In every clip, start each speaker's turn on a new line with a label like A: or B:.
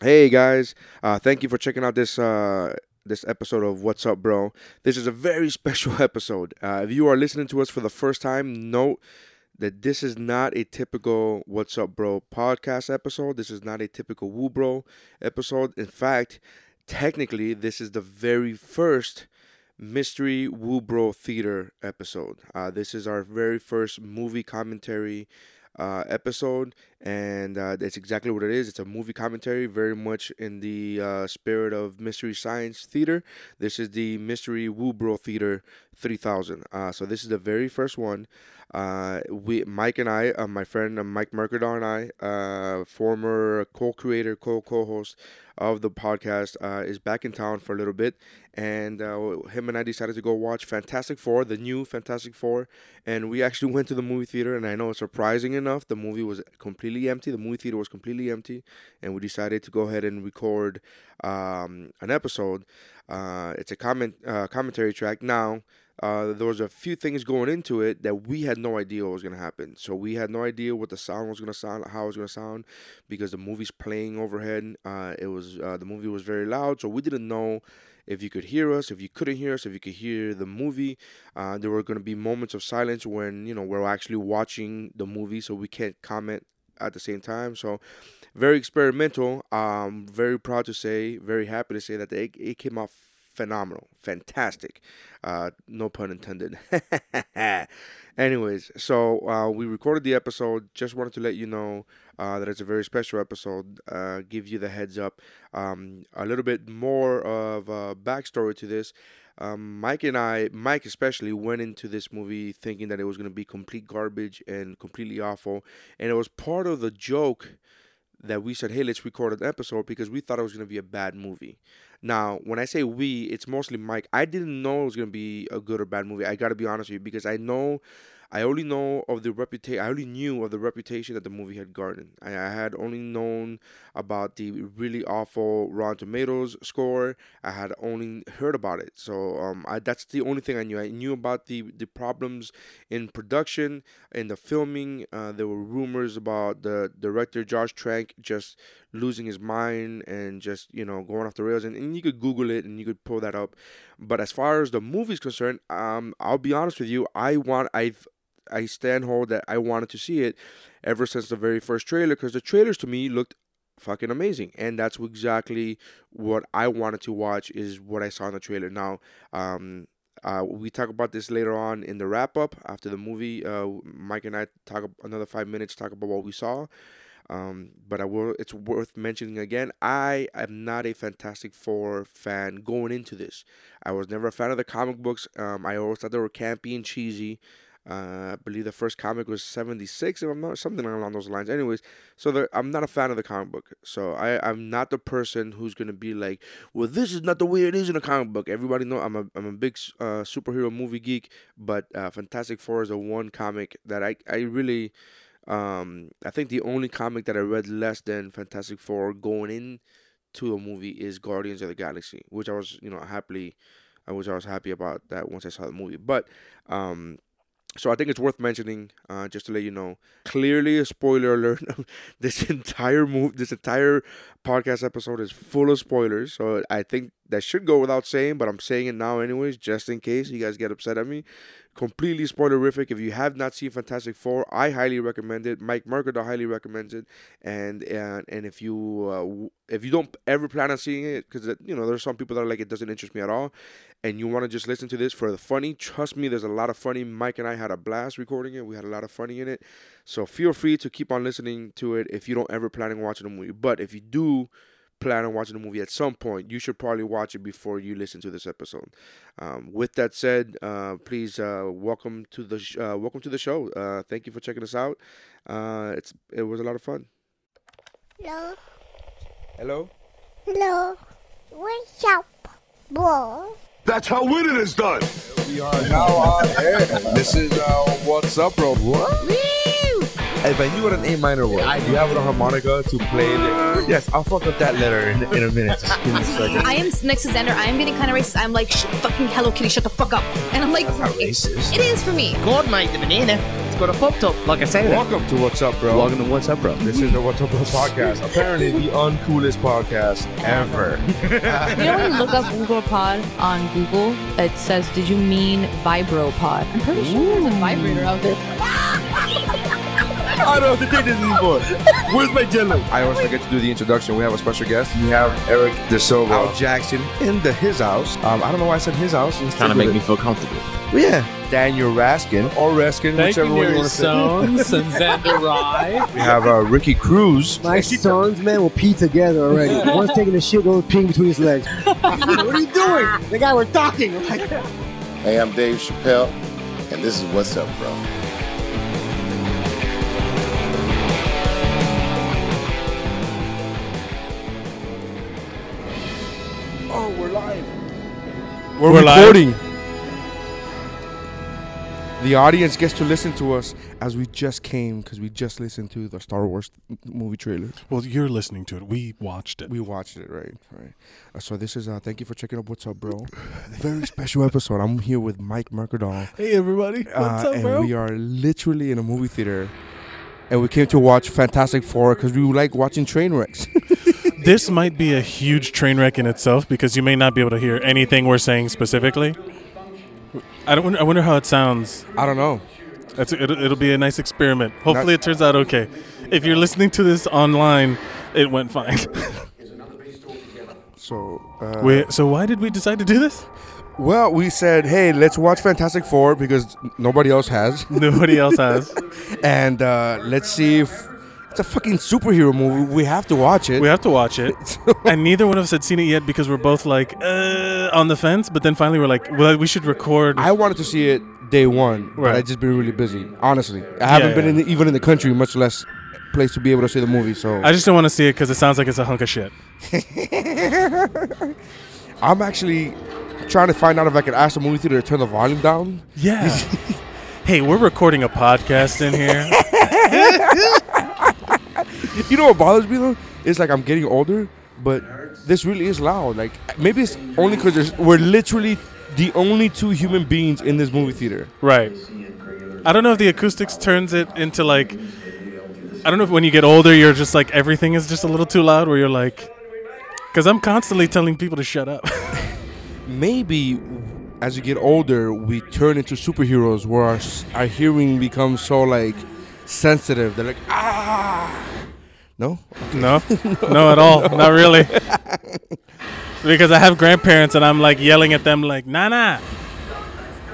A: Hey guys, uh, thank you for checking out this uh, this episode of What's Up, Bro. This is a very special episode. Uh, if you are listening to us for the first time, note that this is not a typical What's Up, Bro podcast episode. This is not a typical Woo Bro episode. In fact, technically, this is the very first mystery Woo Bro theater episode. Uh, this is our very first movie commentary uh, episode, and uh, that's exactly what it is. It's a movie commentary, very much in the uh, spirit of Mystery Science Theater. This is the Mystery Woo Bro Theater 3000. Uh, so this is the very first one. Uh, we, Mike and I, uh, my friend uh, Mike Mercadal and I, uh, former co-creator, co co-host of the podcast, uh, is back in town for a little bit, and uh, him and I decided to go watch Fantastic Four, the new Fantastic Four, and we actually went to the movie theater. And I know, surprising enough, the movie was completely empty. The movie theater was completely empty, and we decided to go ahead and record um, an episode. Uh, it's a comment uh, commentary track now uh, there was a few things going into it that we had no idea what was going to happen. So we had no idea what the sound was going to sound, how it was going to sound, because the movie's playing overhead. Uh, it was uh, the movie was very loud, so we didn't know if you could hear us, if you couldn't hear us, if you could hear the movie. Uh, there were going to be moments of silence when you know we're actually watching the movie, so we can't comment at the same time. So very experimental. Um, very proud to say, very happy to say that it, it came out phenomenal, fantastic. Uh, no pun intended. Anyways, so uh, we recorded the episode. Just wanted to let you know uh, that it's a very special episode. Uh, give you the heads up. Um, a little bit more of a backstory to this. Um, Mike and I, Mike especially, went into this movie thinking that it was going to be complete garbage and completely awful. And it was part of the joke that we said, hey, let's record an episode because we thought it was going to be a bad movie. Now, when I say we, it's mostly Mike. I didn't know it was going to be a good or bad movie. I got to be honest with you because I know, I only know of the reputation, I only knew of the reputation that the movie had garnered. I, I had only known about the really awful Rotten Tomatoes score. I had only heard about it. So um, I, that's the only thing I knew. I knew about the, the problems in production, in the filming. Uh, there were rumors about the director, Josh Trank, just losing his mind and just you know going off the rails and, and you could google it and you could pull that up but as far as the movie's concerned um i'll be honest with you i want i've i stand hold that i wanted to see it ever since the very first trailer because the trailers to me looked fucking amazing and that's exactly what i wanted to watch is what i saw in the trailer now um uh, we talk about this later on in the wrap up after the movie. Uh, Mike and I talk ab- another five minutes, talk about what we saw. Um, but I will. It's worth mentioning again. I am not a Fantastic Four fan going into this. I was never a fan of the comic books. Um, I always thought they were campy and cheesy. Uh, I believe the first comic was '76, if I'm not something along those lines. Anyways, so the, I'm not a fan of the comic book. So I, I'm not the person who's gonna be like, well, this is not the way it is in a comic book. Everybody know I'm a I'm a big uh, superhero movie geek, but uh, Fantastic Four is the one comic that I I really um i think the only comic that i read less than fantastic four going in to a movie is guardians of the galaxy which i was you know happily i was i was happy about that once i saw the movie but um so i think it's worth mentioning uh just to let you know clearly a spoiler alert this entire move this entire podcast episode is full of spoilers so i think that should go without saying but i'm saying it now anyways just in case you guys get upset at me completely spoilerific. If you have not seen Fantastic Four, I highly recommend it. Mike Mercado highly recommends it, and and, and if you uh, w- if you don't ever plan on seeing it, because you know there's some people that are like it doesn't interest me at all, and you want to just listen to this for the funny, trust me, there's a lot of funny. Mike and I had a blast recording it. We had a lot of funny in it, so feel free to keep on listening to it if you don't ever plan on watching the movie. But if you do plan on watching the movie at some point, you should probably watch it before you listen to this episode. Um, with that said, uh, please uh, welcome to the sh- uh, welcome to the show. Uh, thank you for checking us out. Uh, it's it was a lot of fun.
B: Hello,
A: Hello.
B: hello. What's up, boy?
C: That's how winning is done.
D: We are now on air. This is uh, What's Up, Bro. What? If I knew what an A minor was, I you have a harmonica to play the. Yes, I'll fuck up that letter in, in a minute. Just give me a second.
E: I am next to Xander. I am getting kind of racist. I'm like, Sh- fucking Hello Kitty, shut the fuck up. And I'm like,
D: That's not racist.
E: It is for me.
F: God made the banana. Let's go to Pop Top, like I say. that.
D: Welcome to What's Up, Bro.
F: Welcome to What's Up, Bro.
D: This is the What's Up Bro podcast. Apparently, the uncoolest podcast ever.
G: You know when you look up Pod on Google, it says, "Did you mean vibropod?" I'm pretty sure there's a vibrator out there.
D: I don't have to take this anymore. Where's my jello? I always forget to do the introduction. We have a special guest. We have Eric De Silva, Al Jackson in the his house. Um, I don't know why I said his house. It's
F: Kind of make me feel comfortable.
D: Yeah. Daniel Raskin or Raskin,
H: Thank
D: whichever
H: you,
D: one you want
H: Neri
D: to say.
H: Sones and Xander Rye.
D: We have uh, Ricky Cruz.
I: My sons, man, will pee together already. One's taking a shit, goes peeing between his legs. what are you doing? The guy we're talking. I'm like,
J: Hey, I'm Dave Chappelle, and this is What's Up, Bro.
A: We're,
H: We're live.
A: recording. The audience gets to listen to us as we just came because we just listened to the Star Wars movie trailer.
H: Well, you're listening to it. We watched it.
A: We watched it, right? Right. Uh, so this is uh, thank you for checking up. What's up, bro? Very special episode. I'm here with Mike Mercadal,
H: hey, everybody.
A: uh, and we are literally in a movie theater, and we came to watch Fantastic Four because we like watching train wrecks.
H: This might be a huge train wreck in itself because you may not be able to hear anything we're saying specifically. I don't. I wonder how it sounds.
A: I don't know.
H: That's, it'll, it'll be a nice experiment. Hopefully, it turns out okay. If you're listening to this online, it went fine.
A: So uh,
H: Wait, so why did we decide to do this?
A: well, we said, hey, let's watch Fantastic Four because nobody else has.
H: Nobody else has.
A: and uh, let's see if it's a fucking superhero movie. We have to watch it.
H: We have to watch it. and neither one of us had seen it yet because we're both like uh, on the fence. But then finally, we're like, well, we should record.
A: I wanted to see it day one, but
H: Right.
A: I just been really busy. Honestly, I haven't
H: yeah.
A: been in the, even in the country, much less place to be able to see the movie. So
H: I just don't want to see it because it sounds like it's a hunk of shit.
A: I'm actually trying to find out if I can ask the movie theater to turn the volume down.
H: Yeah. hey, we're recording a podcast in here.
A: You know what bothers me though? It's like I'm getting older, but this really is loud. Like maybe it's only because we're literally the only two human beings in this movie theater.
H: right. I don't know if the acoustics turns it into like. I don't know if when you get older, you're just like everything is just a little too loud. Where you're like, because I'm constantly telling people to shut up.
A: maybe as you get older, we turn into superheroes where our, s- our hearing becomes so like sensitive. They're like, ah, no,
H: No, no, at all. Not really. because I have grandparents and I'm like yelling at them like, Nana,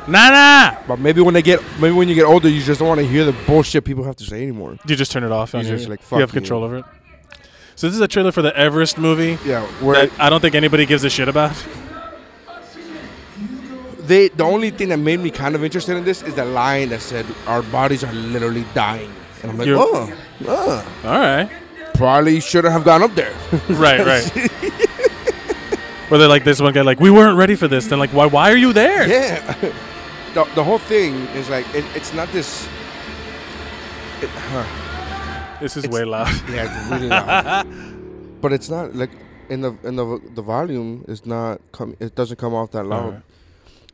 H: Nana.
A: but maybe when they get maybe when you get older, you just don't want to hear the bullshit people have to say anymore.
H: You just turn it off. on
A: You're
H: your-
A: just like,
H: you have
A: "Fuck you."
H: control over it. So this is a trailer for the Everest movie
A: Yeah,
H: that
A: where
H: I don't think anybody gives a shit about.
A: they the only thing that made me kind of interested in this is the line that said, "Our bodies are literally dying," and I'm like,
H: You're-
A: oh, oh,
H: All right,
A: probably shouldn't have gone up there.
H: right, right. Where they're like this one guy like, we weren't ready for this. Then like, why? Why are you there?
A: Yeah. The, the whole thing is like it, it's not this. It, huh.
H: This is
A: It's-
H: way loud.
A: Yeah, it's really loud. but it's not like in the in the the volume is not come. It doesn't come off that loud.
H: Alright.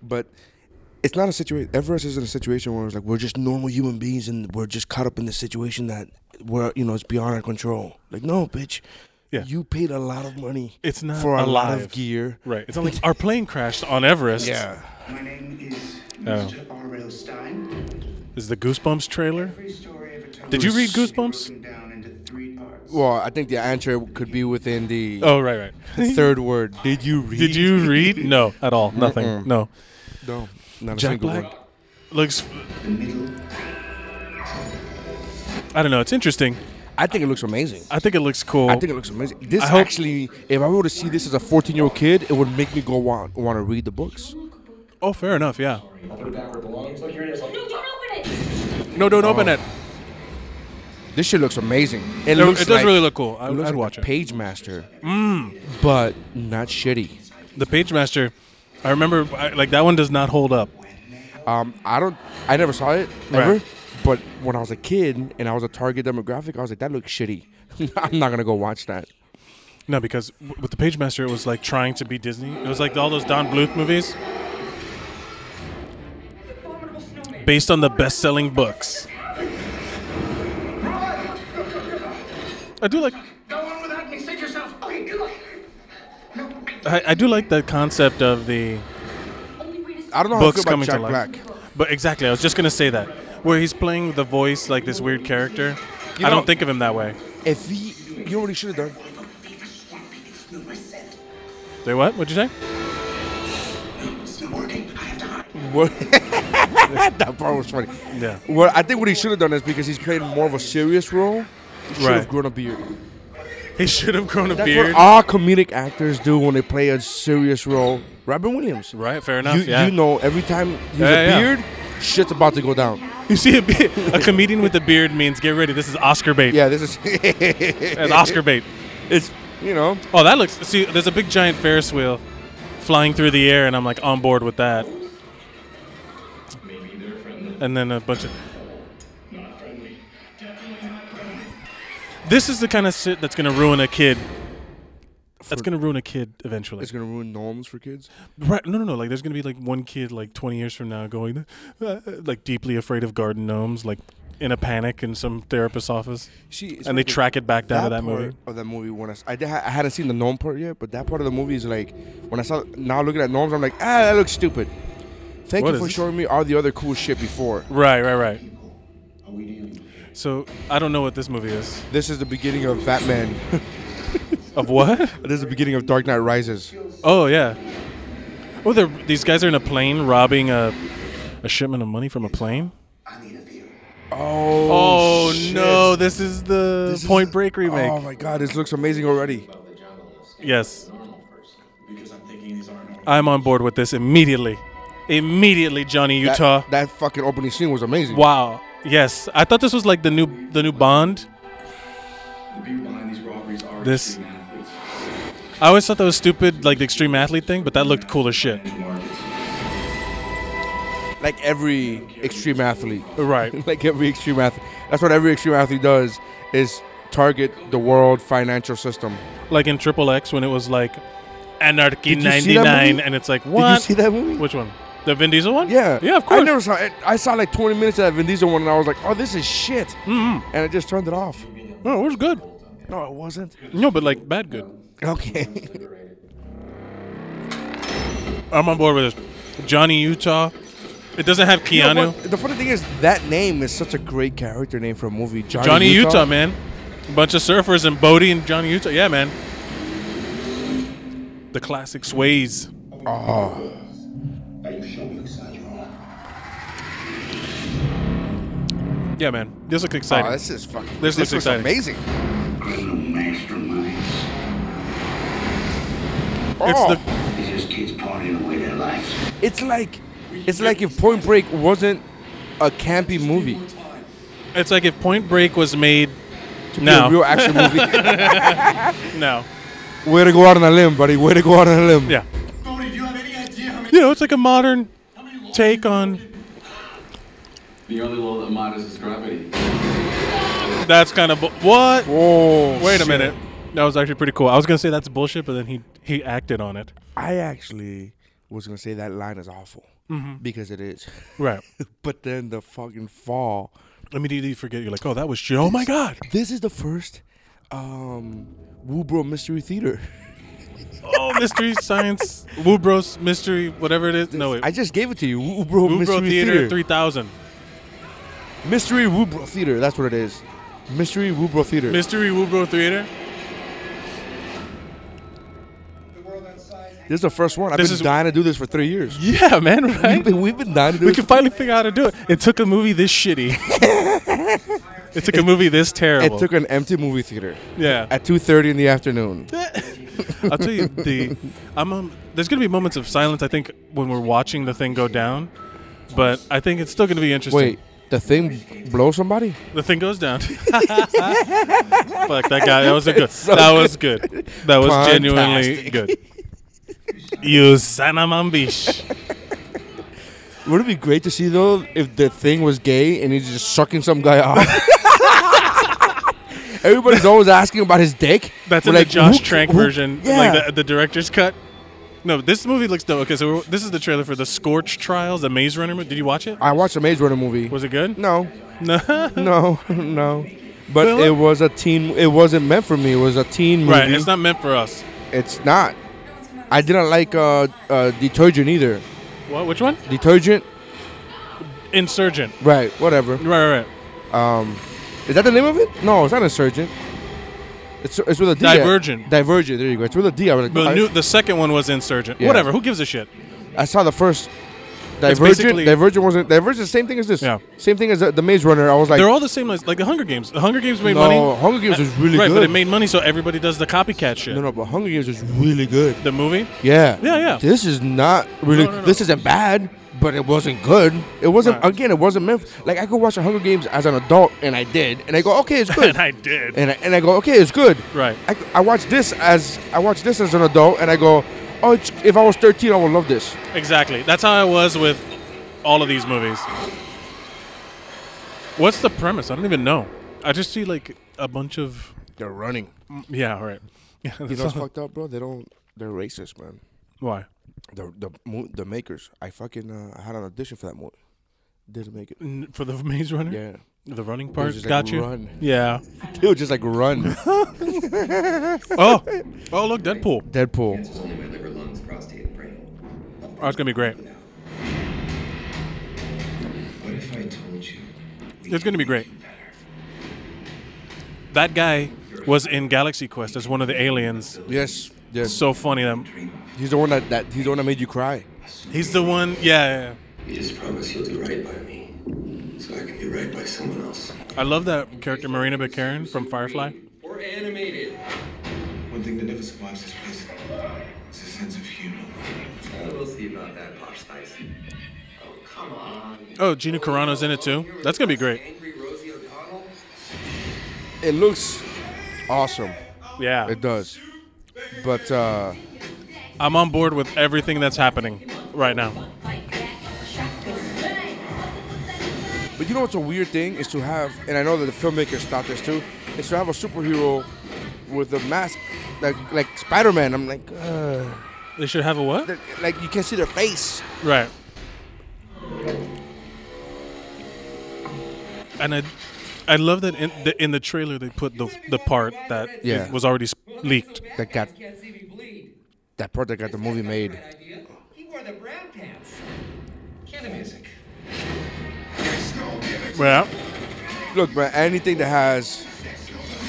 A: But it's not a situation. Everest isn't a situation where it's like we're just normal human beings and we're just caught up in the situation that we're you know it's beyond our control. Like no, bitch.
H: Yeah.
A: You paid a lot of money
H: It's not
A: for a lot of
H: alive.
A: gear.
H: Right. It's not like our plane crashed on Everest.
A: Yeah.
K: My name is
H: Oh.
K: Mr. R.L. Stein.
H: Is the Goosebumps trailer?
K: Every story I've told
H: Did you
K: is
H: read Goosebumps?
K: broken down into three parts.
A: Well, I think the answer could be within the
H: Oh right, right.
A: third word. Did you read?
H: Did you read? No, at all. Nothing. No.
A: No, not a
H: Jack
A: single
H: Black
A: one.
H: looks.
K: The middle.
H: I don't know. It's interesting.
A: I think it looks amazing.
H: I think it looks cool.
A: I think it looks amazing. This
H: Oh. I hope-
A: actually, if I were to see this as a 14 year old kid, it would make me go want want to read the books.
H: oh, fair enough. Yeah. No, don't open
A: Oh.
H: it.
A: This shit looks amazing. It,
H: No,
A: looks
H: it does
A: like-
H: really look cool. I-
A: it looks
H: I'd
A: like
H: watch
A: the
H: it. Mm.
A: Page Master, but not shitty.
H: The Pagemaster. I remember, I, like that one does not hold up.
A: Um, I don't. I never saw it
H: Right.
A: ever. But when I was a kid and I was a target demographic, I was like, that looks shitty. I'm not gonna go watch that.
H: No, because w- with the Pagemaster, it was like trying to be Disney. It was like all those Don Bluth movies, based on the best-selling books. I do like
D: Go on without me. Save yourself. Okay, good luck.
H: I, I do like the concept of the
A: Oh, I don't know how I feel
H: books
A: about
H: coming
A: Jack
H: to life.
A: Black.
H: But exactly, I was just gonna say that where he's playing the voice like this weird character.
A: You
H: I
A: know-
H: don't think of him that way.
A: If he, you know what he should have done?
H: Say what? What'd you say?
D: It's not working. I have to hide.
A: What? that part was funny.
H: Yeah.
A: Well, I think what he should have done is because he's playing more of a serious role. He should have
H: Right.
A: grown a beard.
H: He should have grown a
A: That's
H: beard.
A: what all comedic actors do when they play a serious role. Robin Williams.
H: right. Fair enough.
A: you,
H: yeah.
A: you know, every time he's
H: Yeah,
A: a
H: yeah.
A: beard, shit's about to go down.
H: You see a, be- a comedian with a beard means get ready. This is Oscar bait.
A: Yeah, this is.
H: That's Oscar bait.
A: It's you know.
H: Oh, that looks. See, there's a big giant Ferris wheel flying through the air, and I'm like on board with that. And then a bunch of. This is the kind of shit that's gonna ruin a kid. That's gonna ruin a kid eventually.
A: It's gonna ruin norms for kids.
H: Right? No, no, no. Like, there's gonna be like one kid like 20 years from now going, uh, like deeply afraid of garden gnomes, like in a panic in some therapist's office.
A: See, it's
H: and they
A: funny,
H: track it back down to that
A: part
H: movie.
A: Of that movie, when I, s- I, di- I hadn't seen the norm part yet, but that part of the movie is like when I saw now looking at norms, I'm like, ah, that looks stupid. Thank
H: What
A: you
H: is
A: for
H: this?
A: showing me all the other cool shit before.
H: Right, right, right. So I don't know what this movie is.
A: This is the beginning of Batman.
H: Of what?
A: this is the beginning of Dark Knight Rises.
H: oh yeah. Oh, they're, these guys are in a plane robbing a a shipment of money from a plane.
A: Oh, shit.
H: This is the
A: This is-
H: Point Break remake.
A: Oh my god, this looks amazing already.
H: yes. I'm on board with this immediately. Immediately, Johnny
A: That-
H: Utah.
A: That, fucking opening scene was amazing.
H: wow. Yes, I thought this was like the new the new Bond.
D: The people behind these robberies are
H: This-
D: extreme athletes.
H: I always thought that was stupid, like the extreme athlete thing, but that looked cool as shit.
D: Markets.
A: Like every extreme athlete.
H: Right.
A: like every extreme athlete. That's what every extreme athlete does is target the world financial system.
H: like in Triple X when it was like Anarchy
A: Did you see that
H: '99,
A: movie?
H: and it's like what?
A: Did you see that movie?
H: Which one? The Vin Diesel one?
A: Yeah.
H: yeah, of course.
A: I never saw it. I saw like 20 minutes of that Vin Diesel one and I was like, oh, this is shit.
H: Mhm.
A: And I just turned it off.
H: No, it was good.
A: No, it wasn't.
H: No, but like bad good.
A: Okay.
H: I'm on board with this. Johnny Utah. It doesn't have
A: You
H: Keanu.
A: know what? the funny thing is, that name is such a great character name for a movie. Johnny,
H: Johnny Utah.
A: Utah.
H: man. A bunch of surfers and Bodie and Johnny Utah. Yeah, man. The classic sways.
D: Are Ah. you sure you inside your own?
H: Yeah, man. This looks exciting.
A: Oh, this is fucking.
H: This
A: This,
H: looks
A: looks
H: exciting.
A: amazing.
D: No masterminds.
H: it's
A: Oh,
H: the
A: it's,
D: These just kids partying away their lives.
A: like, it's like if Point Break wasn't a campy movie.
H: it's like if Point Break was made
A: To
H: No.
A: be a real action movie.
H: now.
A: Way to go out on a limb, buddy. Way to go out on a limb.
H: Yeah.
D: Bodie, do you have any idea how many?
H: You know, it's like a modern take on
L: The only law that matters is gravity.
H: that's kind of bu- what?
A: Whoa.
H: Wait a
A: shit.
H: minute. That was actually pretty cool. I was gonna say that's bullshit, but then he he acted on it.
A: I actually was gonna say that line is awful
H: Mm-hmm.
A: because it is.
H: Right.
A: but then the fucking fall.
H: Immediately you forget you're like, oh, that was shit. Oh my god.
A: This is the first um, Woo Bro Mystery Theater.
H: Oh, mystery science, Woo Bros mystery, whatever it is. No Oh, wait.
A: I just gave it to you. Woo Bro
H: Woo
A: Mystery
H: Bro Theater,
A: Theater.
H: three thousand.
A: Mystery Woo Bro Theater. That's what it is. Mystery Woo Bro Theater.
H: Mystery Woo Bro Theater.
A: this is the first one. I've
H: This
A: been
H: is-
A: dying to do this for three years.
H: Yeah, man. Right.
A: We've, been, we've been dying to do
H: We
A: this.
H: can finally figure out how to do it. It took a movie this shitty. it took a movie this terrible.
A: It took an empty movie theater
H: yeah.
A: at 2:30 in the afternoon.
H: I'll tell you the I'm um, there's gonna be moments of silence I think when we're watching the thing go down, but I think it's still gonna be interesting.
A: Wait, the thing blow Oh, somebody?
H: the thing goes down. Fuck that guy. That was a good. that was good. That was genuinely
A: Fantastic.
H: good. You son of a bitch.
A: Would it be great to see though if the thing was gay and he's just sucking some guy off? Everybody's always asking about his dick.
H: That's
A: We're
H: in the Josh
A: who-
H: Trank
A: who-
H: version,
A: Yeah.
H: like the, the director's cut. No, this movie looks dope. Okay, so we're- this is the trailer for the Scorch Trials, the Maze Runner. mo- Did you watch it?
A: I watched a Maze Runner movie.
H: Was it good?
A: No,
H: No.
A: no, no.
D: But it was a teen. It wasn't meant for me. It was a teen movie.
H: Right, it's not meant for us.
D: It's not. I didn't like uh, uh, detergent either.
H: What? Which one?
D: Detergent.
H: Insurgent.
D: Right. Whatever.
H: Right.
D: Right. Um, is that the name of it? No, it's not insurgent. It's it's with a D.
H: Divergent.
D: Divergent. There you go. It's with a D. I was like,
H: The
D: I-
H: new, the second one was Insurgent.
D: Yeah.
H: Whatever. Who gives a shit?
D: I saw the first.
H: It's
D: Divergent.
H: basically-
D: Divergent wasn't. Divergent. Same thing as this.
H: Yeah.
D: Same thing as the, the Maze Runner. I was like,
H: They're all the same. Like, like the Hunger Games. The Hunger Games made
D: No,
H: money.
D: Hunger Games was really
H: right, but
D: good.
H: it made money, so everybody does the copycat shit.
D: no, no. But Hunger Games is really good.
H: The movie.
D: Yeah.
H: Yeah, yeah.
D: This is not really.
H: No, no, no.
D: This isn't bad, but it wasn't good. It wasn't. Again, it wasn't meant. f- Like I could watch the Hunger Games as an adult, and I did, and I go, okay, it's good.
H: And I did.
D: And I, and I go, okay, it's good.
H: Right.
D: I, I watched this as I watched this as an adult, and I go, oh, it's, if I was 13, I would love this.
H: Exactly. That's how I was with all of these movies. What's the premise? I don't even know. I just see like a bunch of.
D: They're running.
H: Yeah. Right. Yeah.
D: you
H: that's
D: know what's
H: all.
D: fucked up, bro? They don't. They're racist, man.
H: Why?
D: The the mo- the makers. I fucking uh, I had an audition for that movie. Didn't make it.
H: N- for the Maze Runner.
D: Yeah.
H: The running
D: They
H: part
D: was just
H: got
D: like,
H: you.
D: "Run."
H: Yeah.
D: They would just like run.
H: Oh. Oh, look, Deadpool.
D: Deadpool.
H: Oh, it's gonna be great.
A: What if I told you?
H: It's gonna be great. That guy was in Galaxy Quest as one of the aliens.
D: Yes. Yes.
H: So funny. That
D: He's the one that, that he's the one that made you cry.
H: he's the one. Yeah, yeah,
A: You just promise you'll do right by me, so I can do right by someone else.
H: yeah. I love that character Marina Baccarin from Firefly.
A: Or animated. One thing that never survives this place is a sense of humor. We'll see about that, posh thighs. Oh, come on.
H: Oh, Gina Carano's in it too. That's gonna be great.
A: Angry Rosie O'Donnell?
D: It looks awesome.
H: Yeah.
D: It does. But uh
H: I'm on board with everything that's happening right now.
D: but you know what's a weird thing is to have and I know that the filmmakers thought this too, is to have a superhero with a mask like like Spider Man. I'm like uh,
H: They should have a what?
D: like you can't see their face.
H: Right. And I, I love that in the, in the trailer they put the the part that
D: Yeah.
H: was already s- leaked.
D: That got that part that got the movie made.
A: He wore the brown pants. Kind of music.
H: Yeah.
D: Look, man, anything that has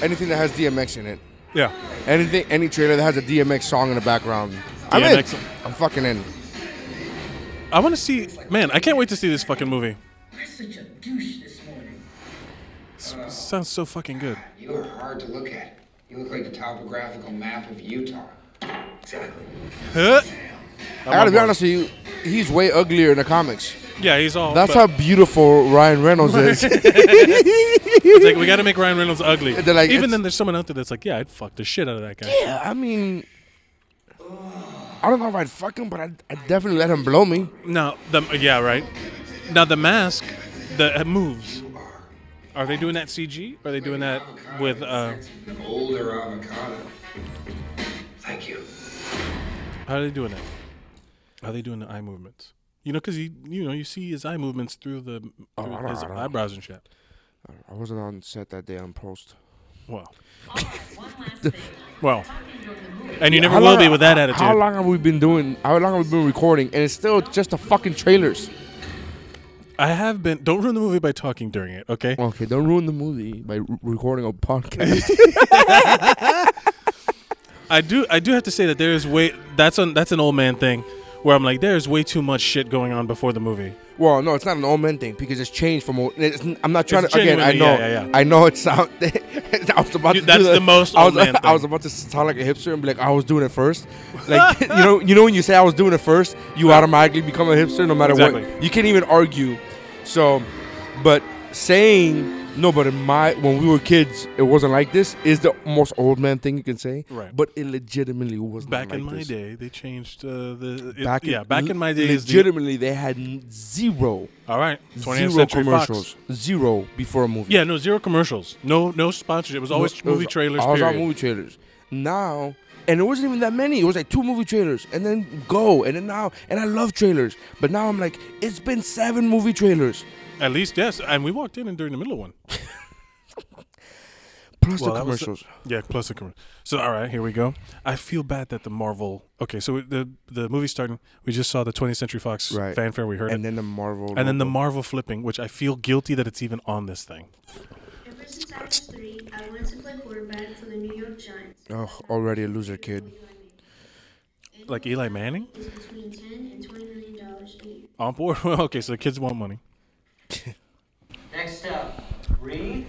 D: anything that has DMX in it.
H: Yeah.
D: Anything any trailer that has a DMX song in the background. I'm in.
H: DMX.
D: I'm fucking in.
H: I want to see. Man, I can't wait to see this fucking movie.
A: Such a douche this morning.
H: S- sounds so fucking good.
A: You are hard to look at. You look like a topographical map of Utah. Exactly.
H: Huh?
D: I gotta be honest with you, he's way uglier in the comics.
H: Yeah, he's all.
D: That's
H: but-
D: how beautiful Ryan Reynolds is.
H: It's like we got to make Ryan Reynolds ugly.
D: They're like,
H: Even
D: it's-
H: then, there's someone out there that's like, yeah, I'd fuck the shit out of that guy.
D: yeah, I mean, I don't know if I'd fuck him, but I'd, I'd definitely let him blow me.
H: Now the yeah right. Now the mask, the it moves. Are they doing that CG? Are they doing that with? Uh,
A: An older avocado. Thank you.
H: how are they doing it? Are they doing the eye movements? You know, because you you know you see his eye movements through the
D: Oh, I
H: through
D: don't-
H: his
D: I don't-
H: eyebrows and shit.
D: I wasn't on set that day on post.
H: Wow. well, and you never will be with that attitude.
D: How long have we been doing? How long have we been recording? And it's still just the fucking trailers.
H: I have been. Don't ruin the movie by talking during it. Okay.
D: Okay, don't ruin the movie by re- recording a podcast.
H: I do. I do have to say that there is way. That's an that's an old man thing, where I'm like, there is way too much shit going on before the movie.
D: well, no, it's not an old man thing because it's changed from. old- It's, I'm not trying
H: It's
D: to. Again, I
H: genuinely-
D: know.
H: yeah, yeah, yeah.
D: I know it sound. I was about
H: You-
D: to.
H: that's
D: do
H: the most
D: I was,
H: old man
D: I was
H: thing.
D: about to sound like a hipster and be like, I was doing it first. Like you know, you know when you say I was doing it first, you automatically become a hipster no matter
H: Exactly.
D: what. You can't even argue. So, but saying no, but in my when we were kids, it wasn't like this. Is the most old man thing you can say.
H: Right.
D: But it legitimately was not
H: Back in
D: like
H: my
D: this.
H: day, they changed uh, the it-
D: Back
H: yeah. Back in my day, is the-
D: legitimately they had n- zero,
H: all right. 20th
D: zero
H: century
D: commercials,
H: Fox.
D: zero before a movie.
H: Yeah, no zero commercials. No no sponsorship. It was always
D: It was-
H: movie trailers.
D: I was on
H: period.
D: movie trailers. Now, and it wasn't even that many. It was like two movie trailers, and then go, and then now, and I love trailers. But now I'm like, it's been seven movie trailers.
H: At least yes, and we walked in and during the middle of one.
D: Plus the
H: that was
D: commercials.
H: yeah, plus the commercials. So all right, here we go. I feel bad that the Marvel. Okay, so the the movie starting. We just saw the 20th Century Fox
D: Right.
H: fanfare. We heard
D: And
H: it.
D: then the Marvel
H: And then the Marvel flipping, which I feel guilty that it's even on this thing.
M: Ever since I was three, I wanted to play quarterback for the New York Giants.
D: Oh, already a loser kid.
H: Like Eli Manning
M: It's between ten and twenty million dollars a year.
H: on board. okay, so the kids want money.
M: Next up, read.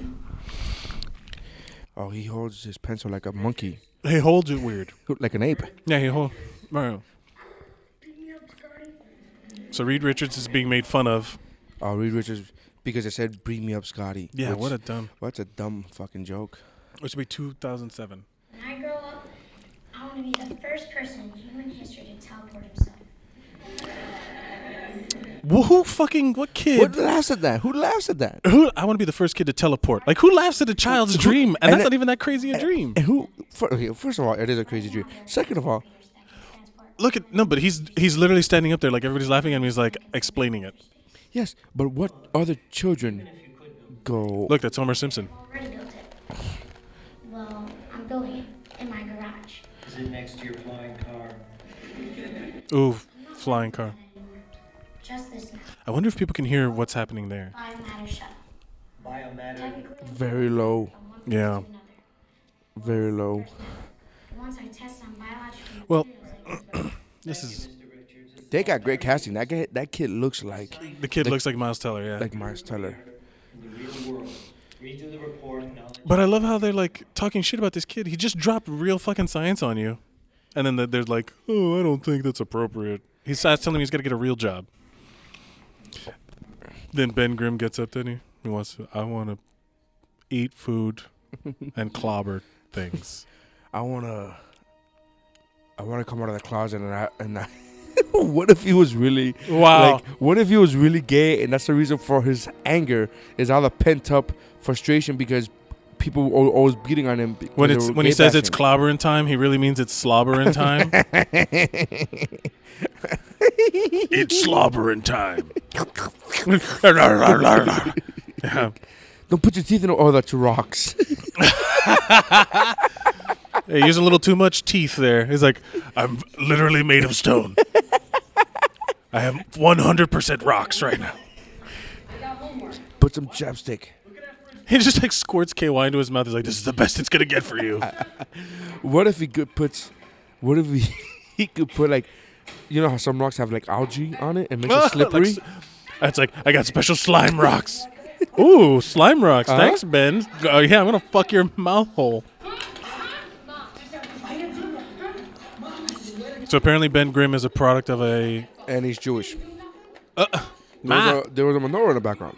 D: Oh, he holds his pencil like a monkey.
H: He holds it weird.
D: Like an ape.
H: Yeah, he hold Mario. So Reed Richards is being made fun of.
D: Oh, Reed Richards, because I said, bring me up, Scotty.
H: Yeah, what a dumb-
D: What's a dumb fucking joke.
H: Which would be 2007.
M: When I grow up, I want to be the first person in human history to teleport himself.
H: Well, who fucking what kid?
D: Who laughs at that? Who laughs at that?
H: Who? I want to be the first kid to teleport. Like who laughs at a child's
D: Who-
H: dream? And, that's
D: it-
H: not even that crazy a dream.
D: And who? fir- okay, First of all, it is a crazy dream. Second of all,
H: Look at no, but he's he's literally standing up there like everybody's laughing at him. He's like explaining it.
D: yes, but what other children go?
H: Look, that's Homer Simpson.
M: Already built it. Well, I'm building it in my garage.
F: Is it next to your flying car?
H: Ooh, flying car.
M: Just this now.
H: I wonder if people can hear what's happening there.
M: Biomatter shuttle. Biomatter.
D: Very low.
H: Yeah.
D: Very low.
M: Once I test on biological
D: Well,
H: this is.
D: They got great casting. That kid, that kid looks like.
H: The kid looks like Miles Teller. Yeah.
D: Like Miles Teller.
F: Redo the report and all
H: But I love how they're like talking shit about this kid. He just dropped real fucking science on you, and then the- they're like, "Oh, I don't think that's appropriate." He's I was telling him he's got to get a real job. Then Ben Grimm gets up. Then he, he wants. To, I want to eat food and clobber things.
D: I wanna. I wanna come out of the closet and I and I. what if he was really?
H: Wow.
D: Like, what if he was really gay and that's the reason for his anger is all the pent up frustration because people were al- always beating on him. because
H: When
D: they
H: it's
D: were
H: when he
D: gay
H: says it's
D: bashing.
H: clobbering time, he really means it's slobbering time. it's slobbering time. Yeah.
D: Don't put your teeth in. Oh, that's rocks.
H: Hey, use a little too much teeth there. He's like, I'm literally made of stone. I have 100% rocks right now.
D: Put some chapstick.
H: He just like squirts KY into his mouth. He's like, this is the best it's going to get for you.
D: What if he could put? What if he, he could put like, you know how some rocks have like algae on it and makes it
H: Like
D: slippery.
H: s- it's like, I got special slime rocks. Ooh, slime rocks.
D: Huh?
H: Thanks, Ben. Oh, yeah, I'm going to fuck your mouth hole. So apparently, Ben Grimm is a product of a.
D: And he's Jewish.
H: Uh,
D: There
H: nah.
D: was, a, there was a menorah in the background.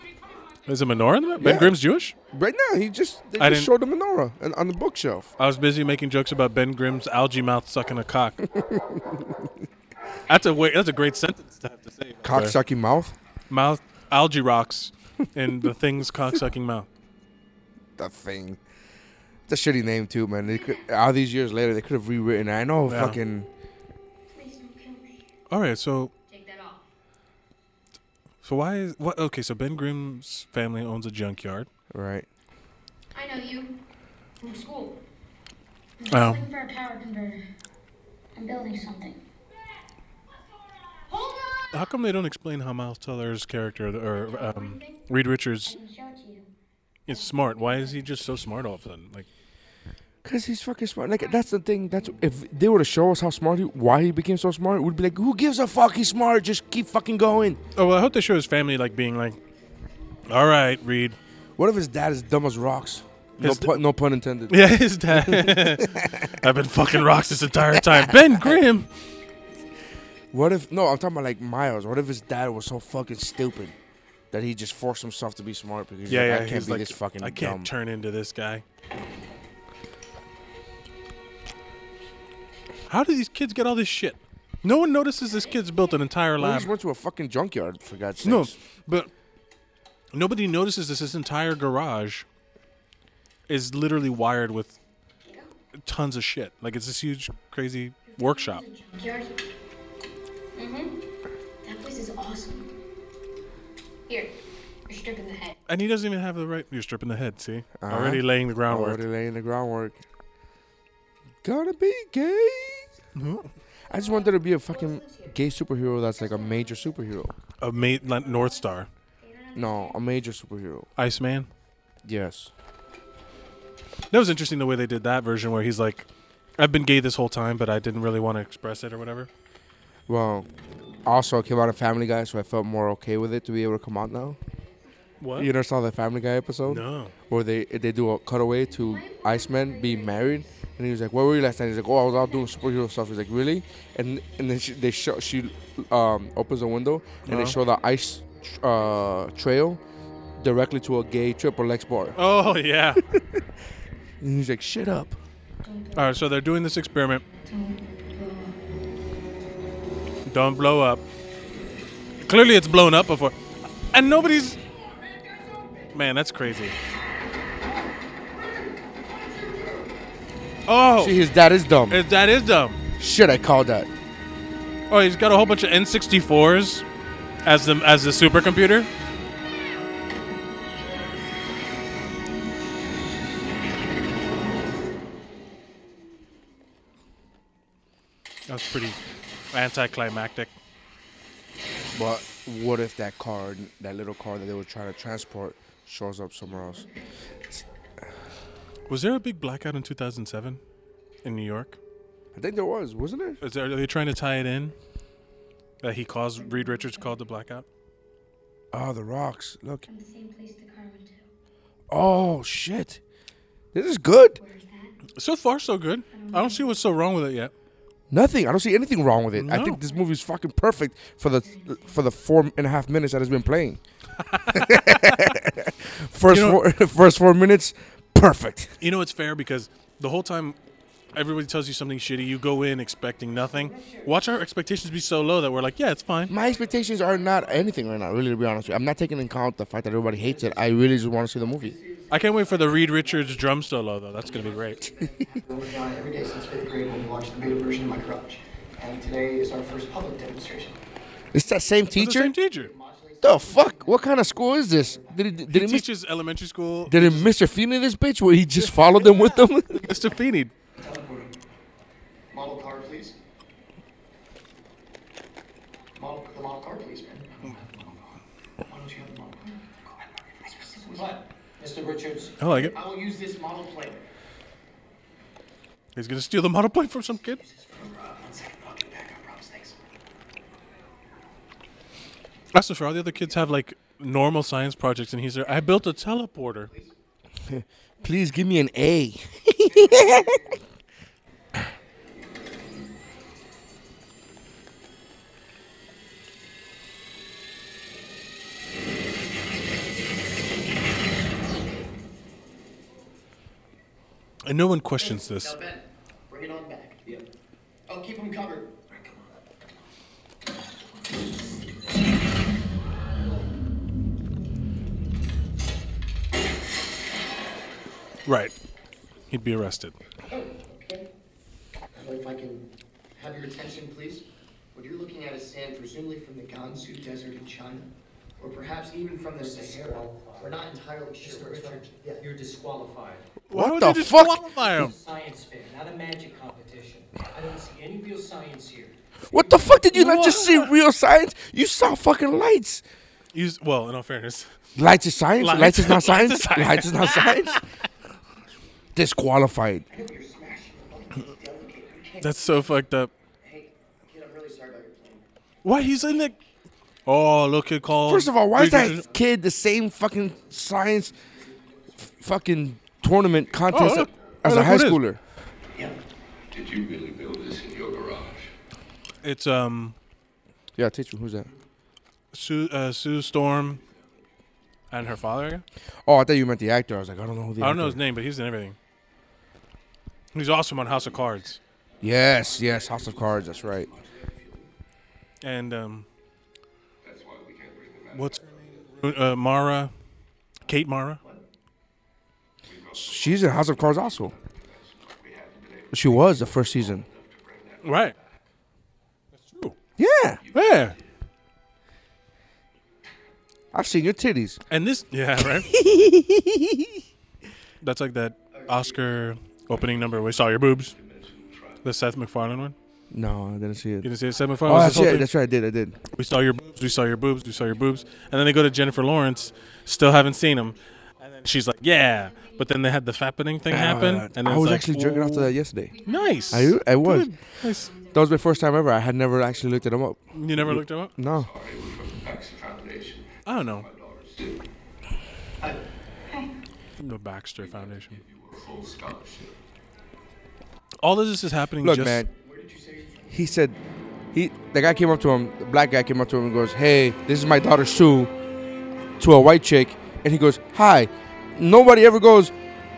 H: Is a menorah in the back? Ben
D: Ah. Yeah.
H: Grimm's Jewish?
D: Right now, he just they
H: I
D: just showed
H: didn't-
D: the menorah and, on the bookshelf.
H: I was busy making jokes about Ben Grimm's algae mouth sucking a cock. that's a way, that's a great sentence to have to say.
D: Cock sucking mouth.
H: mouth algae rocks and the thing's cock sucking mouth.
D: The thing. It's a shitty name too, man. They could, all these years later, they could have rewritten. it. I know,
H: Yeah.
D: fucking.
H: All right, so
M: Take that off.
H: so why is what? Okay, so Ben Grimm's family owns a junkyard.
D: Right.
M: I know you from school.
H: Oh.
M: I'm looking for a power converter. I'm building something.
H: How come they don't explain how Miles Teller's character or um, Reed Richards is smart? Why is he just so smart all of a sudden? Like,
D: Cause he's fucking smart. Like that's the thing. That's if they were to show us how smart he, why he became so smart, we'd be like, who gives a fuck? He's smart. Just keep fucking going.
H: oh well, I hope they show his family like being like, all right, Reed.
D: What if his dad is dumb as rocks? No,
H: His-
D: pun, no pun intended.
H: Yeah, his dad. I've been fucking rocks this entire time. Ben Grimm.
D: What if? No, I'm talking about like Miles. What if his dad was so fucking stupid that he just forced himself to be smart because he's
H: Yeah,
D: like,
H: yeah.
D: I can't
H: he's
D: be
H: like,
D: this fucking
H: I can't
D: dumb.
H: turn into this guy. How do these kids get all this shit? No one notices this kid's built an entire
D: Well, he
H: lab.
D: just went to a fucking junkyard for God's sake.
H: Um, No, but nobody notices this. This entire garage is literally wired with tons of shit. Like it's this huge, crazy workshop.
M: Gary. Mm-hmm. That place is awesome. Here. You're stripping the head.
H: And he doesn't even have the right. You're stripping the head. See,
D: Uh-huh.
H: already laying the groundwork.
D: Already laying the groundwork. Gonna be gay.
H: Mm-hmm.
D: I just want there to be a fucking gay superhero that's like a major superhero.
H: A ma- like North Star.
D: No, a major superhero.
H: Iceman.
D: Yes.
H: That was interesting the way they did that version where he's like, "I've been gay this whole time, but I didn't really want to express it or whatever."
D: Well, also I came out of Family Guy, so I felt more okay with it to be able to come out now.
H: What?
D: You never saw the Family Guy episode?
H: No.
D: Where they they do a cutaway to Iceman being married, and he was like, "Where were you last night?" He's like, "Oh, I was out doing superhero stuff." He's like, "Really?" And and then she, they show she um, opens a window and
H: Uh-huh.
D: they show the ice uh, trail directly to a gay triple X bar.
H: Oh yeah.
D: And he's like, "Shut up."
H: All right, so they're doing this experiment. Don't blow up. Clearly, it's blown up before, and nobody's. Man, that's crazy. Oh,
D: See, his dad is dumb.
H: His dad is dumb.
D: Shit, I called that.
H: Oh, he's got a whole bunch of N64s as the as the supercomputer. That was pretty anticlimactic.
D: But what if that car, that little car that they were trying to transport, shows up somewhere else?
H: Was there a big blackout in 2007 in New York?
D: I think there was, wasn't there?
H: Is there are they trying to tie it in that he caused Reed Richards called the blackout?
D: Oh, the rocks. Look.
M: From the same place the car went to.
D: Oh shit. This is good.
H: So far, so good. I don't see what's so wrong with it yet.
D: Nothing. I don't see anything wrong with it. I
H: No.
D: think this movie is fucking perfect for the for the four and a half minutes that it's been playing. first
H: You know-
D: four, first four minutes, perfect.
H: You know it's fair because the whole time everybody tells you something shitty, you go in expecting nothing. Watch our expectations be so low that we're like, yeah, it's fine.
D: My expectations are not anything right now. Really, to be honest, with you. I'm not taking in account the fact that everybody hates it. I really just want to see the movie.
H: I can't wait for the Reed Richards drum solo though. That's gonna be great.
G: Uh, every day since fifth grade when we watched the beta version in my garage. And today is our first public demonstration.
D: It's that same teacher.
H: same teacher.
D: The fuck? What kind of school is this? Did he, did he,
H: he
D: miss?
H: teaches elementary school.
D: Did it Mr. Feeney this bitch? Where he just followed them with them?
H: Mr. Feeney.
G: Model car, please. Model, the model car, please, man. Why don't you have the model car? What? Mr. Richards?
H: I like it.
G: I will use this model plane.
H: He's gonna steal the model plane from some kid.
G: uh,
H: That's so far. All the other kids have like normal science projects, and he's there. I built a teleporter.
D: Please give me an A.
H: And no one questions this.
G: Now, Ben, bring it on back. Yep. I'll keep him covered.
H: Right. He'd be arrested.
G: Okay. Now, If I can have your attention, please. What you're looking at is sand presumably from the Gansu Desert in China, or perhaps even from the Sahara. We're not entirely sure. where it's from.
F: You're disqualified.
D: What would the they fuck? disqualify him?
F: It's a Science fair, not a magic competition. I don't see any real science here.
D: What the fuck did you not just see? Real science? You saw fucking lights.
H: He's, well, in all fairness,
D: Lights is science.
H: Lights.
D: Lights, is not science.
H: Lights
D: Lights
H: is
D: is,
H: science.
D: not science. Disqualified.
H: that's so fucked up.
G: Hey, kid, I'm really sorry about your plane.
H: Why he's in the? Oh, look at call.
D: First of all, why is
H: Reed Richards-
D: that kid the same fucking science f- fucking tournament contest
H: look.
D: as
H: Look
D: a high
H: who it is.
D: schooler?
I: Did you really build this in your garage?
H: It's um
D: Yeah, teach me who's that?
H: Sue uh, Sue Storm and her father. I guess?
D: Oh, I thought you meant the actor. I was like, I don't know who the
H: I don't know
D: actor
H: his name, but he's in everything. He's awesome on House of Cards.
D: Yes, yes, House of Cards. That's right.
H: And um, what's uh, Mara? Kate Mara.
D: She's in House of Cards also. She was the first season.
H: Right.
D: Yeah.
H: Yeah.
D: I've seen your titties.
H: And this, yeah, right. That's like that Oscar opening number. We saw your boobs. The Seth MacFarlane one.
D: No, I didn't see it.
H: You didn't see it. Seth MacFarlane.
D: Oh,
H: was
D: that's,
H: this whole
D: right.
H: thing.
D: that's right. I did. I did.
H: We saw your boobs. We saw your boobs. We saw your boobs. And then they go to Jennifer Lawrence. Still haven't seen him. And then she's like, yeah. But then they had the fappening thing happen.
D: Uh,
H: and
D: I
H: it's
D: was
H: like,
D: actually jerking off to that yesterday.
H: Nice.
D: I, I was.
H: Good. Nice.
D: That was my first time ever. I had never actually looked at them up.
H: You never looked them up?
D: No.
H: I don't know.
M: Hi.
H: The Baxter Foundation. All of this is happening.
D: Look,
H: just,
D: man. He said, he the guy came up to him. The black guy came up to him and goes, "Hey, this is my daughter Sue," to a white chick, and he goes, "Hi." Nobody ever goes.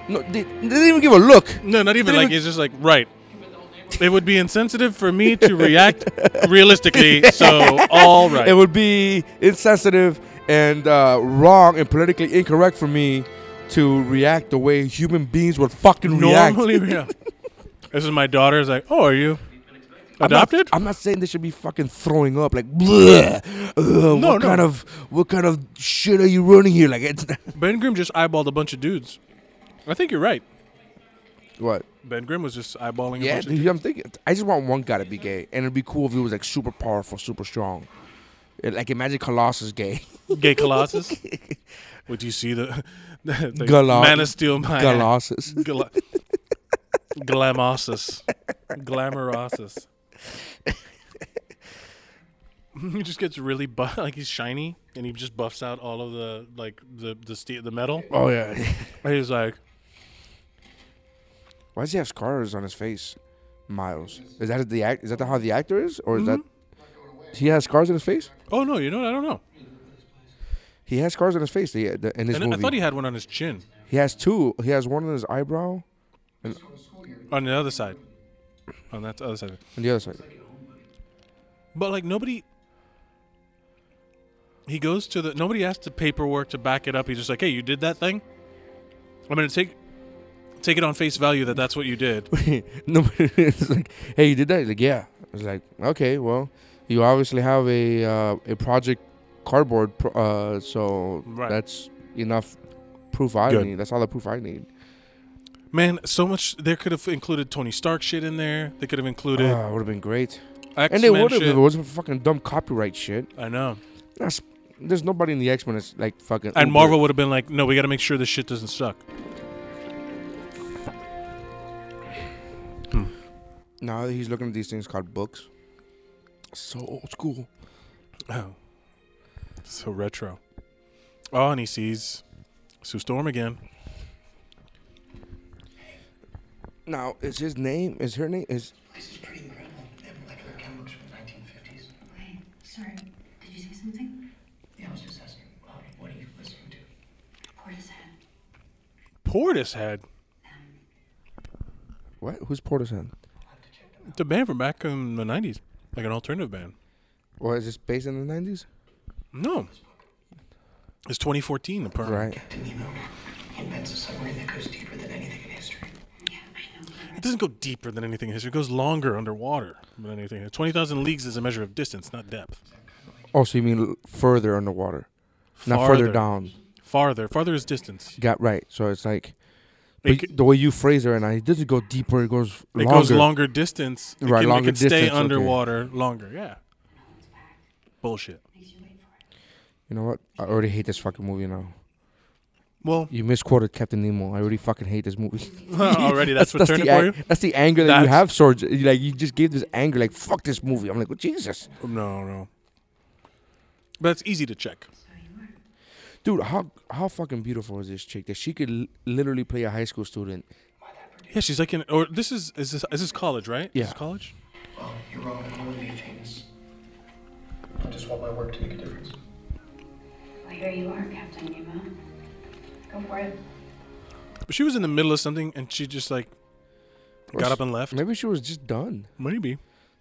D: No, they, they didn't even give a look.
H: No, not even
D: They
H: like
D: didn't
H: it's just like right. It would be insensitive for me to react realistically. So all right.
D: It would be insensitive and uh, wrong and politically incorrect for me to react the way human beings would fucking react.
H: normally yeah. This is my daughter. Is like, oh, are you adopted?
D: I'm not, I'm not saying they should be fucking throwing up like, bleh, uh,
H: No,
D: what
H: no.
D: kind of what kind of shit are you running here? Like, it's
H: Ben Grimm just eyeballed a bunch of dudes. I think you're right.
D: what?
H: Ben Grimm was just eyeballing a
D: Yeah,
H: bunch of
D: dude, I'm thinking. I just want one guy to be gay, and it'd be cool if he was like super powerful, super strong. Uh, Like imagine Colossus gay.
H: gay colossus. Would you see the, the the
D: Galo-
H: Man of Steel? My
D: Colossus.
H: Gla- glamossus, glamorosus. he just gets really buff, like he's shiny, and he just buffs out all of the like the the steel, the metal.
D: Oh, yeah.
H: And he's like,
D: Why does he have scars on his face? Miles. Is that the act? Is that how the actor is, or is that he has scars on his face?
H: oh no, you know, what? I don't know.
D: He has scars on his face. The, the, in his
H: And I
D: movie,
H: thought he had one on his chin,
D: He has two. He has one on his eyebrow, and
H: on the other side, on that other side.
D: on the other side.
H: But like nobody. He goes to the nobody asked the paperwork to back it up. He's just like, "Hey, you did that thing." I'm gonna take take it on face value that that's what you did.
D: Nobody. It's like, hey, you did that? He's like, yeah. It's like, okay, well, you obviously have a uh, a project cardboard, pro- uh, so
H: Right.
D: that's enough proof I
H: Good.
D: need. That's all the proof I need.
H: Man, so much they could have included Tony Stark shit in there. They could have included.
D: Ah, would have been great. and they
H: X-Men
D: would have if
H: shit.
D: it wasn't for fucking dumb copyright shit.
H: I know.
D: That's, there's nobody in the X Men that's like fucking.
H: And
D: Uber.
H: Marvel would have been like, "No, we got to make sure this shit doesn't suck."
D: Now he's looking at these things called books. So old school.
H: Oh, so retro. Oh, and he sees Sue Storm again.
D: Now is his name? Is her name? Is
M: This is pretty incredible. They have molecular chemicals from the 1950s. Right. Sorry. Did you say something? Yeah, I was just asking. Uh, what are you listening to? Portishead.
H: Portishead,
D: what? Who's Portishead?
H: the band from back in the '90s, like an alternative band.
D: Or is this based in the nineties?
H: No. It's 2014, apparently.
D: Right.
M: Invents a submarine that goes deeper than anything in history.
H: It doesn't go deeper than anything in history. It goes longer underwater than anything. 20,000 leagues is a measure of distance, not depth.
D: Oh, so you mean l- further underwater, not
H: Farther.
D: further down?
H: Farther. Farther is distance.
D: Got right. So it's like but
H: It c-
D: the way you phrase it, and I it doesn't go deeper. It goes.
H: It
D: longer.
H: goes longer distance. It
D: right,
H: can,
D: longer
H: it can stay
D: distance, okay.
H: underwater longer. Yeah. Bullshit.
D: You know what? I already hate this fucking movie now.
H: Well-
D: you misquoted Captain Nemo. I already fucking hate this movie.
H: Already, that's what turned
D: the
H: it for
D: ang-
H: you?
D: That's the anger that you
H: That's-
D: have, Sorge. You, Like you just gave this anger, like fuck this movie. I'm like, well, Jesus,
H: No, no. But it's easy to check.
D: dude, how how fucking beautiful is this chick that she could l- literally play a high school student?
H: Yeah, she's like in, or this is, is this, is this college, right? Is this
D: Yeah.
H: college?
M: Well, you're wrong in all of your things. I just want my work to make a difference. Well, here you are, Captain Nemo. Go for it.
H: But she was in the middle of something and she just like
D: Or
H: got
D: s-
H: up and left.
D: Maybe she was just done.
H: Maybe.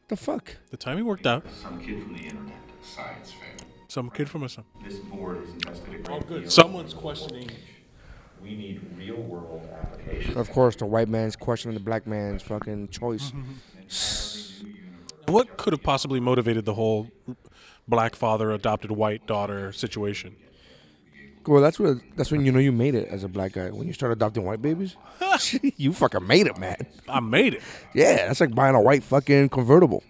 D: The fuck?
H: The timing worked out.
I: Some kid from the internet, science fair.
H: Some kid from a son.
I: This board has invested a great deal.
H: Someone's questioning.
I: We need real world applications.
D: Of course, the white man's questioning the black man's fucking choice.
H: What could have possibly motivated the whole black father adopted white daughter situation?
D: Well, that's what that's when you know you made it as a black guy. When you start adopting white babies, you fucking made it, man.
H: I made it.
D: Yeah, that's like buying a white fucking convertible.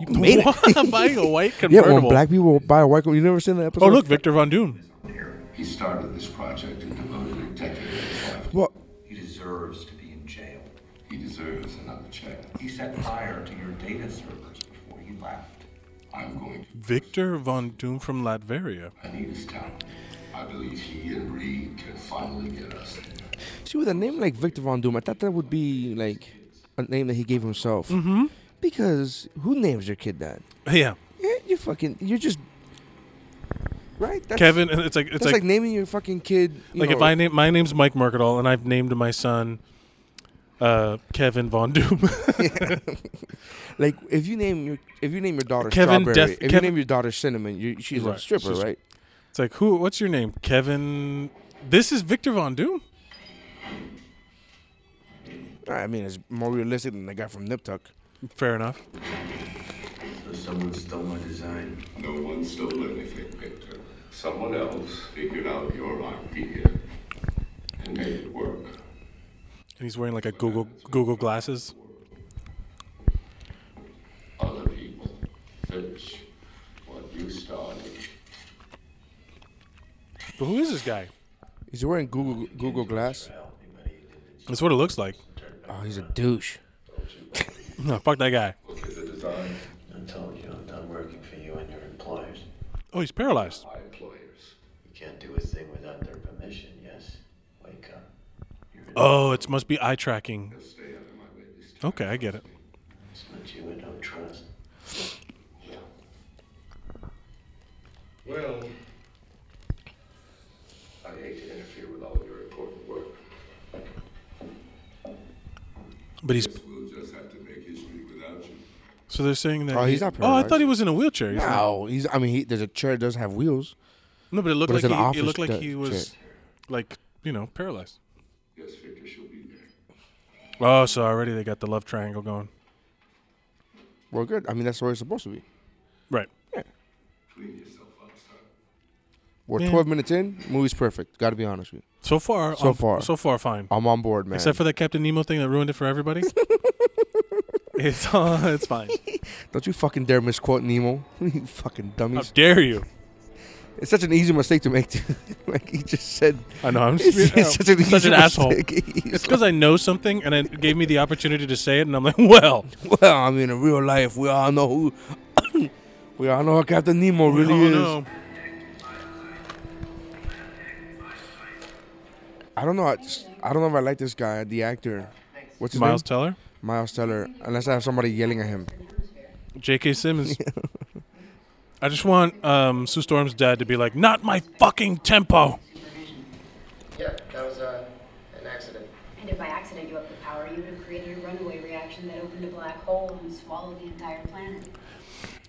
D: You made it.
H: Buying a white
D: Yeah, when
H: convertible.
D: black people buy a white, you never seen that episode.
H: oh, look, Victor Von Doom.
I: He started this project and devoted a decade of his life.
D: What?
I: He deserves to be in jail. He deserves another chance. He set fire to your data servers before he left. I'm going to.
H: Victor Von Doom from Latveria.
I: I need his talent. I believe he and Reed can finally get us there.
D: See, with a name like Victor Von Doom, I thought that would be like a name that he gave himself.
H: Mhm.
D: Because who names your kid that?
H: Yeah.
D: Yeah, you fucking, you're just right. That's,
H: Kevin, and it's like- it's
D: that's
H: like-
D: naming your fucking kid. you
H: Like if
D: know,
H: I name my name's Mike Mercadal and I've named my son uh, Kevin Von Doom.
D: like if you name your if you name your daughter
H: Kevin
D: strawberry,
H: Def-
D: if you
H: Kevin-
D: name your daughter cinnamon, you, she's a stripper,
H: she's-
D: right?
H: It's like who? What's your name? Kevin. This is Victor Von Doom.
D: I mean, it's more realistic than the guy from Nip Tuck.
H: Fair enough.
I: So someone stole my design. No one stole anything, Victor. Someone else figured out your idea and made it work.
H: And he's wearing like a Google Google glasses.
I: Other people finish what you started.
H: But who is this guy?
D: Is he wearing Google Google Glass?
H: That's what it looks like.
D: Oh, he's a douche.
H: no, fuck that guy.
I: Look at the design.
N: I'm telling you, I'm done working for you and your employers.
H: Oh, he's paralyzed.
N: My employers. You can't do a thing without their permission, yes? Wake up.
H: Oh, it must be eye tracking. Okay, I get it.
N: It's not you I don't trust.
I: Well, I hate to interfere with all your important work.
H: But he's
I: We'll just have to make history without you.
H: so they're saying that.
D: Oh,
H: he-
D: he's not.
H: Oh, I
D: paralyzed.
H: thought he was in a wheelchair. He's not.
D: no, he's. I mean, he, there's a chair that doesn't have wheels.
H: No, but it looked
D: it's an
H: like he,
D: office
H: it looked like
D: chair-
H: he was
D: chair.
H: like you know paralyzed.
I: Yes, Victor, she'll be there.
H: Oh, so already they got the love triangle going.
D: Well, good. I mean, that's where it's supposed to be.
H: Right.
I: Clean yourself up, son.
D: We're
H: Yeah.
D: 12 minutes in. Movie's perfect. Got to be honest with you.
H: So far,
D: so
H: I'm-
D: far,
H: so far, fine.
D: I'm on board, man.
H: Except for that Captain Nemo thing that ruined it for everybody. it's uh, it's fine.
D: Don't you fucking dare misquote Nemo, you fucking
H: How
D: dummies!
H: dare you?
D: It's such an easy mistake to make. Too. like he just said.
H: I know. I'm
D: It's,
H: just,
D: it's such an, easy
H: asshole.
D: mistake.
H: It's because I know something, and it gave me the opportunity to say it, and I'm like, well,
D: Well, I mean, in real life, we all know who. we all know how Captain Nemo
H: we
D: really
H: all
D: is.
H: know.
D: I don't know. I, just- I don't know if I like this guy, the actor. What's his
H: Miles
D: name?
H: Teller?
D: Miles Teller. Unless I have somebody yelling at him.
H: J.K. Simmons. I just want um, Sue Storm's dad to be like, not my fucking tempo.
M: Yeah, that was uh, an accident.
E: And if by accident you upped the power, you would have created a runaway reaction that opened a black hole and swallowed the entire planet.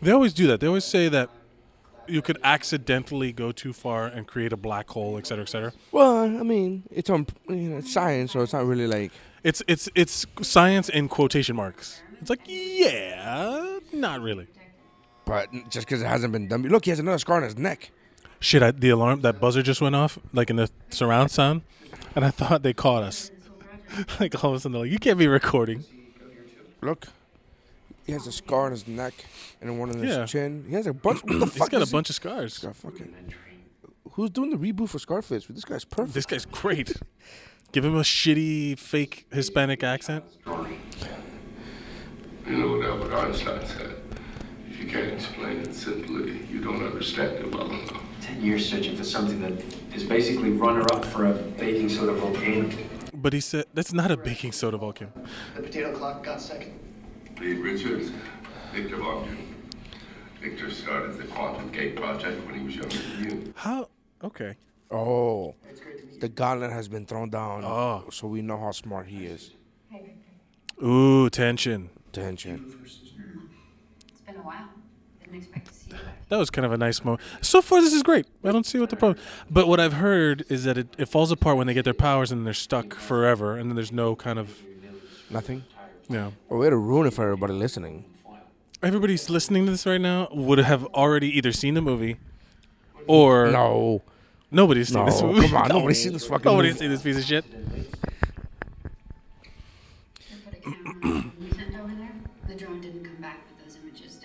H: They always do that. They always say that you could accidentally go too far and create a black hole, et cetera, et cetera.
D: Well, I mean, it's on you know, it's science, so it's not really like.
H: It's it's it's science in quotation marks. It's like, yeah, not really.
D: But just because it hasn't been done, look, he has another scar on his neck.
H: Shit, I, the alarm, that buzzer just went off, like in the surround sound, and I thought they caught us. like all of a sudden, they're like, you can't be recording.
D: Look, he has a scar on his neck and one on his
H: Yeah.
D: chin. He has a bunch. What the
H: He's
D: fuck
H: got a
D: is he-
H: bunch of scars.
D: He's got fucking. Who's doing the reboot for Scarface? This guy's perfect.
H: This guy's great. Give him a shitty fake Hispanic accent.
I: You know that what Einstein said. If you can't explain it simply, you don't understand it well enough.
N: Ten years searching for something that is basically runner-up for a baking soda volcano.
H: But he said that's not a baking soda volcano.
N: The potato clock got second.
I: Reed Richards, Victor Von Doom. Victor started the Quantum Gate Project when he was younger than you.
H: How? Okay.
D: Oh, the gauntlet has been thrown down. Oh, so we know how smart he is.
H: Ooh, tension.
D: Tension.
E: It's been a while. Didn't expect to see you.
H: That was kind of a nice moment. So far, this is great. I don't see what the problem. But what I've heard is that it, it falls apart when they get their powers and they're stuck forever, and then there's no kind of
D: nothing.
H: Yeah.
D: Oh, way to ruin it for everybody listening.
H: Everybody's listening to this right now would have already either seen the movie, or
D: no,
H: Nobody's seen
D: No,
H: this movie.
D: come on, nobody's seen this fucking
H: Nobody's
D: movie.
H: seen this piece of shit.
E: You sent over there? The drone didn't come back, but those images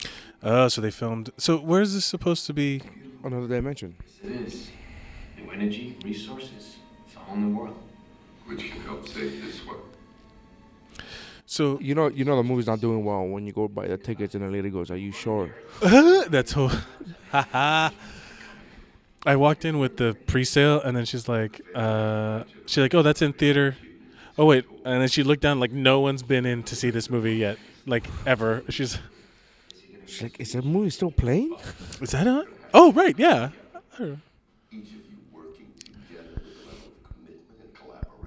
E: did.
H: Uh, so they filmed. So where is this supposed to be?
D: Another dimension.
I: It is. New energy, resources. It's a whole new world. Which can help save this one.
H: So
D: you know, you know the movie's not doing well when you go buy the tickets and the lady goes, "Are you sure?"
H: That's whole. Haha. I walked in with the pre-sale, and then she's like, uh, she's like, oh, that's in theater. Oh wait, and then she looked down like no one's been in to see this movie yet, like ever. She's
D: She's like, is that movie still playing?
H: Is that on? Oh right, yeah.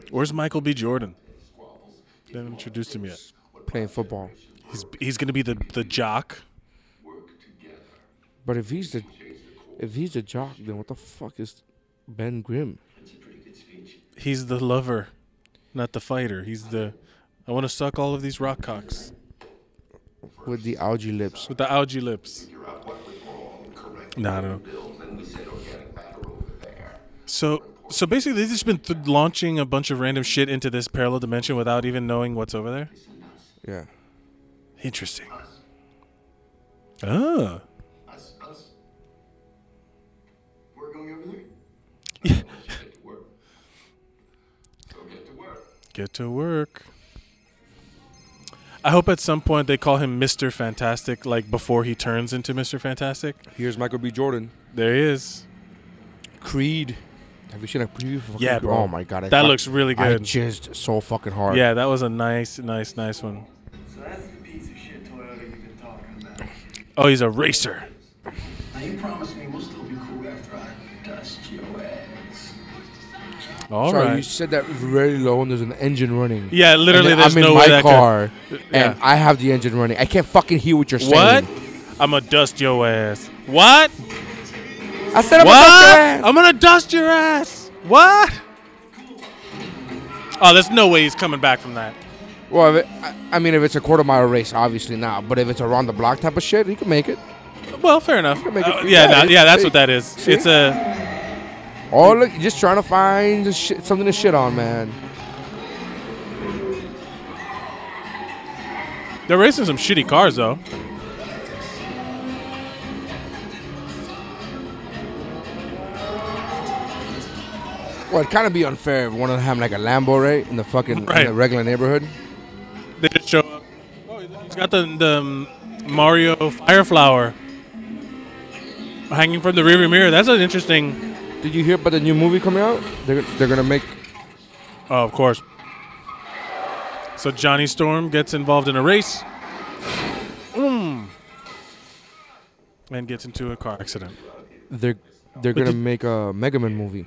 H: Where's Michael B. Jordan? They haven't introduced him yet.
D: Playing football.
H: He's he's gonna be the the jock.
D: But if he's the, if he's the jock, then what the fuck is Ben Grimm?
H: He's the lover, not the fighter. He's the I want to suck all of these rock cocks
D: with the algae lips.
H: with the algae lips. No, I don't know. So so basically, they've just been th- launching a bunch of random shit into this parallel dimension without even knowing what's over there.
D: Yeah.
H: Interesting. Oh.
I: Us, us. We're going over there?
H: Get to work. I hope at some point they call him Mr. Fantastic, like before he turns into Mr. Fantastic.
D: Here's Michael B. Jordan.
H: There he is.
D: Creed. Have you seen a preview? For
H: Yeah,
D: fucking-
H: bro.
D: Oh my god, I
H: That
D: fuck-
H: looks really
D: I
H: good.
D: jizzed so fucking hard.
H: Yeah, that was a nice, nice, nice one.
N: So that's the piece of shit Toyota you've been talking about.
H: Oh, he's a racer.
N: Now you promised me we'll still be cool after I dust your ass.
H: All right.
D: Sorry, you said that really low, and there's an engine running.
H: Yeah, literally,
D: And then
H: there's
D: I'm in
H: no way
D: my
H: that could-
D: car,
H: Yeah.
D: and I have the engine running. I can't fucking hear what you're
H: What?
D: saying.
H: I'm gonna dust your ass. What?
D: I said I'm gonna
H: What?
D: dust your ass.
H: I'm gonna dust your ass. What? Oh, there's no way he's coming back from that.
D: Well, if it, I, I mean, if it's a quarter mile race, obviously not. But if it's around the block type of shit, you can make it.
H: Well, fair enough.
D: make it-
H: Uh, yeah,
D: yeah,
H: that-
D: it-
H: yeah, that's
D: it-
H: what that is.
D: see?
H: It's a
D: Oh, look, you're just trying to find the shit, something to shit on, man.
H: they're racing some shitty cars though.
D: Well, it'd kind of be unfair if one of them had like a Lambo, right, in the fucking in
H: Right.
D: the regular neighborhood.
H: They just show up. Oh, he's got the, the um, Mario Fireflower hanging from the rearview mirror. That's an interesting.
D: Did you hear about the new movie coming out? They're they're gonna make
H: Oh, of course. So Johnny Storm gets involved in a race. Mm. And gets into a car accident.
D: they're they're
H: But
D: gonna
H: did-
D: make a Mega Man movie.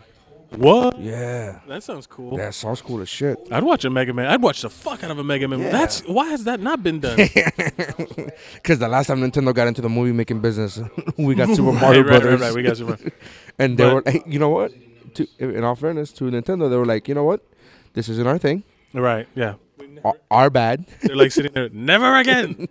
H: What?
D: Yeah.
H: That sounds cool.
D: That sounds cool as shit.
H: I'd watch a Mega Man. I'd watch the fuck out of a Mega Man.
D: Yeah.
H: That's why has that not been done?
D: Because the last time Nintendo got into the movie making business, we got Super
H: Right,
D: Mario
H: right, right,
D: Brothers.
H: right, we got Super-
D: and they
H: But-
D: were, like, you know what? To, in all fairness to Nintendo, they were like, you know what? This isn't our thing.
H: right. Yeah.
D: Our, our bad.
H: They're like sitting there. Never again.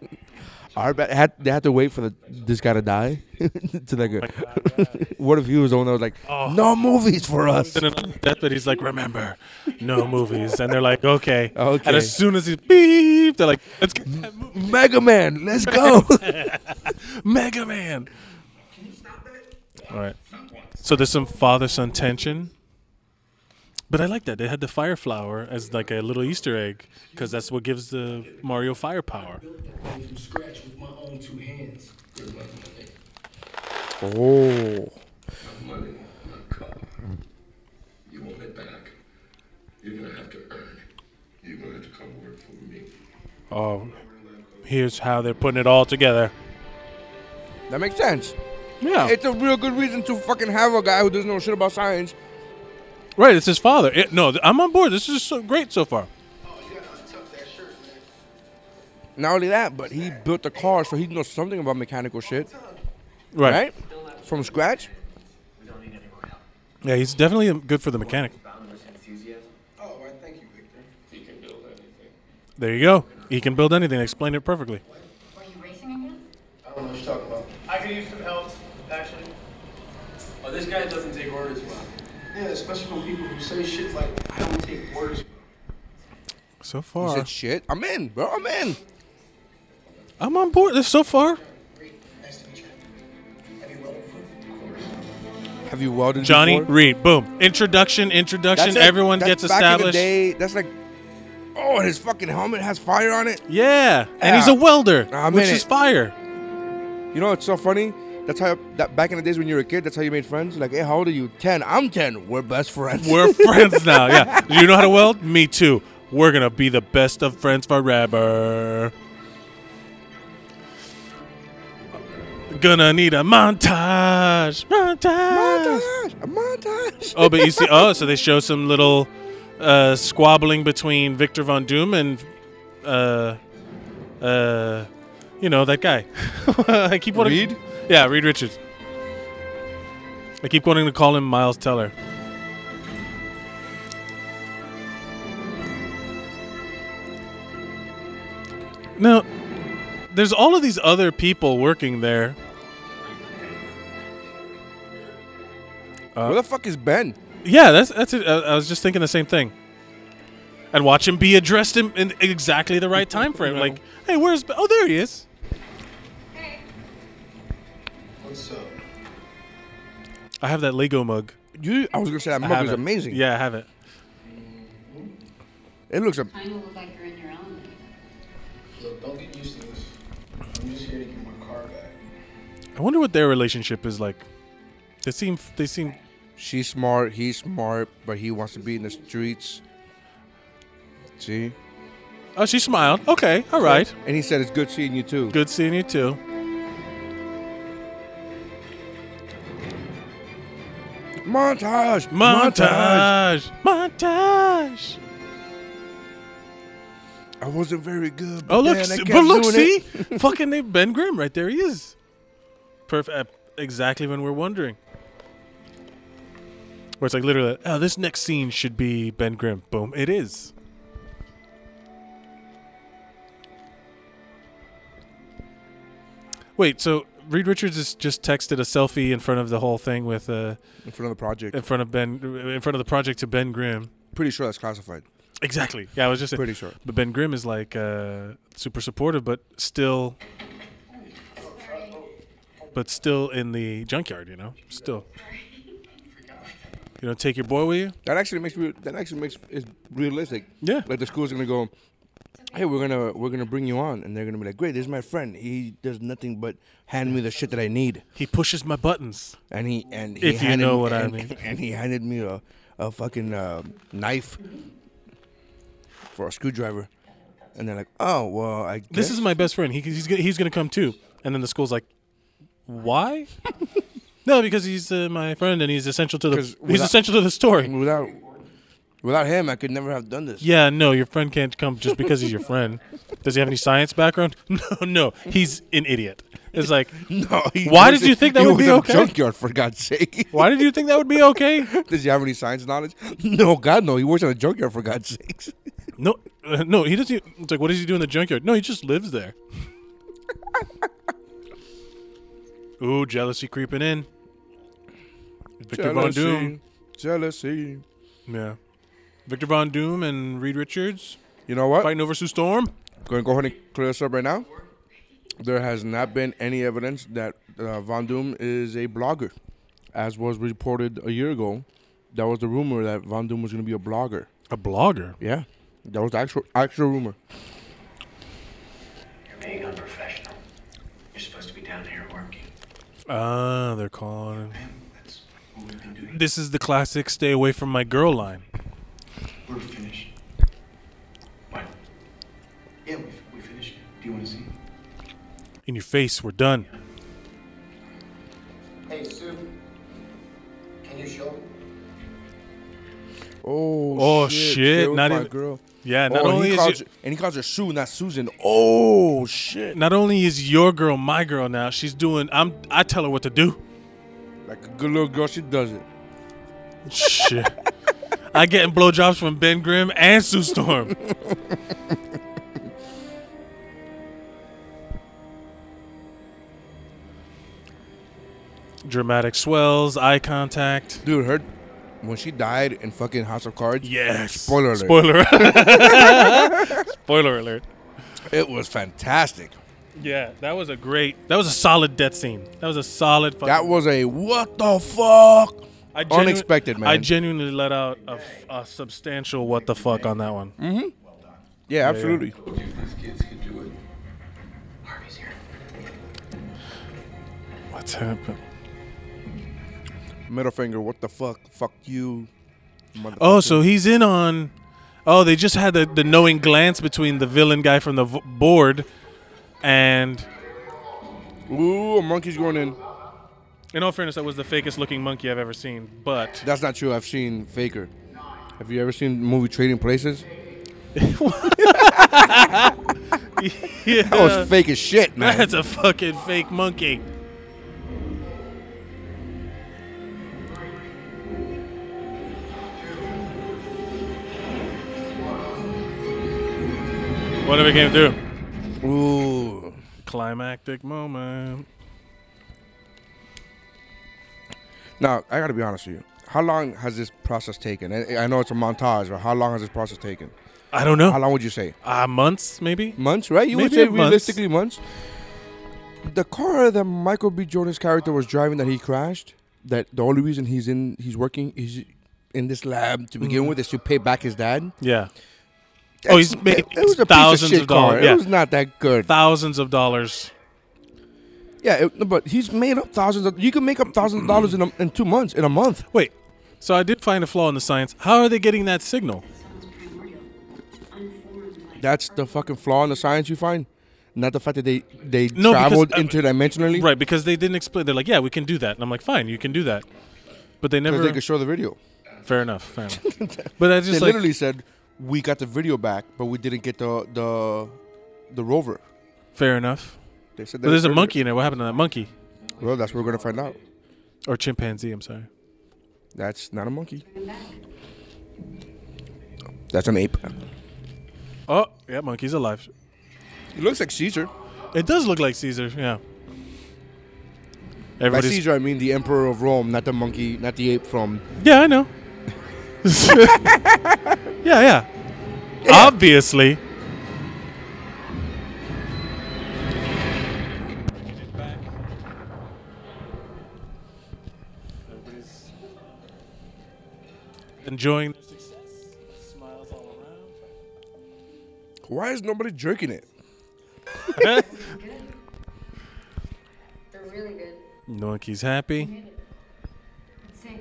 D: Our bad. Had, they had to wait for the, this guy to die. to like, what if he was the one that was like, no movies for us?
H: And then that's what he's like, remember, no movies. And they're like, okay.
D: Okay.
H: And as soon as he's beep, they're like, let's get that movie.
D: Mega Man, let's go.
H: Mega Man. All right. So there's some father son tension. But I like that. They had the fire flower as like a little Easter egg because that's what gives the Mario firepower.
N: From scratch with my own two hands. Good luck with it.
D: oh.
I: Money, not cup. You want it back. You're gonna have to earn it. You're gonna have to come work for me.
H: Oh, here's how they're putting it all together.
D: That makes sense.
H: Yeah.
D: It's a real good reason to fucking have a guy who doesn't know shit about science.
H: Right, it's his father. It- no, th- I'm on board. This is so great so far.
D: Not only that, but he built the car, so he knows something about mechanical shit.
H: Right.
D: Right? From scratch.
H: Yeah, he's definitely um, good for the mechanic.
N: Oh, I thank you, Victor. He can build anything.
H: There you go. He can build anything. Explain it perfectly.
N: I don't know what you're talking about. I could use some help, actually. Oh, this guy doesn't take orders well. Yeah, especially from people who say shit like, I don't take orders.
H: So far,
D: said shit. I'm in, bro. I'm in.
H: I'm on board. So far,
D: Have you welded
H: Johnny
D: before?
H: Reed. Boom. Introduction. Introduction.
D: That's it.
H: Everyone
D: That's
H: gets
D: back in the
H: established.
D: day, that's like, oh, and his fucking helmet has fire on it.
H: Yeah, and he's
D: Yeah.
H: a welder,
D: Ah. I'm
H: which
D: in
H: is
D: it.
H: fire.
D: You know, it's so funny. That's how that back in the days when you were a kid, that's how you made friends. Like, hey, how old are you? Ten. I'm ten. We're best friends.
H: We're friends now. Yeah. Do you know how to weld? Me too. We're gonna be the best of friends forever. Gonna need a montage. Montage.
D: A montage.
H: Oh, but you see, oh, so they show some little uh, squabbling between Victor Von Doom and, uh, uh, you know that guy. I keep wanting.
D: Reed?
H: Yeah, Reed Richards. I keep wanting to call him Miles Teller. Now, there's all of these other people working there. Uh,
D: Where the fuck is Ben?
H: yeah, that's that's it. I, I was just thinking the same thing. And watch him be addressed in, in exactly the right time frame. Like, hey, where's? Be- Oh, there he is.
N: What's up?
H: I have that Lego mug.
D: You? I was gonna say that
H: I
D: mug
H: have
D: is
H: it.
D: amazing.
H: Yeah, I have it.
D: It looks. A-
E: Kind of look like you're in your element.
N: Look, don't get used to this. I'm just here to get my car back.
H: I wonder what their relationship is like. They seem. They seem.
D: She's smart. He's smart, but he wants to be in the streets. See?
H: Oh, she smiled. Okay, all right.
D: And he said, "It's good seeing you too."
H: Good seeing you too.
D: Montage.
H: Montage. Montage.
D: I wasn't very good.
H: Oh look!
D: man, I
H: see-
D: kept
H: but look,
D: doing
H: see,
D: it.
H: fucking name Ben Grimm right there. He is perfect. Exactly when we're wondering. Where it's like literally, oh, this next scene should be Ben Grimm. Boom, it is. Wait, so Reed Richards has just texted a selfie in front of the whole thing with uh,
D: In front of the project.
H: in front of Ben, in front of the project to Ben Grimm.
D: Pretty sure that's classified.
H: Exactly. Yeah, I was just saying.
D: Pretty sure.
H: But Ben Grimm is like uh, super supportive, but still, but still in the junkyard. You know, still. You know, take your boy with you.
D: That actually makes me. That actually makes it realistic.
H: Yeah.
D: Like the school's gonna go. Hey, we're gonna we're gonna bring you on, and they're gonna be like, "Great, this is my friend. He does nothing but hand me the shit that I need."
H: He pushes my buttons.
D: And he and he
H: If you
D: handed-
H: know what I
D: and-
H: mean.
D: And he handed me a a fucking uh, knife for a screwdriver, and they're like, "Oh well, I." Guess.
H: This is my best friend. He, he's gonna- he's gonna come too. And then the school's like, why? no, because he's uh, my friend and he's essential to the
D: 'Cause
H: he's
D: without-
H: essential to the story.
D: Without without him, I could never have done this.
H: Yeah, no, your friend can't come just because he's your friend. Does he have any science background? No, no, he's an idiot. It's like,
D: No. he
H: why
D: was
H: did you
D: a-
H: think that
D: he
H: would
D: was
H: be
D: a
H: okay?
D: Junkyard, for God's sake.
H: Why did you think that would be okay?
D: Does he have any science knowledge? No, God, no. He works at a junkyard, for God's sakes.
H: No, uh, no, he doesn't. It's like, what does he do in the junkyard? No, he just lives there. Ooh, jealousy creeping in. Victor Von Doom.
D: Jealousy.
H: Yeah. Victor Von Doom and Reed Richards
D: You know what?
H: fighting over Sue Storm.
D: Going to go ahead and clear this up right now. There has not been any evidence that uh, Von Doom is a blogger, as was reported a year ago. That was the rumor that Von Doom was going to be a blogger.
H: A blogger.
D: Yeah, that was the actual actual rumor.
N: You're being unprofessional. You're supposed to be down here working.
H: Ah, they're calling. This is the classic "stay away from my girl" line.
N: We're finished. What? Yeah, we, we finished. Do you want to see?
H: In your face, we're done.
G: Hey, Sue, can you show me?
D: Oh,
H: Oh,
D: shit!
H: shit,
D: Stay with
H: not
D: my
H: even-
D: girl.
H: Yeah, not
D: Oh, and
H: only
D: he
H: is
D: calls
H: you-
D: her- and he calls her Sue, not Susan. Oh shit!
H: Not only is your girl my girl now, she's doing. I'm. I tell her what to do.
D: Like a good little girl, she does it.
H: Shit. I getting blowjobs from Ben Grimm and Sue Storm. dramatic swells, eye contact.
D: Dude, her when she died in fucking House of Cards.
H: Yes.
D: Spoiler alert.
H: Spoiler. Spoiler alert.
D: It was fantastic.
H: Yeah, that was a great. That was a solid death scene. That was a solid. Fucking
D: That was a what the fuck?
H: I genu-
D: Unexpected, man.
H: I genuinely let out a, f- a substantial what the fuck on that one.
D: Mm-hmm. Yeah, absolutely.
O: Told you these kids could do it.
P: Harvey's here.
H: What's happened?
D: Middle finger. What the fuck? Fuck you. motherfucker.
H: Oh, so he's in on. Oh, they just had the, the knowing glance between the villain guy from the v- board and.
D: Ooh, a monkey's going in.
H: In all fairness, that was the fakest looking monkey I've ever seen, but.
D: That's not true. I've seen Faker. Have you ever seen the movie Trading Places? That was fake as shit, man.
H: That's a fucking fake monkey. What are we gonna do?
D: Ooh.
H: Climactic moment.
D: Now, I got to be honest with you. How long has this process taken? I, I know it's a montage, but how long has this process taken?
H: I don't know.
D: How long would you say?
H: Uh, months, maybe?
D: Months, right? You
H: Maybe
D: would say
H: months.
D: realistically months. The car that Michael B. Jordan's character was driving that he crashed, that the only reason he's in, he's working, he's in this lab to begin
H: Mhm.
D: with is to pay back his dad.
H: Yeah. Oh, he's
D: It's-
H: making
D: it- it was a piece of
H: thousands
D: shit car.
H: dollars.
D: It was not that good.
H: Thousands of dollars.
D: Yeah, it, no, but he's made up thousands of, you can make up thousands of dollars in, a, in two months, in a month.
H: Wait, so I did find a flaw in the science. How are they getting that signal?
D: That's the fucking flaw in the science you find, not the fact that they they
H: No, because,
D: traveled
H: uh,
D: interdimensionally.
H: Right, because they didn't explain. They're like, yeah, we can do that. And I'm like, fine, you can do that. But they never.
D: they could show the video.
H: Fair enough. Fair enough. but I just
D: they
H: like-
D: literally said we got the video back, but we didn't get the the the rover.
H: Fair enough.
D: They said
H: But
D: that
H: there's a
D: earlier.
H: monkey in there. What happened to that monkey?
D: Well, that's what we're gonna find out.
H: Or chimpanzee, I'm sorry.
D: That's not a monkey. That's an ape.
H: Oh, yeah, monkey's alive.
D: It looks like Caesar.
H: It does look like Caesar, yeah.
D: By
H: Everybody's-
D: Caesar, I mean the emperor of Rome, not the monkey, not the ape from.
H: Yeah, I know. yeah, yeah. Obviously. Enjoying the success. Smiles all
D: Why is nobody jerking it?
H: around.
Q: They're really good.
H: Monkey's happy.
Q: It's safe.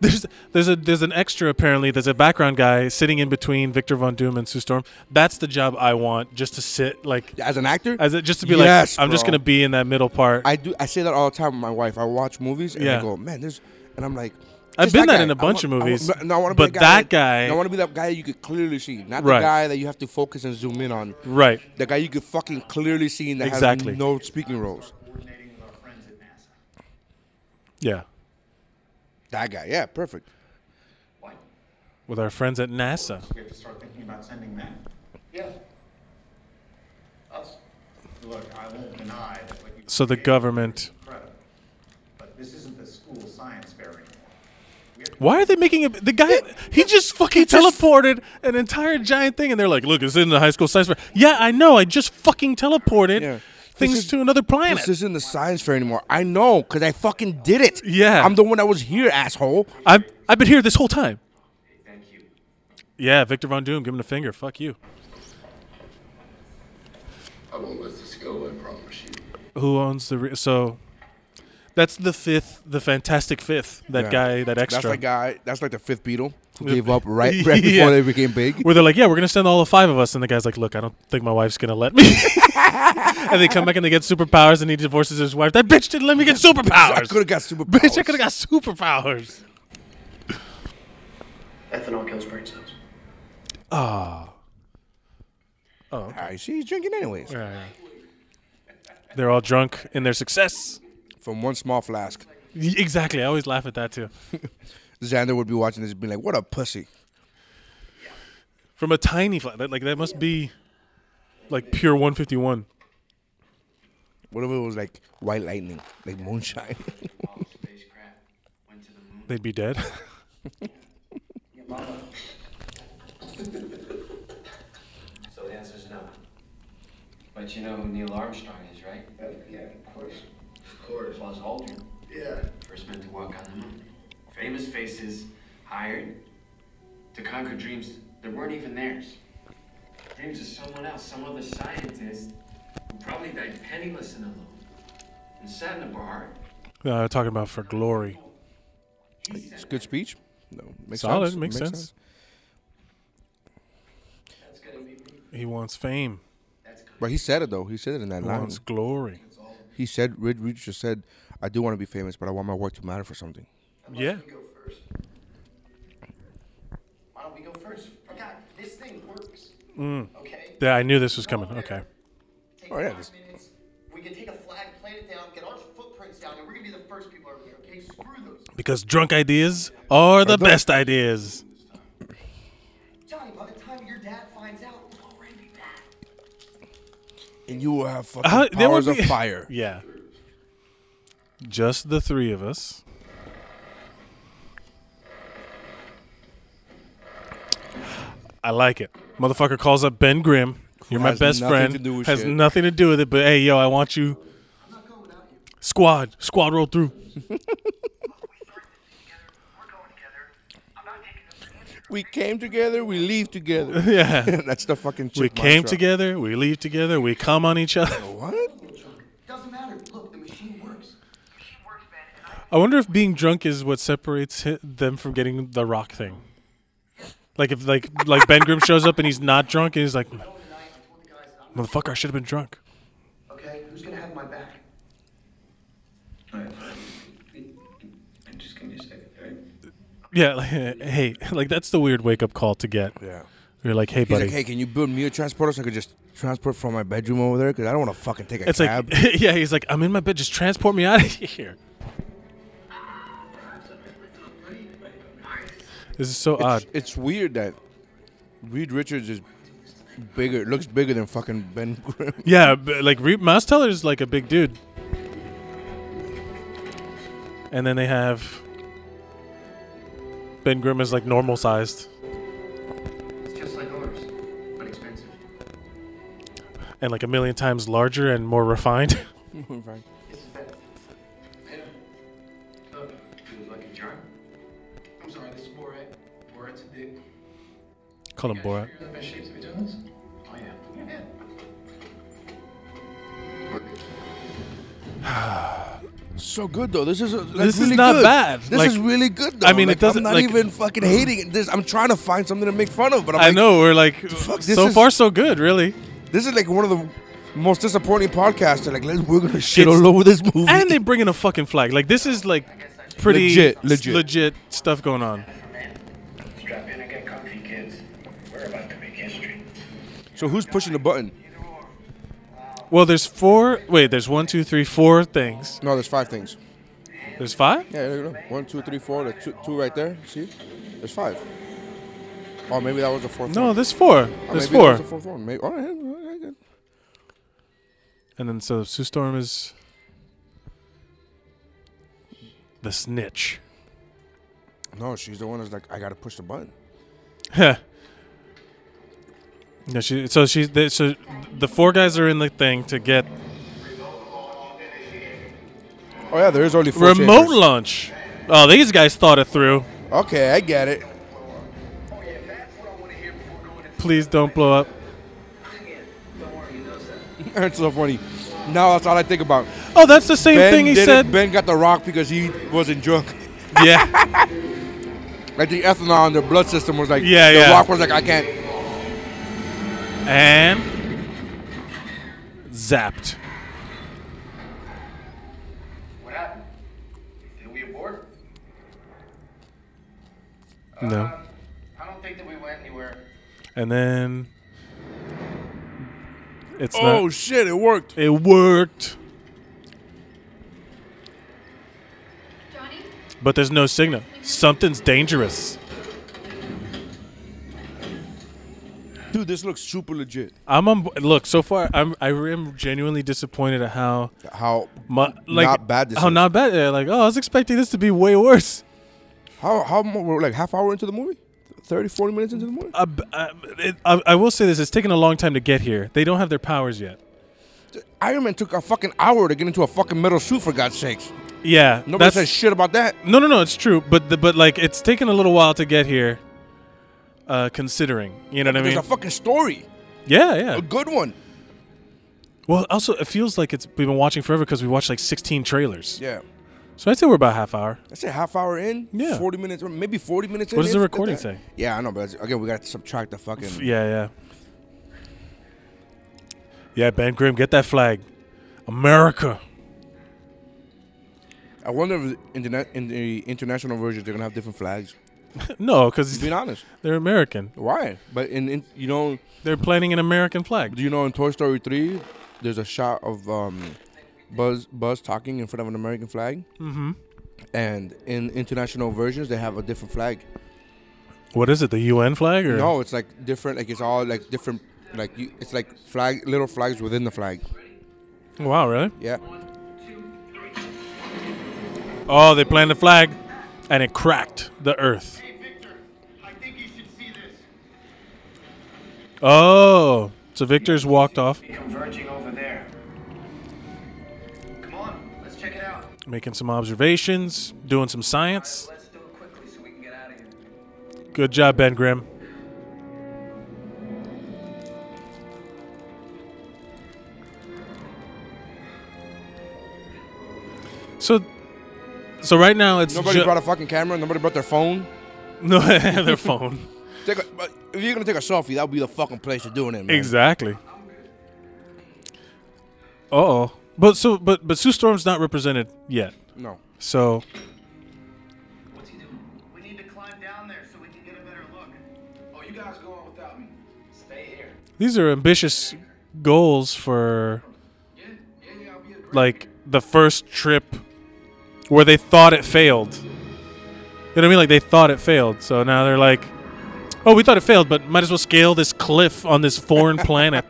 H: There's there's a there's an extra apparently. There's a background guy sitting in between Victor Von Doom and Sue Storm. That's the job I want, just to sit like
D: as an actor,
H: as it, just to be
D: Yes,
H: like I'm just
D: bro.
H: gonna be in that middle part.
D: I do. I say that all the time with my wife. I watch movies and I
H: Yeah.
D: go, man, there's, and I'm like,
H: I've
D: "Just
H: been that
D: guy.
H: in
D: I
H: a
D: want-
H: bunch of
D: I want-
H: movies,
D: no, I want to be
H: but that guy-
D: no, I want to be that guy you could clearly see, not
H: Right.
D: the guy that you have to focus and zoom in on.
H: Right.
D: The guy you could fucking clearly see and that
H: Exactly.
D: has no speaking roles.
H: yeah,
D: That guy, yeah, perfect.
H: with our friends at NASA.
I: We have to start thinking about sending men. Yeah. Us. Look, I won't deny that what you
H: So the government.
I: credit, but this isn't the school science fair anymore.
H: Why are they making it? The guy he just fucking teleported an entire giant thing, and they're like, "Look, it's in the high school science fair." Yeah, I know. I just fucking teleported things
D: This is-
H: to another planet.
D: This isn't the science fair anymore. I know, cause I fucking did it.
H: Yeah.
D: I'm the one that was here, asshole.
H: I've I've been here this whole time. Yeah, Victor Von Doom, give him the finger. Fuck you.
O: I won't let this go, I promise you.
H: Who owns the re- so? That's the fifth, the Fantastic Fifth. That
D: Yeah.
H: guy, that extra.
D: That's like guy. That's like the fifth Beatle who
H: Yeah.
D: gave up right, right before
H: Yeah.
D: they became big.
H: Where they're like, yeah, we're gonna send all the five of us, and the guy's like, look, I don't think my wife's gonna let me. and they come back and they get superpowers, and he divorces his wife. That bitch didn't let me get superpowers.
D: I could have got super.
H: Bitch, I could have got superpowers.
P: Ethanol kills brain cells.
H: Oh. Oh.
D: I see he's drinking anyways.
H: They're all drunk in their success.
D: From one small flask.
H: Y- Exactly. I always laugh at that too.
D: Xander would be watching this and be like, what a pussy.
H: From a tiny flat, that, like that must be like pure 151.
D: What if it was like white lightning, like moonshine?
H: They'd be dead.
I: So the answer's no. But you know who Neil Armstrong is, right? Uh, yeah, of course. Of course. Buzz Aldrin. Yeah. First man to walk on the moon. Famous faces hired to conquer dreams that weren't even theirs. Dreams of someone else, some other scientist who probably died penniless and alone and sat in a bar.
H: uh, talking about for glory.
D: it's a good speech. No, makes
H: Solid,
D: sense.
H: makes sense. He wants fame.
D: But he said it though. He said it in that
H: He
D: line.
H: wants glory.
D: He said, Rid Reed just said, I do want to be famous, but I want my work to matter for something.
H: Yeah.
I: Why don't we go first? Oh, God, this thing works.
H: Mm. Yeah, I knew this was coming. Okay.
I: Take
D: Oh, yeah.
I: five
D: this-
I: minutes. We can take a flag, plant it down, get our footprints down, and we're gonna be the first people over here. Okay, screw those.
H: Because drunk ideas are the best ideas.
I: Johnny, by the time your dad finds out, we'll already be back.
D: And you will have fucking
H: How- Uh, there would
D: powers
H: be-
D: of fire.
H: Yeah. Just the three of us. I like it. Motherfucker calls up Ben Grimm. You're my
D: has
H: best
D: nothing
H: friend.
D: to do with
H: has
D: shit.
H: nothing to do with it, but hey, yo, I want you. Squad, squad, roll through.
D: We came together, we leave together.
H: yeah,
D: That's the fucking
H: We
D: chick
H: came
D: mantra.
H: together. We leave together. We come on each other.
D: What?
I: Doesn't matter. Look, the machine works.
H: I wonder if being drunk is what separates hi- them from getting the rock thing. Like if like like Ben Grimm shows up and he's not drunk and he's like, motherfucker, I should have been drunk.
I: Okay, who's gonna have my back?
R: And just give me a second, all right?
H: Yeah, like, hey, like that's the weird wake up call to get.
D: Yeah.
H: You're like, hey,
D: He's
H: buddy.
D: like, hey, can you build me a transporter so I could just transport from my bedroom over there? Because I don't want to fucking take a
H: it's
D: cab.
H: like, yeah, he's like, I'm in my bed. Just transport me out of here. This is so
D: odd. It's weird that Reed Richards is bigger, looks bigger than fucking Ben Grimm.
H: Yeah, but like Re- Miles Teller is like a big dude. And then they have Ben Grimm is like normal sized,
I: It's just like ours, but expensive.
H: and like a million times larger and more refined.
I: This is better. Yeah.
R: Oh.
I: Look, it was like a jar. I'm sorry, this is Borat. Borat's a dick.
H: Call him Borat.
I: You're the best shapes of pajamas? Oh, yeah. Yeah.
D: So good though. This is uh, like,
H: This is
D: really
H: not
D: good.
H: bad.
D: This
H: Like-
D: is really good though.
H: I mean, it
D: Like,
H: doesn't-
D: I'm not
H: like-
D: even fucking hating it. This I'm trying to find something to make fun of, but I'm
H: I
D: like,
H: know we're like
D: fuck, this
H: so
D: is-
H: far so good, really.
D: This is like one of the most disappointing podcasts. They're Like let's- we're gonna shit all over this movie.
H: and they bring in a fucking flag. Like this is like pretty
D: Legit, legit.
H: legit stuff going on.
R: Strap in and get comfy, kids. We're about to make history.
D: So who's pushing the button?
H: Well, there's four. Wait, there's one, two, three, four things.
D: No, there's five things.
H: There's five.
D: Yeah, there you go. One, two, three, four. There's two, two right there. See, there's five. Oh, maybe that was the fourth.
H: No,
D: one.
H: there's four.
D: Oh,
H: There's
D: maybe that was
H: four.
D: the fourth one. Maybe. All right. all right, good.
H: And then so Sue Storm is the snitch.
D: No, she's the one that's like, I gotta push the button.
H: Huh. no, she. So she. They, so the four guys are in the thing to get
D: Oh yeah, there is only four
H: remote
D: chambers.
H: launch. Oh, these guys thought it through.
D: Okay, I get it.
H: Please don't blow up.
D: it's so funny. Now that's all I think about.
H: Oh, that's the same
D: Ben
H: thing he
D: did it.
H: said.
D: Ben got the rock because he wasn't drunk.
H: Yeah.
D: Like the ethanol in their blood system was like,
H: Yeah,
D: the
H: yeah.
D: rock was like, I can't.
H: And zapped.
I: What happened? Did we abort?
H: No.
I: Um, I don't think that we went anywhere.
H: And then it's
D: oh
H: not.
D: shit, it worked.
H: It worked. But there's no signal. Something's dangerous.
D: Dude, this looks super legit.
H: I'm on. bo- Look, so far, I'm I am genuinely disappointed at how
D: how
H: like
D: not bad this
H: how
D: is.
H: not bad. yeah, Like, oh, I was expecting this to be way worse.
D: How how mo- we're like half hour into the movie? 30, 40 minutes into the movie?
H: Uh, b- uh, it, I, I will say this: it's taken a long time to get here. They don't have their powers yet.
D: Iron Man took a fucking hour to get into a fucking metal suit for God's sakes.
H: Yeah,
D: Nobody
H: that's-
D: says shit about that.
H: No, no, no. It's true, but the, but like it's taken a little while to get here. Uh, considering, you know what I mean?
D: There's a fucking story.
H: yeah, yeah.
D: A good one.
H: Well, also it feels like it's we've been watching forever because we watched like 16 trailers.
D: Yeah.
H: So I'd say we're about half hour.
D: I say half hour in,
H: Yeah.
D: forty minutes, or maybe forty minutes.
H: What
D: in,
H: does the
D: if- if
H: recording
D: that-
H: say?
D: Yeah, I know, but that's- again, we got to subtract the fucking.
H: F- Yeah, yeah. Yeah, Ben Grimm, get that flag. America.
D: I wonder if in the, in the international version they're gonna have different flags.
H: No, because
D: being honest,
H: they're American.
D: Why? But in, in you know,
H: they're planting an American flag.
D: Do you know in Toy Story three, there's a shot of um, Buzz Buzz talking in front of an American flag.
H: Mhm.
D: And in international versions, they have a different flag.
H: What is it? The UN flag or
D: No, it's like different. Like it's all like different. Like you, it's like flag, little flags within the flag.
H: Wow, really?
D: Yeah.
H: Oh, they planted a flag, and it cracked the earth. Oh, so Victor's walked off,
S: Converging over there. Come on, let's check it out.
H: making some observations, doing some science. Good job, Ben Grimm. So, so right now it's
D: Nobody
H: ju-
D: brought a fucking camera. Nobody brought their phone.
H: No, their phone.
D: Take a, but if you're gonna take a selfie, that would be the fucking place to doing it, man.
H: Exactly. Oh, but so but but Sue Storm's not represented yet.
D: No.
H: So
I: Oh, you guys go on without me. Stay here.
H: these are ambitious goals for like the first trip where they thought it failed. You know what I mean? Like they thought it failed. So now they're like, "Oh, we thought it failed, but might as well scale this cliff on this foreign planet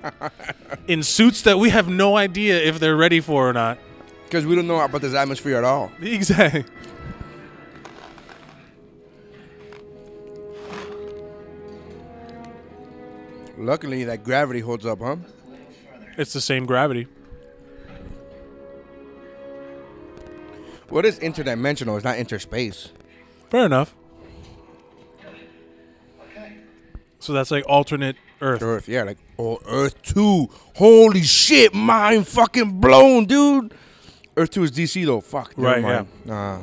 H: in suits that we have no idea if they're ready for or not."
D: Because we don't know about this atmosphere at all.
H: Exactly.
D: Luckily, that gravity holds up, huh?
H: It's the same gravity.
D: What is interdimensional? It's not interspace.
H: Fair enough. So that's like alternate Earth.
D: Earth, yeah, like oh, Earth two. Holy shit, mind fucking blown, dude. Earth two is DC though. Fuck, never
H: Right,
D: mind. Nah,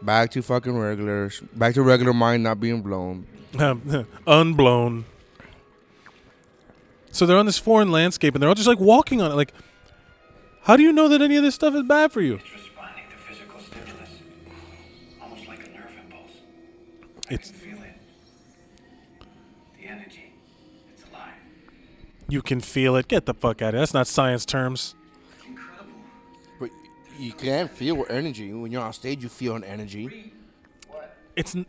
D: back to fucking regular. Back to regular mind not being blown.
H: Um, unblown. So they're on this foreign landscape and they're all just like walking on it. Like, how do you know that any of this stuff is bad for you?
I: Almost like a nerve impulse.
H: It's
I: Feel it. The energy. It's alive.
H: you can feel it. Get the fuck out of here. That's not science terms.
D: But you can't feel energy when you're on stage. You feel an energy.
H: It's n-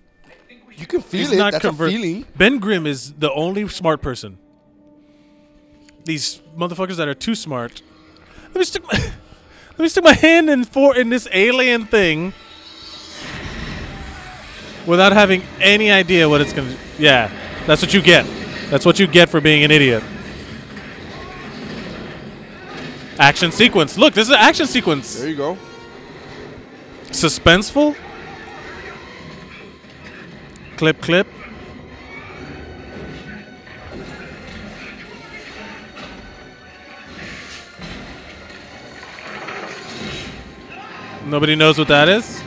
D: you can feel
H: He's
D: it.
H: not
D: That's
H: conver-
D: a feeling.
H: Ben Grimm is the only smart person. These motherfuckers that are too smart. Let me stick my let me stick my hand in for in this alien thing without having any idea what it's gonna. Yeah, that's what you get. That's what you get for being an idiot. Action sequence. Look, this is an action sequence. There
D: you go.
H: Suspenseful. Clip, clip. Nobody knows what that is.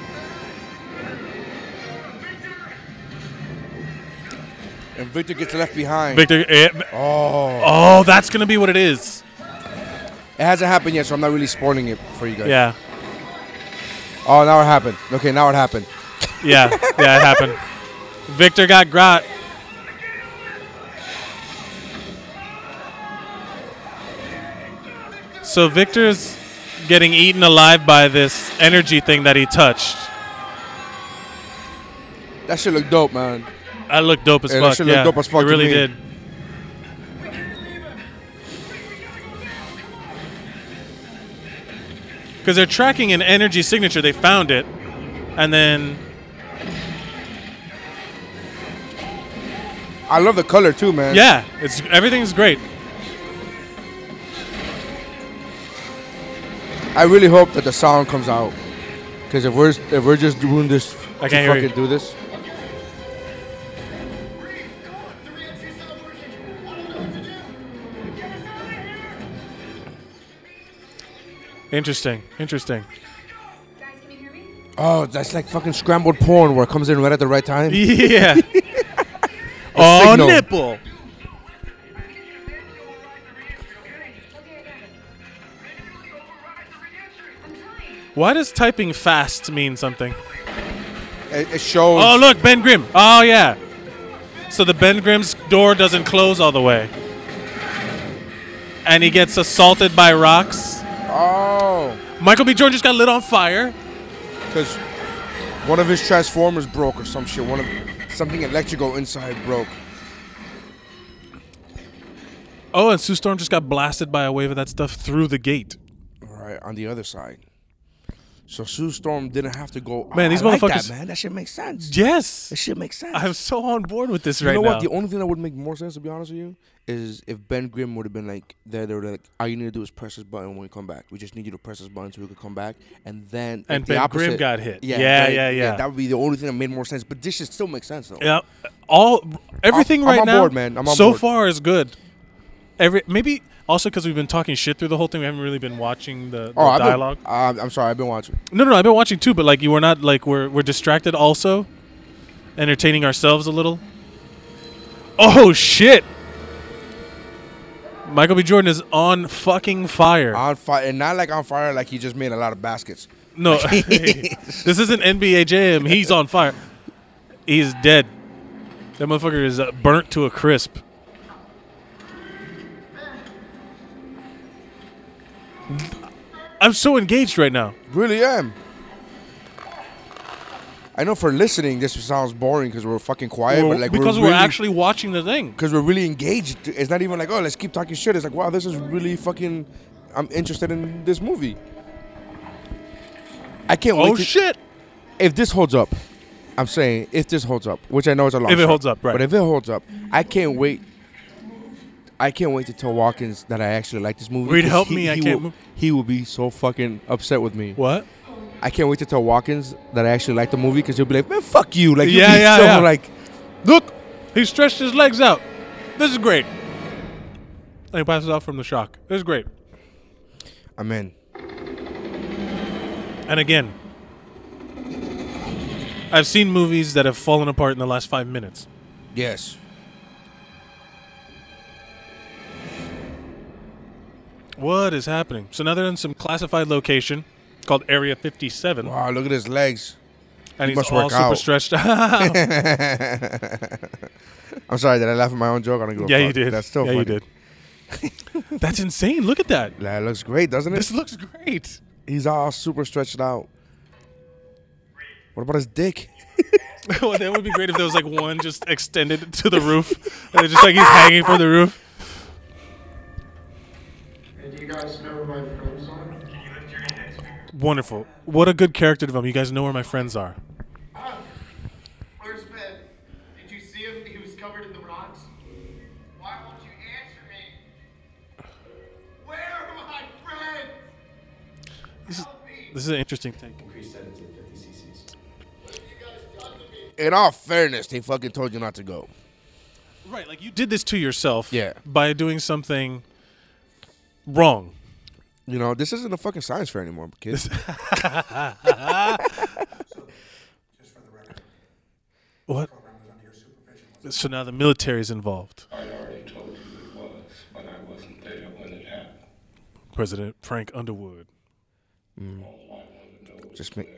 D: And Victor gets left behind.
H: Victor. eh,
D: Oh.
H: Oh, that's gonna be what it is.
D: It hasn't happened yet, so I'm not really spoiling it for you guys.
H: Yeah.
D: Oh, now it happened. Okay, now it happened.
H: Yeah, yeah, it happened. Victor got grot. So Victor's getting eaten alive by this energy thing that he touched.
D: That shit look dope, man.
H: That looked dope as
D: Yeah, that
H: fuck.
D: shit looked
H: yeah.
D: dope as fuck
H: It
D: to
H: really
D: me.
H: did. because they're tracking an energy signature. They found it, and then
A: I love the color too, man.
H: yeah, it's everything's great.
A: I really hope that the sound comes out. Because if we're if we're just doing this, to
H: I can't hear
A: fucking
H: you.
A: do this.
H: Interesting, interesting.
A: Oh, that's like fucking scrambled porn where it comes in right at the right time.
H: Yeah.
A: A
H: Oh,
A: signal.
H: nipple. Why does typing fast mean something?
A: It, it shows.
H: Oh, look, Ben Grimm. Oh, yeah. So the Ben Grimm's door doesn't close all the way. And he gets assaulted by rocks.
A: Oh.
H: Michael B. Jordan just got lit on fire.
A: Because one of his transformers broke or some shit. One of something electrical inside broke.
H: Oh, and Sue Storm just got blasted by a wave of that stuff through the gate.
A: Right on the other side. So Sue Storm didn't have to go.
H: Man,
A: "Ah,
H: these
A: I like
H: motherfuckers-
A: that, man, that shit makes sense.
H: Yes.
A: that shit makes sense.
H: I'm so on board with this
A: you
H: right
A: know
H: now.
A: what? The only thing that would make more sense, to be honest with you, is if Ben Grimm would have been like there. They were like, all you need to do is press this button when we come back. We just need you to press this button so we could come back, and then like,
H: And
A: the
H: Ben Grimm
A: opposite-
H: got hit. Yeah,
A: right?
H: yeah, yeah.
A: That would be the only thing that made more sense. But this shit still makes sense though.
H: Yeah, all everything
A: I'm
H: right
A: on
H: now.
A: board, man. I'm on
H: so
A: board.
H: far is good. Every maybe also because we've been talking shit through the whole thing, we haven't really been watching the, the
A: Oh, I've been-
H: dialogue.
A: I'm- I'm sorry, I've been watching.
H: no, no, no, I've been watching too, but like you were not like we're we're distracted also, entertaining ourselves a little. Oh shit! Michael B. Jordan is on fucking fire.
A: On fire, and not like on fire, like he just made a lot of baskets.
H: No, this isn't NBA Jam. He's on fire. He's dead. That motherfucker is uh, burnt to a crisp. I'm so engaged right now.
A: Really am. I know for listening, this sounds boring because we're fucking quiet,
H: We're-
A: but like
H: because we're,
A: we're, really,
H: actually watching the thing.
A: because we're really engaged. It's not even like oh, let's keep talking shit. It's like wow, this is really fucking. I'm interested in this movie. I can't wait.
H: Oh, shit!
A: If this holds up, I'm saying if this holds up, which I know is a long.
H: If it
A: shot,
H: holds up, right.
A: But if it holds up, I can't wait. I can't wait to tell Watkins that I actually like this movie.
H: Reed,
A: 'cause
H: help
A: he-
H: me, I
A: he
H: can't
A: will-
H: move.
A: He will be so fucking upset with me.
H: What?
A: I can't wait to tell Watkins that I actually like the movie because he'll be like, man, fuck you. Like,
H: Yeah,
A: yeah,
H: yeah,
A: so
H: yeah.
A: like,
H: Look, he stretched his legs out. This is great. And he passes out from the shock. This is great.
A: I'm in.
H: And again, I've seen movies that have fallen apart in the last five minutes.
A: Yes.
H: What is happening? So now they're in some classified location called Area 57.
A: Wow, look at his legs.
H: And
A: He
H: he's
A: must
H: all
A: work
H: super
A: out.
H: stretched out.
A: I'm sorry, did I laugh at my own joke? I don't give a
H: Yeah,
A: fuck.
H: you did.
A: That's still
H: Yeah,
A: funny.
H: you did. That's insane. Look at that.
A: That looks great, doesn't it?
H: This looks great.
A: He's all super stretched out. What about his dick?
H: well, that would be great if there was like one just extended to the roof, and it's just like he's hanging from the roof.
M: And do you guys know where my friends are? Can you lift your index finger?
H: Wonderful. What a good character development. You guys know where my friends are.
M: Where's Ben? Ah, Did you see him? He was covered in the rocks. Why won't you answer me? Where are my friends?
H: This is, this is an interesting take.
A: In all fairness, they fucking told you not to go.
H: Right, like you did this to yourself.
A: Yeah.
H: By doing something wrong.
A: You know, this isn't a fucking science fair anymore, kids.
H: What? So now the military is involved.
I: I already told you it was, but I wasn't there when it happened.
H: President Frank Underwood.
A: just make,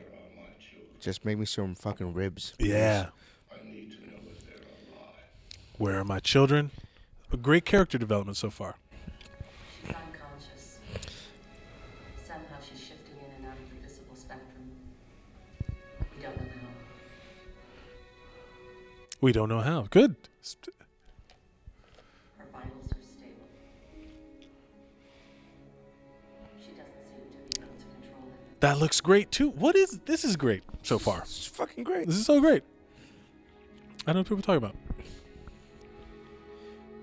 A: just make me some fucking ribs. please.
H: Yeah. Where are my children? A great character development so far.
E: She's unconscious. Somehow she's shifting in and out of the visible spectrum. We don't know how.
H: We don't know how. Good. St-
E: Her vitals are stable. She doesn't seem to be able to control it.
H: That looks great too. What is this? Is great so far. This is
A: fucking great.
H: This is so great. I don't know what people talk about.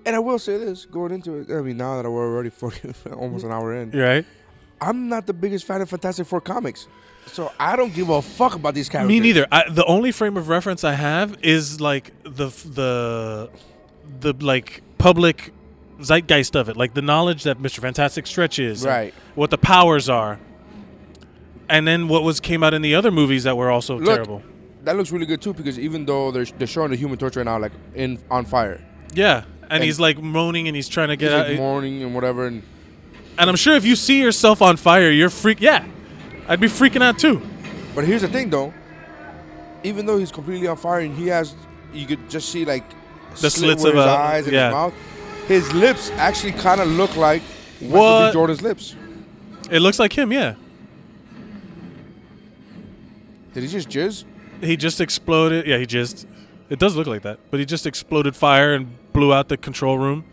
A: And I will say this going into it. I mean, now that we're already fucking almost an hour in,
H: You're right.
A: I'm not the biggest fan of Fantastic Four comics, so I don't give a fuck about these characters.
H: Me neither. I, the only frame of reference I have is like the f- the the like public zeitgeist of it, like the knowledge that Mister Fantastic stretches, and
A: Right.
H: What the powers are, and then what was came out in the other movies that were also
A: Look,
H: terrible.
A: That looks really good too, because even though they're, they're showing the Human Torch right now, like in on fire,
H: Yeah, and,
A: And-
H: he's like moaning and he's trying to get
A: He's,
H: out.
A: like, mourning and whatever. And
H: and I'm sure if you see yourself on fire, you're freak. Yeah, I'd be freaking out too.
A: But here's the thing, though. Even though he's completely on fire and he has, you could just see like
H: The
A: slit
H: slits
A: where
H: of
A: his
H: a-
A: eyes and
H: yeah.
A: his mouth. His lips actually kind of look like Michael B.
H: What?
A: Jordan's lips.
H: It looks like him. Yeah.
A: Did he just jizz?
H: He just exploded. Yeah, he just. It does look like that, but he just exploded fire and blew out the control room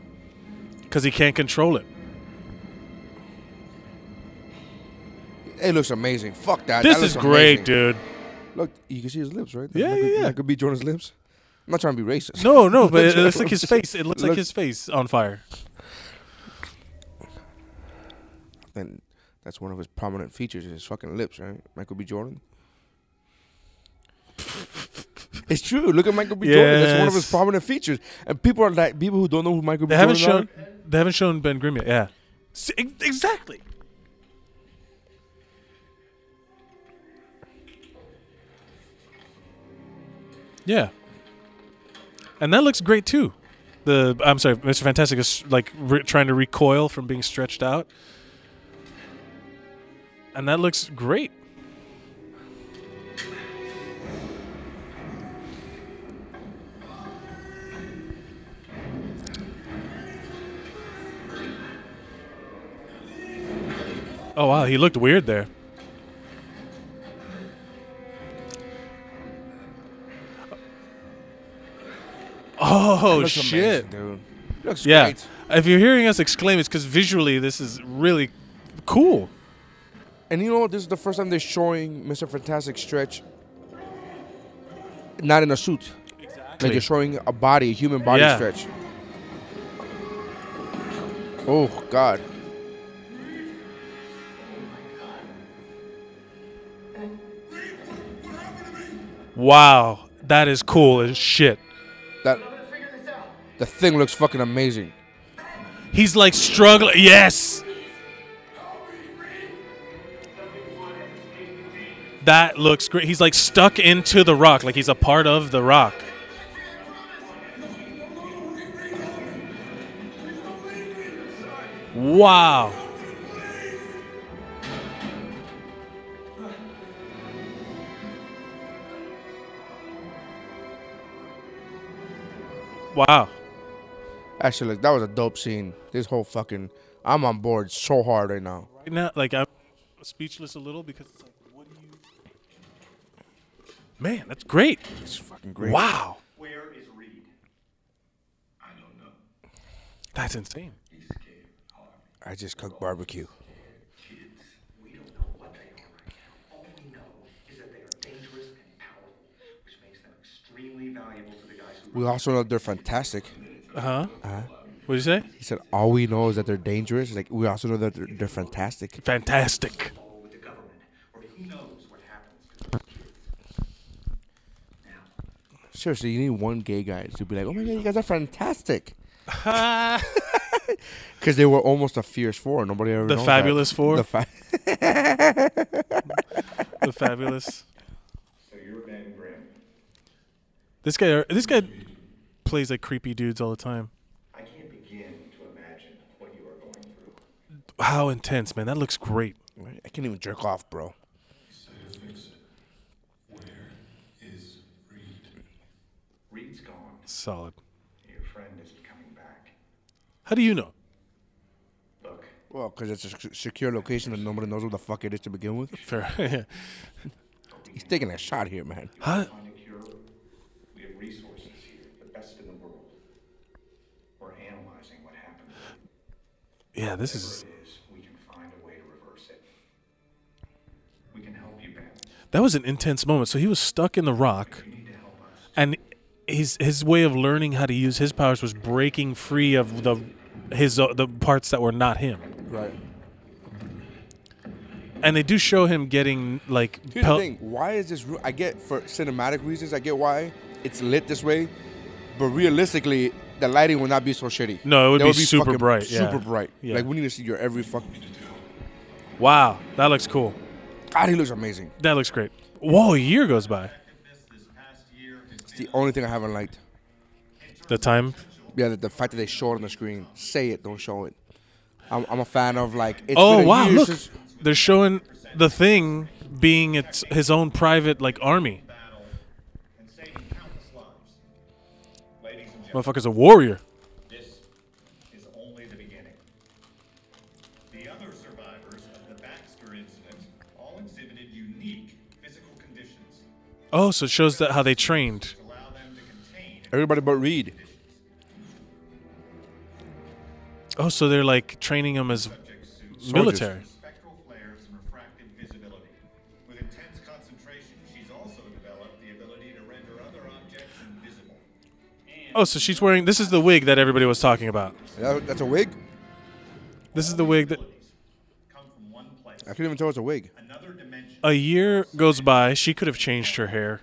H: because he can't control it.
A: It looks amazing. Fuck that.
H: This
A: That looks
H: is great,
A: amazing.
H: dude.
A: Look, you can see his lips, right?
H: Yeah,
A: Michael,
H: yeah, yeah.
A: Michael B. Jordan's lips. I'm not trying to be racist.
H: No, no, but it
A: Michael
H: looks like his
A: Jordan's-
H: face. It looks like
A: Look-
H: his face on fire.
A: And that's one of his prominent features: is his fucking lips, right? Michael B. Jordan. it's true. Look at Michael B. Jordan. That's one of his
H: Yes.
A: prominent features. And people are like people who don't know who Michael
H: They
A: B.
H: haven't
A: Jordan
H: shown.
A: are.
H: They haven't shown Ben Grimm yet. Yeah. See, ex- exactly. Yeah. And that looks great too. The I'm sorry, Mr. Fantastic is like re- trying to recoil from being stretched out. And that looks great. Oh wow, he looked weird there.
A: That
H: Oh
A: looks
H: shit,
A: amazing, dude. Looks
H: yeah.
A: great.
H: If you're hearing us exclaim, it's because visually this is really cool.
A: And you know what? This is the first time they're showing Mr. Fantastic stretch. Not in a suit. Exactly. Like you're showing a body, a human body
H: Yeah.
A: stretch. Oh God.
H: Wow, that is cool as shit.
A: That the thing looks fucking amazing.
H: He's like struggling. Yes. That looks great. He's like stuck into the rock, like he's a part of the rock. Wow. Wow.
A: Actually, like, that was a dope scene. This whole fucking, I'm on board so hard right now.
H: Right now, like I'm speechless a little because it's like, what do you? Man, that's great.
A: It's fucking great.
H: Wow,
I: Where is Reed? I don't know.
H: that's insane.
A: I just cooked barbecue.
I: All we know is that they are dangerous and powerful, which makes them extremely valuable to the guys who
A: We also know they're fantastic.
H: Uh huh.
A: Uh,
H: What'd you say?
A: He said, all we know is that they're dangerous. Like we also know that they're, they're fantastic.
H: Fantastic.
A: Seriously, you need one gay guy to be like, oh my god, you guys are fantastic. Because they were almost a fierce four. Nobody ever.
H: The
A: knows
H: Fabulous
A: that.
H: Four?
A: The fa-
H: The fabulous.
I: So you're Ben Grimm.
H: This guy. This guy plays like creepy dudes all the time.
I: I can't begin to imagine what you are going through.
H: How intense, man. That looks great.
A: I can't even jerk off, bro.
I: Reed's gone.
H: Solid.
I: Your friend isn't coming back.
H: How do you know?
I: Look,
A: Well, because it's a sec- secure location and nobody knows what the fuck it is to begin with.
H: Fair.
A: He's taking a shot here, man.
H: Huh?
I: find a cure. We have resources here, the best in the world. We're analyzing what happened.
H: Yeah, this is.
I: Whatever it is, we can find a way to reverse it. We
H: that was an intense moment. So he was stuck in the rock, and his his way of learning how to use his powers was breaking free of the his uh, the parts that were not him.
A: Right.
H: And they do show him getting like
A: Here's
H: pel-
A: the thing. Why is this? ru- I get for cinematic reasons. I get why it's lit this way, but realistically, the lighting would not be so shitty.
H: No, it would
A: That
H: be super
A: fucking
H: bright, yeah.
A: Super bright.
H: Yeah.
A: Like we need to see your every fuck.
H: wow that looks cool.
A: God, he looks amazing.
H: That looks great. Whoa, a year goes by.
A: It's the only thing I haven't liked.
H: The time.
A: Yeah, the, the fact that they show it on the screen. Say it, don't show it. I'm, I'm a fan of like. It's
H: oh
A: been a
H: wow!
A: year
H: Look,
A: since-
H: they're showing the thing being its his own private like army. Motherfucker's a warrior.
N: The other survivors of the Baxter incident all exhibited unique physical conditions.
H: Oh, so it shows that how they trained.
A: Everybody but Reed.
H: Oh, so they're like training him as
A: Soldiers.
H: military.
N: Spectral flares and refractive visibility. With intense concentration, she's also developed the ability to render other objects invisible.
H: Oh, so she's wearing. This is the wig that everybody was talking about.
A: That- that's a wig.
H: This is the wig that
A: I couldn't even tell it's a wig.
H: a year goes by. She could have changed her hair.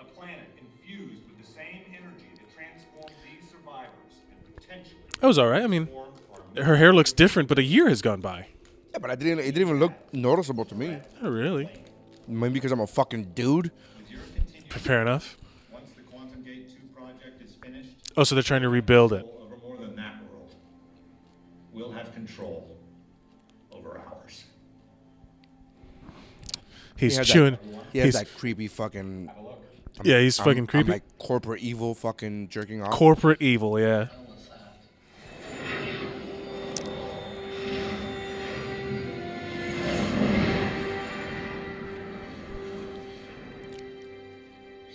N: A planet infused with the same energy that transformed these survivors and potentially
H: That was all right. I mean, her hair looks different, but a year has gone by.
A: Yeah, but I didn't. It didn't even look noticeable to me.
H: Not really.
A: Maybe because I'm a fucking dude.
H: Fair enough.
N: once the Quantum Gate 2 project is finished
H: Oh, so they're trying to rebuild it.
N: over more than that world, we'll have control over ours.
H: He's
A: He has that-
H: chewing.
A: he has
H: he's
A: that creepy fucking. I'm-
H: Yeah, he's
A: I'm-
H: fucking
A: I'm
H: creepy.
A: like corporate evil, fucking jerking off.
H: corporate evil. Yeah.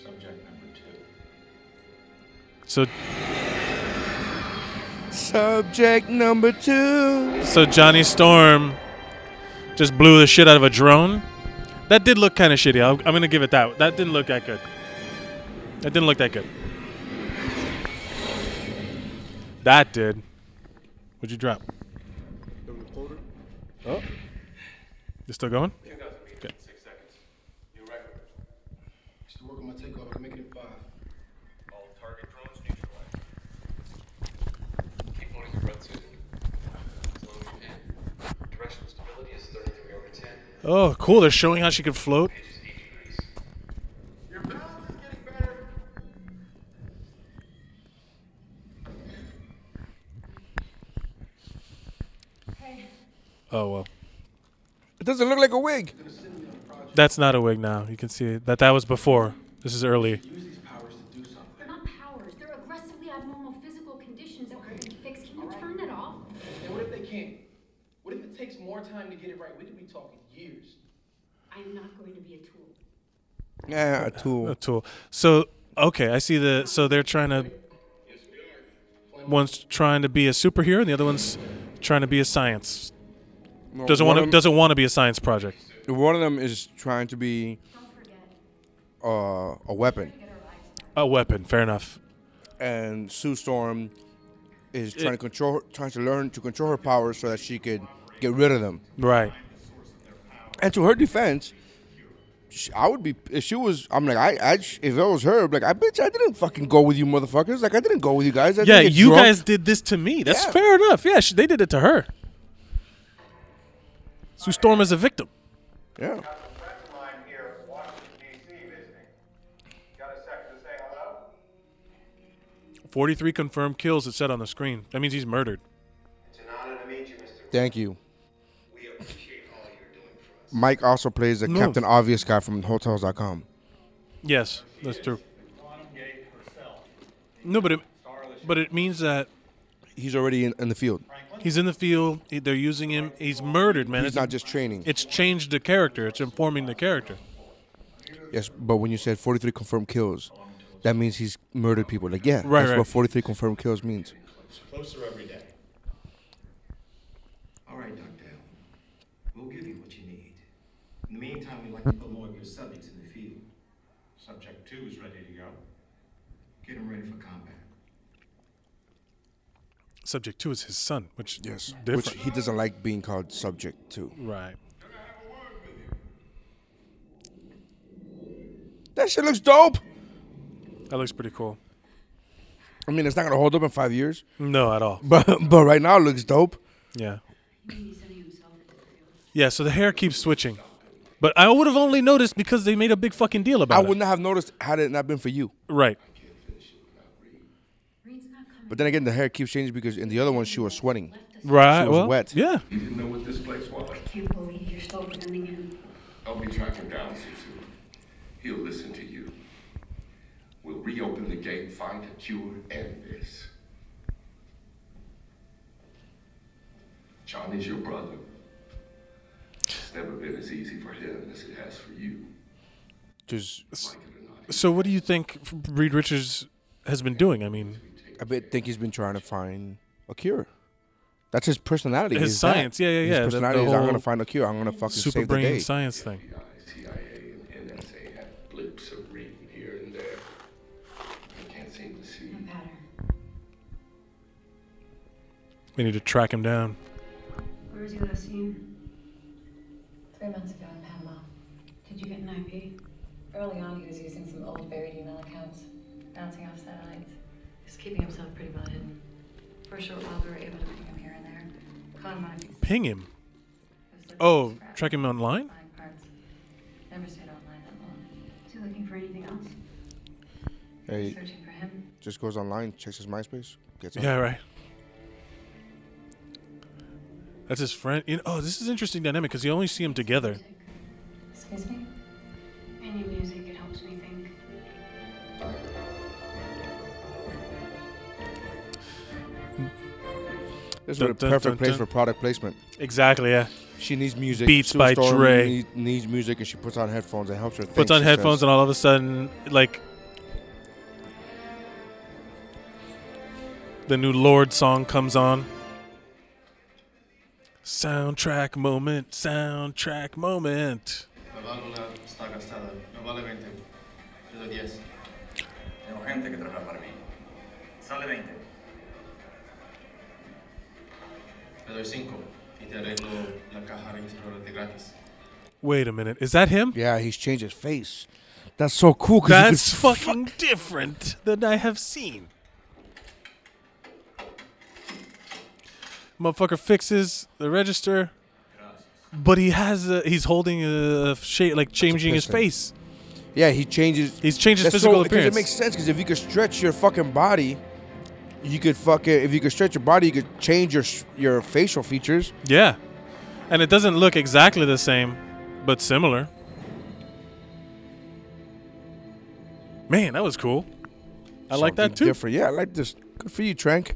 N: Subject number two.
H: So
A: Subject number two.
H: so Johnny Storm just blew the shit out of a drone. That did look kind of shitty. I'll, I'm gonna give it that. That didn't look that good. That didn't look that good. That did. What'd you drop? Oh. You still going? Okay.
I: Six seconds. New record. Still working my takeoff. I'm making it five. All target drones neutralized. Keep holding your breath, Susan. As long as you can. Directional stability is 33 over 10.
H: Oh, cool. They're showing how she could float. Oh well,
A: It doesn't look like a wig.
H: that's not a wig now. You can see that that was before. This is early.
T: They're not powers. They're aggressively abnormal physical conditions that we can fix. Can you turn that off?
G: And what if they can't? What if it takes more time to get it right? We could be talking years.
T: I'm not going to be a tool.
A: Yeah, a tool.
H: A tool. So okay, I see the. So they're trying to. One's trying to be a superhero, and the other one's trying to be a science.
A: No,
H: Doesn't
A: one
H: want to.
A: of 'em-
H: Doesn't want to be a science project.
A: One of them is trying to be uh, a weapon,
H: A weapon. Fair enough.
A: and Sue Storm is
H: It-
A: trying to control, her, trying to learn to control her powers so that she could get rid of them.
H: Right.
A: And to her defense, she, I would be if she was. I'm like I, I if it was her, I'd be like I bitch, I didn't fucking go with you, motherfuckers. Like I didn't go with you guys. I
H: yeah,
A: didn't get
H: you
A: drunk.
H: guys did this to me. That's fair enough. Yeah, she, they did it to her. Sue Storm is a victim.
A: Yeah.
H: Forty-three confirmed kills. It said on the screen. That means he's murdered.
A: Thank you. Mike also plays the
H: No.
A: Captain Obvious guy from Hotels.com.
H: Yes, that's true. No, but it, but it means that
A: he's already in, in the field.
H: He's in the field. he- They're using him. He's murdered, man.
A: He's
H: It's-
A: not just training.
H: It's changed the character. It's informing the character.
A: Yes, but when you said 43 confirmed kills, that means he's murdered people. Like, yeah,
H: Right,
A: that's
H: right.
A: what 43 confirmed kills means.
N: Closer every day. All right, Doc Dale. We'll give you what you need. In the meantime, we'd like to put more of your subjects in the field. Subject two is ready to go. Get him ready for combat.
H: Subject two is his son, which yes,
A: Which he doesn't like being called subject to.
H: Right.
A: That shit looks dope.
H: That looks pretty cool.
A: I mean, it's not gonna hold up in five years.
H: No, at all.
A: But but right now it looks dope.
H: Yeah. Yeah, so the hair keeps switching. But I would have only noticed because they made a big fucking deal about
A: I
H: it.
A: would not have noticed had it not been for you.
H: Right.
A: But then again, the hair keeps changing because in the other one she was sweating.
H: Right,
A: She was
H: well,
A: wet.
H: Yeah.
I: You didn't know what this place was.
E: Can't believe you're still bending him.
I: I'll be tracking down Susu. He'll listen to you. We'll reopen the gate, find a cure, end this. Johnny's your brother. It's never been as easy for him as it has for you.
A: Just
H: So what do you think Reed Richards has been doing? I mean,
A: I bet think he's been trying to find a cure. That's his personality.
H: His
A: is that.
H: science, yeah, yeah, yeah,
A: His
H: the- the
A: personality is I'm
H: whole
A: gonna find a cure. I'm gonna fucking
H: super
A: save the
H: brain
A: day.
H: science thing.
I: CIA and NSA have blips of reading here and there. I can't seem to see.
H: We need to track him down.
E: Where was you last seen? Three months ago in Panama. Did you get an IP? Early on, he was using some old buried email accounts, bouncing off satellites. He was keeping himself pretty well hidden. For a short while, we were able to pick him here and there. Caught him on a few
H: Ping him. Oh, track him online?
E: flying parts. Never stayed online that long. So looking for anything else?
A: Hey,
E: Searching for him?
A: just goes online, checks his MySpace, gets
H: Yeah,
A: out.
H: right. That's his friend. You know, oh, this is interesting dynamic because you only see him together.
E: Excuse me? Any music, it helps me think.
A: This
H: Dun,
A: is the
H: dun,
A: perfect
H: dun,
A: place
H: dun.
A: for product placement.
H: Exactly, yeah.
A: She needs music.
H: Beats
A: Sue
H: by
A: Storm
H: Dre.
A: need- Needs, music, and she puts on headphones and helps her.
H: Puts
A: think,
H: on
A: she
H: headphones
A: says.
H: and all of a sudden, like, the new Lord song comes on. Soundtrack moment, soundtrack moment.
M: Válvula está gastada. No vale 20. Te doy 10.
F: Tengo gente que trabaja para mí.
M: Sale 20. Te doy 5 y te arreglo la caja registradora de gratis.
H: Wait a minute. Is that him?
A: Yeah, he's changed his face. That's so cool. 'cause you could
H: That's
A: f-
H: fucking different than I have seen. Motherfucker fixes the register, but he has a, he's holding a shape like changing his
A: piston.
H: face.
A: Yeah, he changes.
H: He's changed his
A: That's
H: physical
A: so- 'cause
H: appearance.
A: It makes sense because if you could stretch your fucking body, you could fucking. If you could stretch your body, you could change your s- your facial features.
H: yeah, and it doesn't look exactly the same, but similar. Man, that was cool. I like that
A: Something
H: too.
A: Different. Yeah, I like this. Good for you, Trank.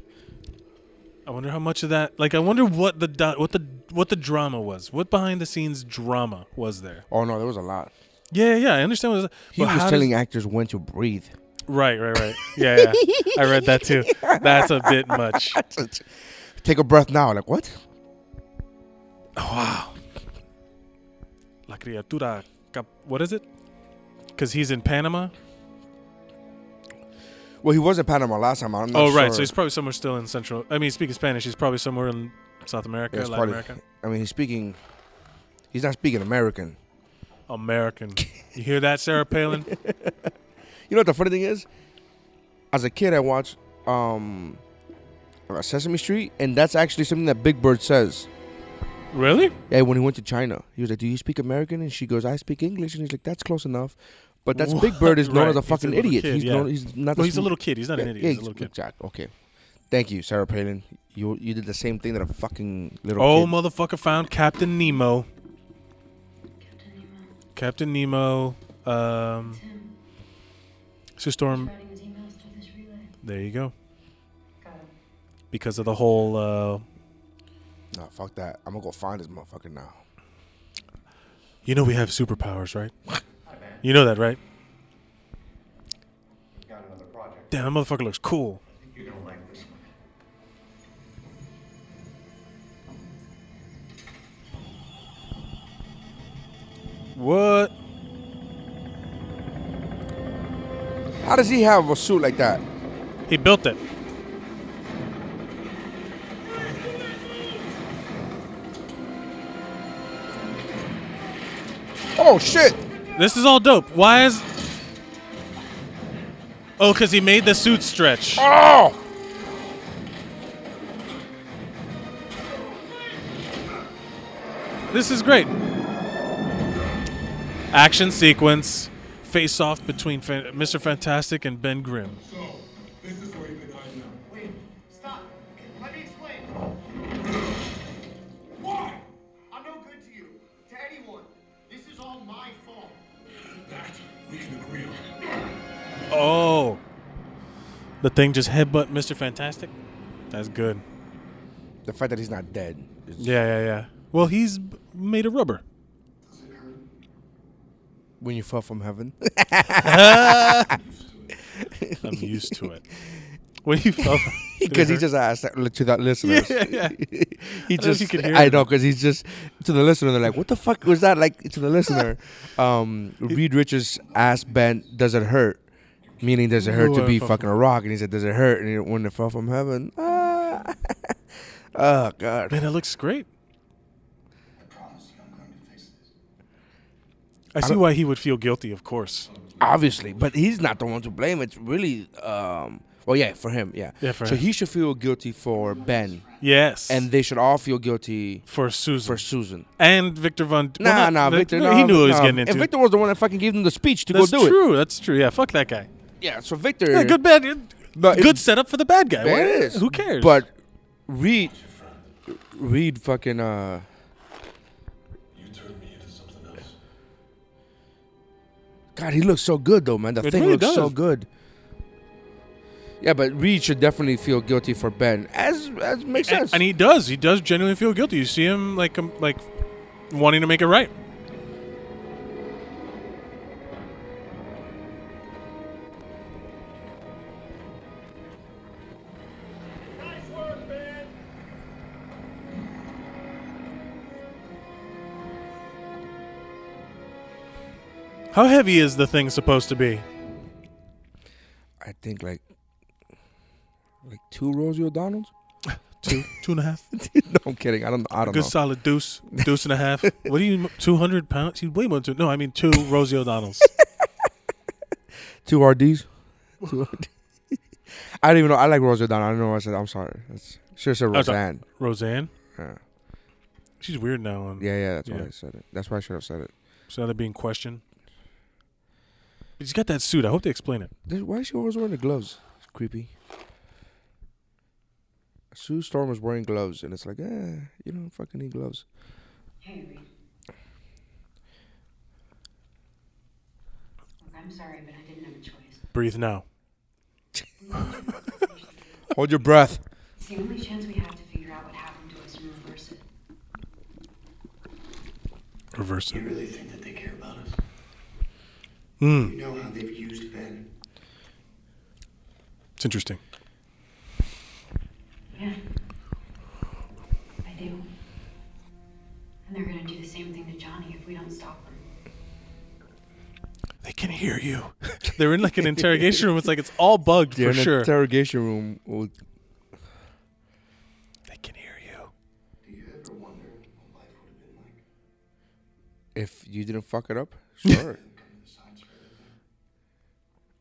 H: I wonder how much of that. Like, I wonder what the di- what the what the drama was. What behind the scenes drama was there?
A: Oh no, there was a lot.
H: Yeah, yeah, I understand. What,
A: He was telling actors when to breathe.
H: Right, right, right. Yeah, yeah. I read that too. That's a bit much.
A: Take a breath now. Like what?
H: Wow. La criatura. Cap- what is it? Because he's in Panama.
A: Well, he was in Panama last time. I'm not
H: Oh, right.
A: sure.
H: So he's probably somewhere still in Central. I mean, speaking Spanish, he's probably somewhere in South America,
A: Yeah, it's
H: Latin
A: probably-
H: America,
A: I mean, he's speaking. He's not speaking American.
H: American. you hear that, Sarah Palin?
A: You know what the funny thing is? As a kid, I watched um, Sesame Street, and that's actually something that Big Bird says.
H: Really?
A: Yeah, when he went to China, he was like, "Do you speak American?" And she goes, "I speak English." And he's like, "That's close enough." But that's Big Bird is known
H: Right,
A: as a
H: he's a
A: fucking
H: little
A: idiot.
H: kid,
A: he's
H: yeah.
A: known, he's not.
H: Well,
A: a
H: he's a
A: sm-
H: little kid. He's not an idiot, he's a little kid.
A: Exactly. Okay. Thank you, Sarah Palin. You you did the same thing that a fucking little
H: oh,
A: kid.
H: motherfucker found Captain Nemo. Captain Nemo. Um, Sue Storm. There you go. Because of the whole. Uh,
A: Nah, fuck that. I'm gonna go find this motherfucker now.
H: you know we have superpowers, right? You know that, right?
I: Got another project.
H: Damn, that motherfucker looks cool.
I: You're gonna like this one.
H: What?
A: How does he have a suit like that?
H: He built it.
A: Oh shit!
H: This is all dope. Why is? Oh, because he made the suit stretch.
A: Oh!
H: This is great. Action sequence. Face off between Fan- Mr. Fantastic and Ben Grimm.
M: Let me explain. Why? I'm no good to you, to anyone. This is all my fault. That we can agree on.
H: Oh. The thing just headbutt Mr. Fantastic? That's good.
A: The fact that he's not dead. is-
H: Yeah, yeah, yeah. Well, he's b- made of rubber.
A: When you fell from heaven.
H: I'm used to it. When you fell from- Did it
A: Because he
H: hurt?
A: just asked that to that listeners.
H: Yeah, yeah.
A: he
H: I don't know if
A: just.
H: you could hear
A: I
H: it.
A: know because he's just to the listener. They're like, "What the fuck was that?" Like to the listener, um, Reed Richards asked Ben, "Does it hurt?" Meaning, does it hurt
H: When
A: to
H: I
A: be
H: fell
A: fucking a rock? And he said, "Does it hurt?" And he, when it fell from heaven, ah. oh god,
H: Man, it looks great. I see
A: don't-
H: why he would feel guilty, of course.
A: obviously, but he's not the one to blame. It's really, um, well, yeah, for him, yeah,
H: Yeah, for
A: so
H: him.
A: he should feel guilty for Ben.
H: Yes.
A: and they should all feel guilty
H: for Susan.
A: For Susan.
H: And Victor Von.
A: Nah,
H: well, not
A: nah,
H: Vic-
A: Victor.
H: no,
A: nah,
H: he knew what he was
A: nah.
H: getting into.
A: And Victor was the one that fucking gave them the speech to
H: that's
A: go do it.
H: true. That's true. Yeah, fuck that guy.
A: Yeah, so Victor.
H: Yeah, good bad.
A: But it-
H: good setup for the bad guy.
A: There
H: Why-
A: it is.
H: Who cares?
A: But Reed, Reed, fucking uh. God, he looks so good though, man. The
H: It
A: thing
H: really
A: looks so
H: does.
A: good. Yeah, but Reed should definitely feel guilty for Ben, as as makes
H: and,
A: sense.
H: and he does. He does genuinely feel guilty. You see him like um, like wanting to make it right. How heavy is the thing supposed to be?
A: I think like like two Rosie O'Donnells.
H: Two, two and a half.
A: no, I'm kidding. I don't. I don't
H: good
A: know.
H: solid deuce, deuce and a half. what do you, two hundred pounds? You weigh more than two. No, I mean two Rosie O'Donnells.
A: Two RDs. Two RDs. I don't even know. I like Rosie O'Donnell. I don't know what I said. I'm sorry. That's should have said
H: I was like,
A: Roseanne.
H: Roseanne.
A: Yeah.
H: She's weird now. On,
A: Yeah, yeah. That's why
H: Yeah.
A: I said it. That's why I should have said it.
H: So now they're being questioned. But she's got that suit. I hope they explain it.
A: This- Why is she always wearing the gloves? It's creepy. Sue Storm is wearing gloves, and it's like, eh, you don't fucking need gloves.
E: Hey, Reed. Look, I'm sorry, but I didn't have a choice.
H: Breathe now.
A: Hold your breath.
E: It's the only chance we have to figure out what happened to us and reverse it.
H: Reverse it.
M: really think that they care about us?
H: Mm,
M: You know how they've used Ben.
H: it's interesting.
E: Yeah. I do. And they're gonna do the same thing to Johnny if we don't stop them.
H: They can hear you. They're in like an interrogation room. It's like it's all bugged
A: They're
H: for
A: in an
H: sure.
A: interrogation room. with-
H: they can hear you.
M: Do you ever wonder what life would have been like?
A: If you didn't fuck it up, sure.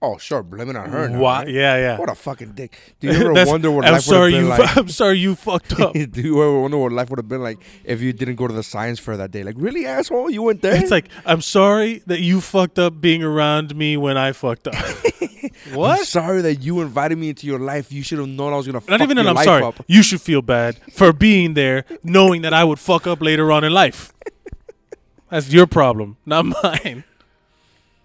A: oh, sure. Blame it on her. now,
H: Why-
A: right?
H: yeah, yeah.
A: What a fucking dick. Do you ever
H: That's-
A: wonder what
H: I'm
A: life would have
H: sorry
A: been
H: you
A: like?
H: fu- I'm sorry you fucked up.
A: Do you ever wonder what life would have been like if you didn't go to the science fair that day? Like, really, asshole? You went there?
H: It's like I'm sorry that you fucked up being around me when I fucked up. what?
A: I'm sorry that you invited me into your life. You should have known I was gonna fuck
H: Not even
A: your
H: that I'm
A: life
H: sorry.
A: up.
H: You should feel bad for being there, knowing that I would fuck up later on in life. That's your problem, not mine.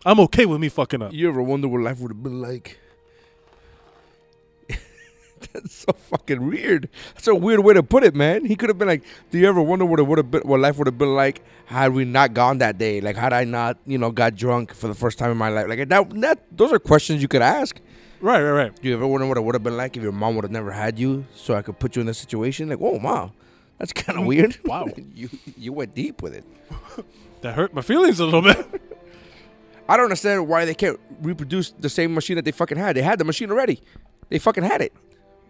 H: I'm okay with me fucking up.
A: You ever wonder what life would have been like? That's so fucking weird. That's a weird way to put it, man. He could have been like, "Do you ever wonder what it would have been? What life would have been like had we not gone that day? Like, had I not, you know, got drunk for the first time in my life? Like that. That those are questions you could ask.
H: Right, right, right.
A: Do you ever wonder what it would have been like if your mom would have never had you, so I could put you in this situation? Like, whoa, mom, That's kind of weird.
H: Wow.
A: you you went deep with it.
H: that hurt my feelings a little bit.
A: I don't understand why they can't reproduce the same machine that they fucking had. They had the machine already. They fucking had it.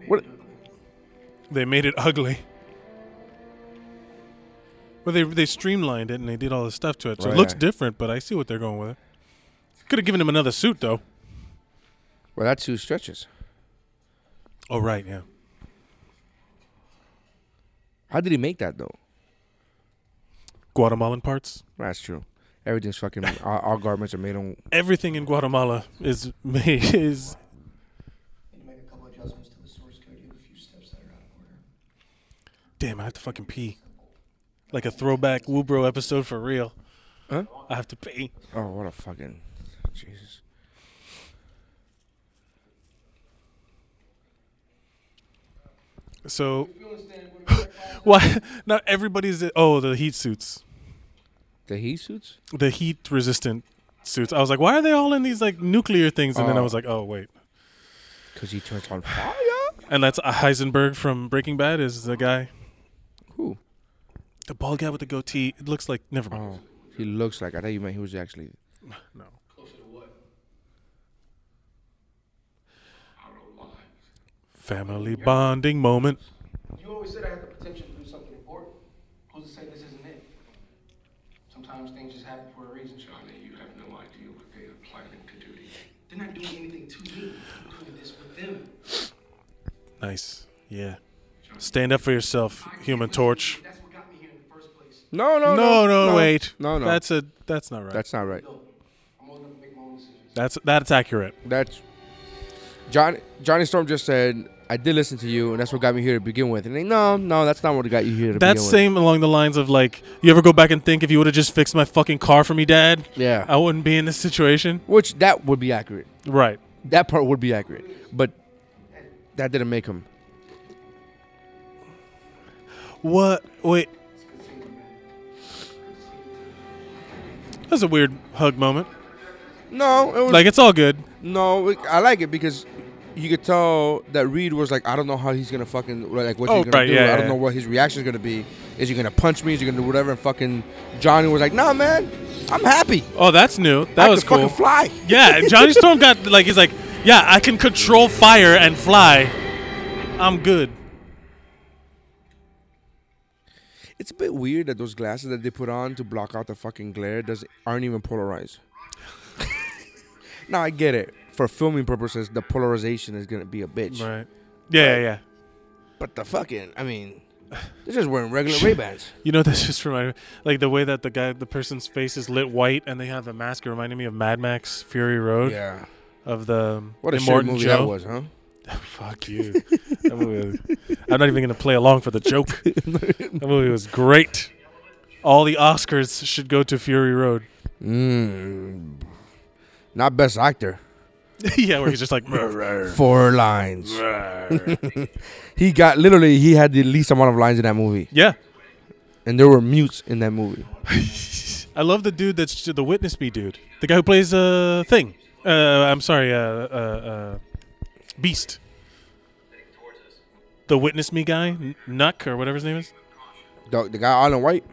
A: What?
H: They made it ugly. Well, they they streamlined it and they did all this stuff to it, so
A: Right.
H: it looks different. But I see what they're going with it. Could have given him another suit though.
A: Well, that's two stretches.
H: Oh right, yeah.
A: How did he make that though?
H: Guatemalan parts.
A: That's true. Everything's fucking. all, all garments are made on.
H: Everything in Guatemala is made is
G: adjustments to the source code. You have a few steps that are out of order.
H: damn. I have to fucking pee, like a throwback Woobro episode for real.
A: Huh?
H: I have to pee.
A: Oh, what a fucking Jesus!
H: So, why not everybody's? Oh, the heat suits.
A: The heat suits.
H: The heat resistant suits. I was like, why are they all in these like nuclear things? And then I
A: Oh.
H: was like, oh wait,
A: Because he turns on fire.
H: and that's Heisenberg from Breaking Bad is the guy.
A: Who?
H: The bald guy with the goatee. It looks like never
A: mind. Oh, He looks like. I thought you meant he was actually.
H: No. Family bonding moment.
M: You always said I had the potential to do something important. Who's to say this isn't it?
I: Sometimes things just happen for a reason. Johnny, you have no idea what they are planning to do to you.
M: They're not doing anything to me. I'm doing this with them.
H: Nice. Yeah. Stand up for yourself, Human Torch.
A: No, no,
H: no,
A: no,
H: no,
A: no.
H: wait.
A: No, no.
H: That's a. That's not right.
A: That's not right.
H: That's that's accurate.
A: That's John Johnny Storm just said. I did listen to you, and that's what got me here to begin with. And they, no, no, that's not what got you here to
H: That's
A: begin
H: same along the lines of like, you ever go back and think if you would have just fixed my fucking car for me, Dad?
A: Yeah.
H: I wouldn't be in this situation.
A: with. Which that would be accurate.
H: Right.
A: That part would be accurate, but that didn't make him.
H: What? Wait. That's a weird hug moment.
A: No, it was
H: Like it's all good.
A: No, it- I like it because you could tell that Reed was like, I don't know how he's gonna fucking like what
H: Oh,
A: he's gonna
H: right,
A: do.
H: yeah,
A: I
H: yeah,
A: don't
H: yeah.
A: know what his reaction is gonna be. Is he gonna punch me? Is he gonna do whatever? And fucking Johnny was like, Nah, man, I'm happy.
H: Oh, that's new. That
A: I
H: was
A: can
H: cool.
A: fucking fly.
H: Yeah, Johnny Storm got like he's like, yeah, I can control fire and fly. I'm good.
A: It's a bit weird that those glasses that they put on to block out the fucking glare does aren't even polarized. now I get it. For filming purposes, the polarization is gonna be a bitch.
H: Right. Yeah, yeah, yeah.
A: But the fucking, I mean, they're just wearing regular Ray Bans.
H: You know, that's just reminded me, like the way that the guy, the person's face is lit white, and they have the mask. It reminded me of Mad Max Fury Road.
A: Yeah.
H: Of the
A: What a shit
H: Immortan
A: movie
H: Joe.
A: that was, huh?
H: Fuck you. That movie was- I'm not even gonna play along for the joke. that movie was great. All the Oscars should go to Fury Road.
A: Mm. Not best actor.
H: yeah, where he's just like
A: Four lines. he got literally he had the least amount of lines in that movie.
H: Yeah.
A: And there were mutes in that movie.
H: I love the dude that's the witness me dude, the guy who plays uh thing. Uh, I'm sorry, uh, uh, uh, Beast. The witness me guy, N- Nuck or whatever his name is.
A: The, the guy all in white.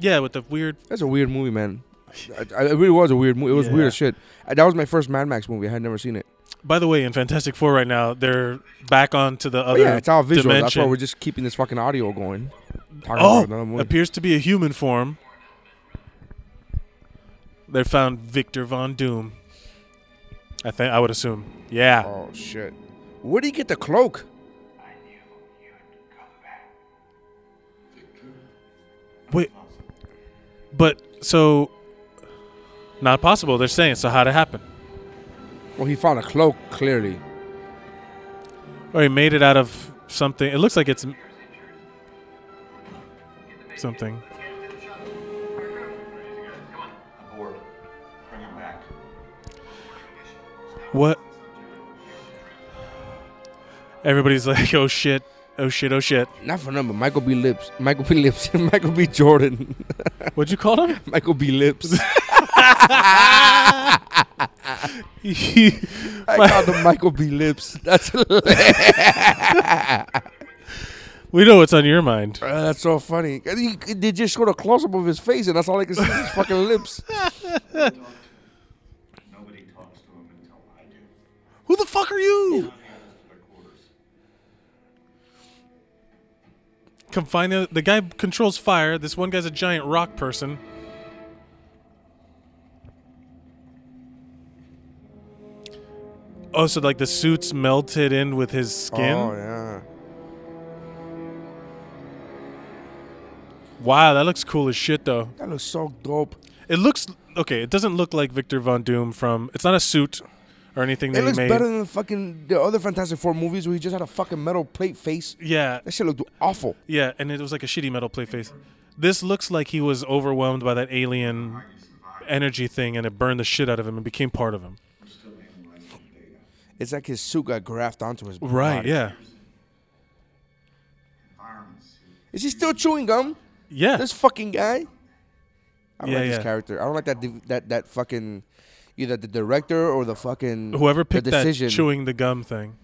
H: Yeah, with the weird.
A: That's a weird movie, man. I- I- it really was a weird movie. It was weird
H: Yeah.
A: as shit. Uh, That was my first Mad Max movie. I had never seen it.
H: By the way, in Fantastic Four right now, they're back on to the
A: But
H: other
A: yeah, it's all visual. That's
H: dimension.
A: why we're just keeping this fucking audio going. Talking about another
H: oh,
A: movie.
H: appears to be a human form. They found Victor Von Doom. I think I would assume. Yeah.
A: Oh shit. Where did he get the cloak?
H: Wait. But so not possible, they're saying. So how'd it happen?
A: Well, he found a cloak clearly.
H: Or Oh, he made it out of something. It looks like it's m- something.
I: Aboard. Bring him back.
H: What? Everybody's like, oh shit, oh shit, oh shit.
A: Not for number. Michael B. Lips. Michael B. Lips. Michael B. Jordan.
H: What'd you call him?
A: Michael B. Lips. I called him Michael B. Lips. That's hilarious.
H: We know what's on your mind.
A: Uh, that's so funny. And he- they just showed a close up of his face, and that's all I can see is his fucking lips.
I: Nobody talks to him until I do.
H: Who the fuck are you? Come find the, the guy controls fire. This one guy's a giant rock person. Oh, so like the suits melted in with his skin.
A: Oh yeah.
H: Wow, that looks cool as shit though.
A: That looks so dope.
H: It looks okay. It doesn't look like Victor Von Doom from. It's not a suit or anything that
A: It looks
H: he made.
A: better than the fucking the other Fantastic Four movies where he just had a fucking metal plate face.
H: yeah,
A: That shit looked awful.
H: yeah, and it was like a shitty metal play face. This looks like he was overwhelmed by that alien energy thing, and it burned the shit out of him and became part of him.
A: It's like his suit got grafted onto his body.
H: Right? Yeah.
A: Is he still chewing gum?
H: Yeah.
A: This fucking guy. I don't
H: Yeah,
A: like
H: yeah.
A: his character. I don't like that div- that that fucking either the director or the fucking
H: Whoever
A: the
H: picked that
A: decision.
H: chewing the gum thing.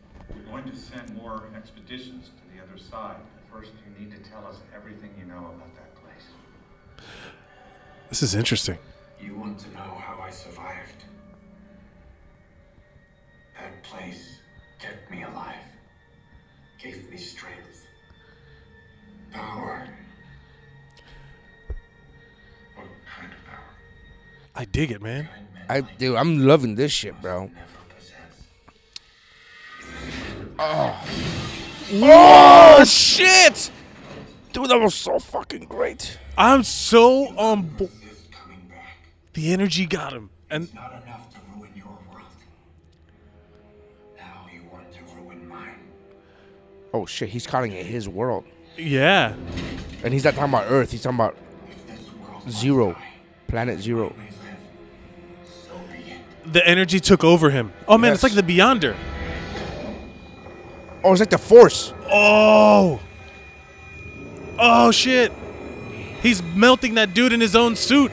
I: We're going to send more expeditions to the other side. First, you need to tell us everything you know about that place.
H: This is interesting.
I: You want to know how I survived? That place kept me alive, gave me strength, power. What kind of power?
H: I dig it, man.
A: I dude, I'm loving this shit, bro. Oh. oh shit! Dude, that was so fucking great.
H: I'm so on bo- The energy got him, and
I: Not enough to ruin your world. Now you want to ruin mine.
A: Oh shit, he's calling it his world.
H: yeah,
A: And he's not talking about Earth, he's talking about Zero. Planet Zero.
H: the energy took over him. Oh man, it's like the Beyonder.
A: Oh, it's like the force.
H: Oh. Oh shit. He's melting that dude in his own suit.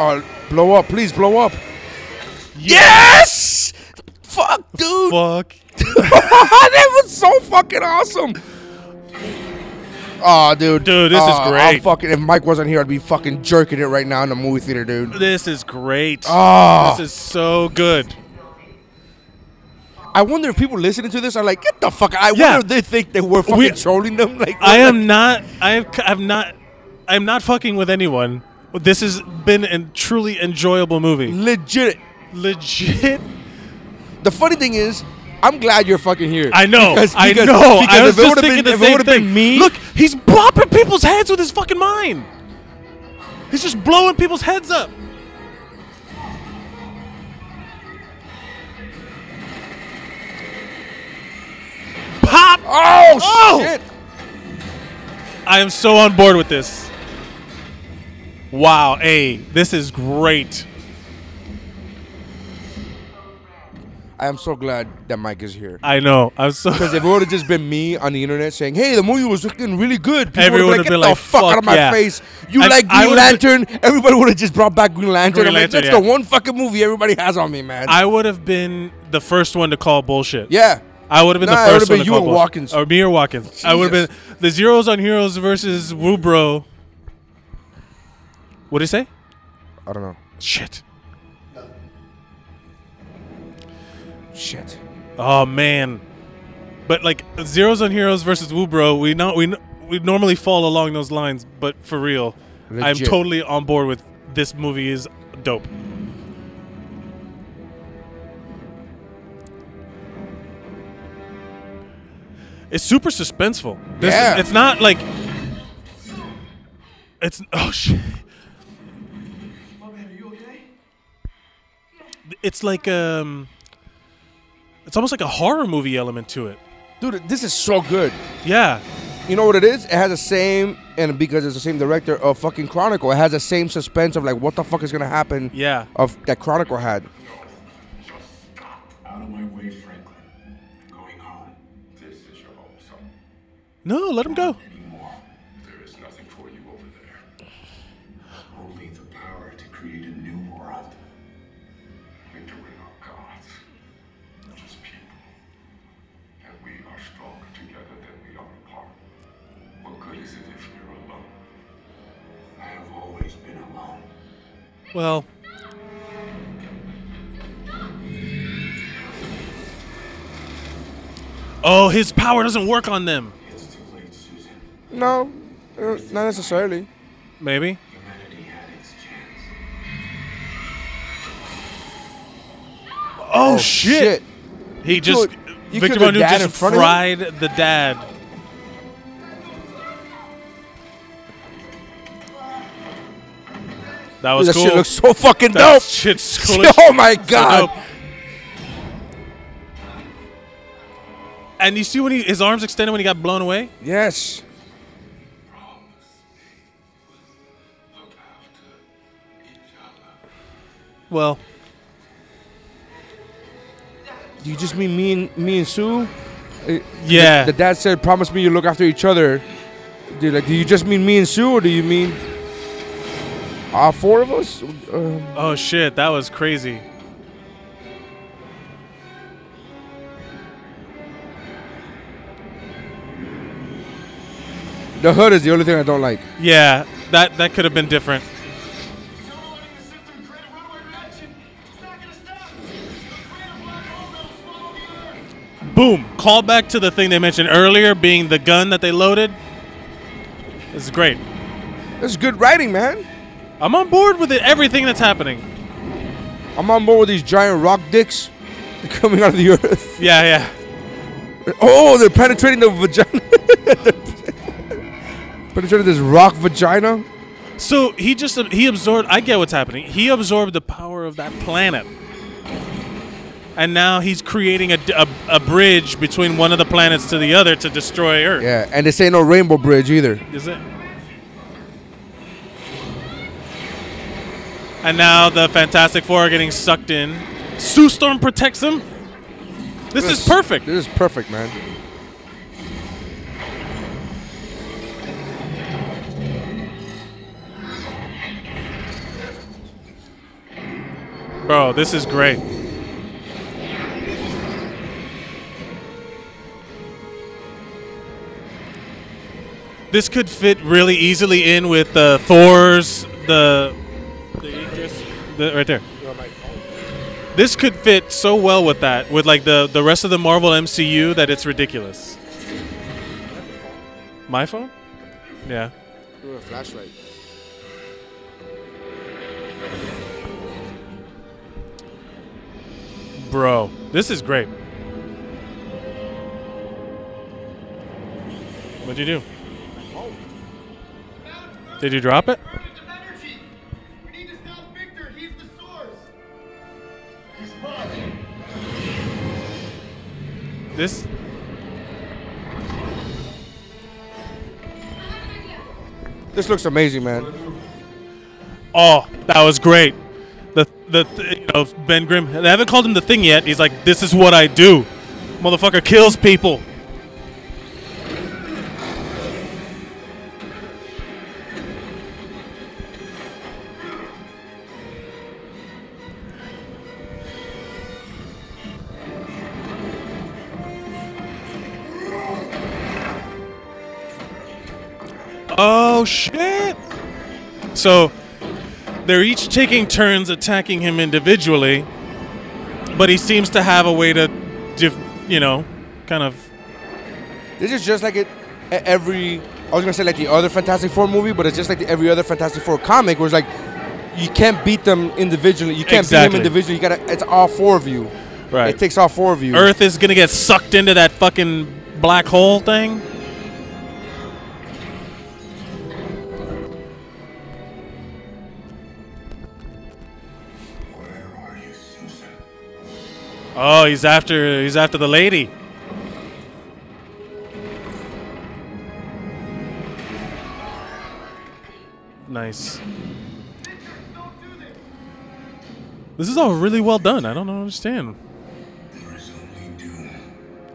A: Oh, blow up, please blow up.
H: Yes!
A: Fuck, dude.
H: Fuck.
A: that was so fucking awesome. Oh, dude.
H: Dude, this is
A: Aw,
H: great.
A: I'm fucking, if Mike wasn't here, I'd be fucking jerking it right now in the movie theater, dude.
H: This is great.
A: Oh.
H: This is so good.
A: I wonder if people listening to this are like, get the fuck out. I
H: Yeah.
A: wonder if they think that we're fucking
H: We-
A: trolling them. Like,
H: I am not I have I'm not I'm not fucking with anyone. This has been a truly enjoyable movie.
A: Legit.
H: Legit.
A: The funny thing is, I'm glad you're fucking here.
H: I know.
A: Because-
H: I
A: because-
H: know.
A: Because
H: I
A: if
H: was
A: it
H: just
A: would've been,
H: thinking the
A: if it
H: same
A: would've
H: thing.
A: been me,
H: Look, he's bopping people's heads with his fucking mind. He's just blowing people's heads up. Pop!
A: Oh, shit!
H: I am so on board with this. Wow, hey, this is great.
A: I am so glad that Mike is here.
H: I know. I'm so
A: Because if it would have just been me on the internet saying, "Hey, the movie was looking really good," people
H: Everyone
A: would have been like, "Get the fuck, out of my
H: yeah."
A: face! You
H: I-
A: like
H: I
A: Green
H: would've
A: Lantern?" everybody would have just brought back Green Lantern.
H: Green
A: I'm like,
H: Lantern,
A: That's
H: yeah.
A: the one fucking movie everybody has on me, man.
H: I would have been the first one to call bullshit.
A: yeah,
H: I would have been
A: Nah,
H: the
A: it would've
H: first
A: been
H: one to
A: you
H: call
A: and
H: bull-
A: Watkins.
H: Or me or Watkins. I would have
A: Jesus.
H: been the Zeros on Heroes versus Woobro. What did he say?
A: I don't know.
H: Shit.
A: Shit.
H: Oh man. But like Zeros on Heroes versus Woobro, we not we n- we normally fall along those lines, but for real, I'm
A: Legit.
H: totally on board with this movie is dope. It's super suspenseful. This is-
A: Yeah.
H: it's not like it's oh shit. It's like um it's almost like a horror movie element to it.
A: Dude, this is so good.
H: Yeah.
A: You know what it is? It has the same, and because it's the same director of fucking Chronicle, it has the same suspense of like, what the fuck is gonna happen?
H: Yeah.
A: Of that Chronicle had.
I: Out of my way, Franklin. I'm going home. This is your home, son.
H: No, let him go.
I: Anymore. There is nothing for you over there. Only the power to create a new world. Victor, we're not gods. We're just people.
H: Well, oh, his power doesn't work on them.
D: No, uh, not necessarily.
H: Maybe. Oh, shit. He
D: You
H: just
D: could- you could
H: Victor Von
D: the
H: Doom
D: dad
H: just
D: in front of him?
H: fried the dad. That was
D: Dude, that
H: cool.
D: shit looks so fucking
H: That
D: dope.
H: shit's cool. as
D: Oh
H: shit.
D: my
H: So
D: God.
H: dope. and you see when he, his arms extended when he got blown away?
D: Yes.
H: Well,
D: Do you just mean me and me and Sue? Uh,
H: Yeah.
D: The, the dad said, "Promise me you look after each other." Dude, like, do you just mean me and Sue, or do you mean all four of us? Uh,
H: oh shit, that was crazy.
D: the hood is the only thing I don't like.
H: Yeah, that that could have been different. Boom! Call back to the thing they mentioned earlier, being the gun that they loaded. This is great.
D: This is good writing, man.
H: I'm on board with it, everything that's happening.
D: I'm on board with these giant rock dicks coming out of the earth.
H: Yeah, yeah.
D: Oh, they're penetrating the vagina. penetrating this rock vagina.
H: So he just he absorbed. I get what's happening. He absorbed the power of that planet, and now he's creating a, a, a bridge between one of the planets to the other to destroy Earth.
D: Yeah, and this ain't no rainbow bridge either.
H: Is it? And now the Fantastic Four are getting sucked in. Sue Storm protects them. This is perfect.
D: This is perfect, man.
H: Bro, this is great. This could fit really easily in with uh, Thor's the the, Aegis- the right there. This could fit so well with that, with like the the rest of the Marvel MCU that it's ridiculous. My phone? Yeah.
D: flashlight.
H: Bro, this is great. What'd you do? Did you drop it? This.
D: This looks amazing, man.
H: Oh, that was great. The the th- you know Ben Grimm. They haven't called him the thing yet. He's like, this is what I do. Motherfucker kills people. Oh shit! So they're each taking turns attacking him individually, but he seems to have a way to, dif- you know, kind of.
D: This is just like it e- every. I was gonna say like the other Fantastic Four movie, but it's just like the, every other Fantastic Four comic, where it's like you can't beat them individually. You can't
H: Exactly.
D: beat them individually. You gotta. It's all four of you.
H: Right. Er,
D: It takes all four of you.
H: Earth is gonna get sucked into that fucking black hole thing. Oh, he's after he's after the lady. Nice. This is all really well done. I don't understand.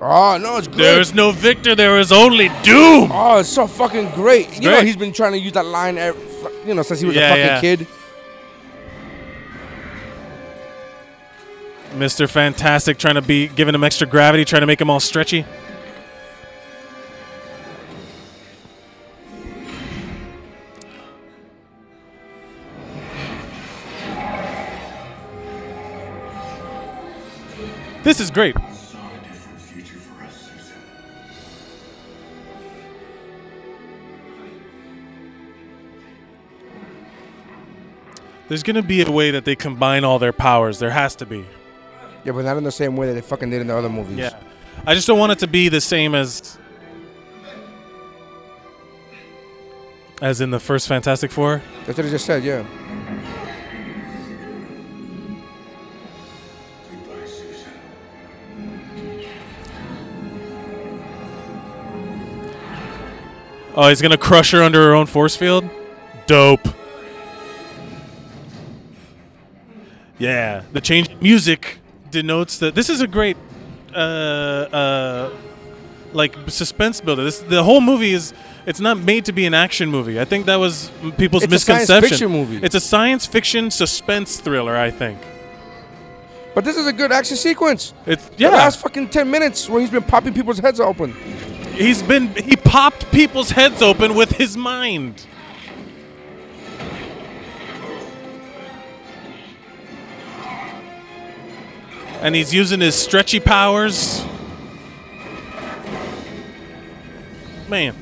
A: Ah,
D: Oh no, it's great.
H: There is no victor. There is only doom.
D: Oh, it's so fucking great. you know
H: great.
D: he's been trying to use that line, ev- you know, since he was
H: Yeah,
D: a fucking
H: yeah.
D: kid.
H: Mr. Fantastic trying to be giving him extra gravity, trying to make him all stretchy. This is great. There's gonna be a way that they combine all their powers. There has to be.
D: Yeah, but not in the same way that they fucking did in the other movies.
H: Yeah. I just don't want it to be the same as as in the first Fantastic Four.
D: That's what I just said. Yeah.
H: Oh, he's gonna crush her under her own force field. Dope. Yeah, the change in music denotes that this is a great, uh, uh, like suspense builder. This the whole movie is. It's not made to be an action movie. I think that was people's
D: It's a science
H: misconception.
D: fiction movie.
H: It's a science fiction suspense thriller. I think.
D: But this is a good action sequence.
H: It's
D: yeah. The last fucking ten minutes where he's been popping people's heads open.
H: He's been he popped people's heads open with his mind. And he's using his stretchy powers. Man.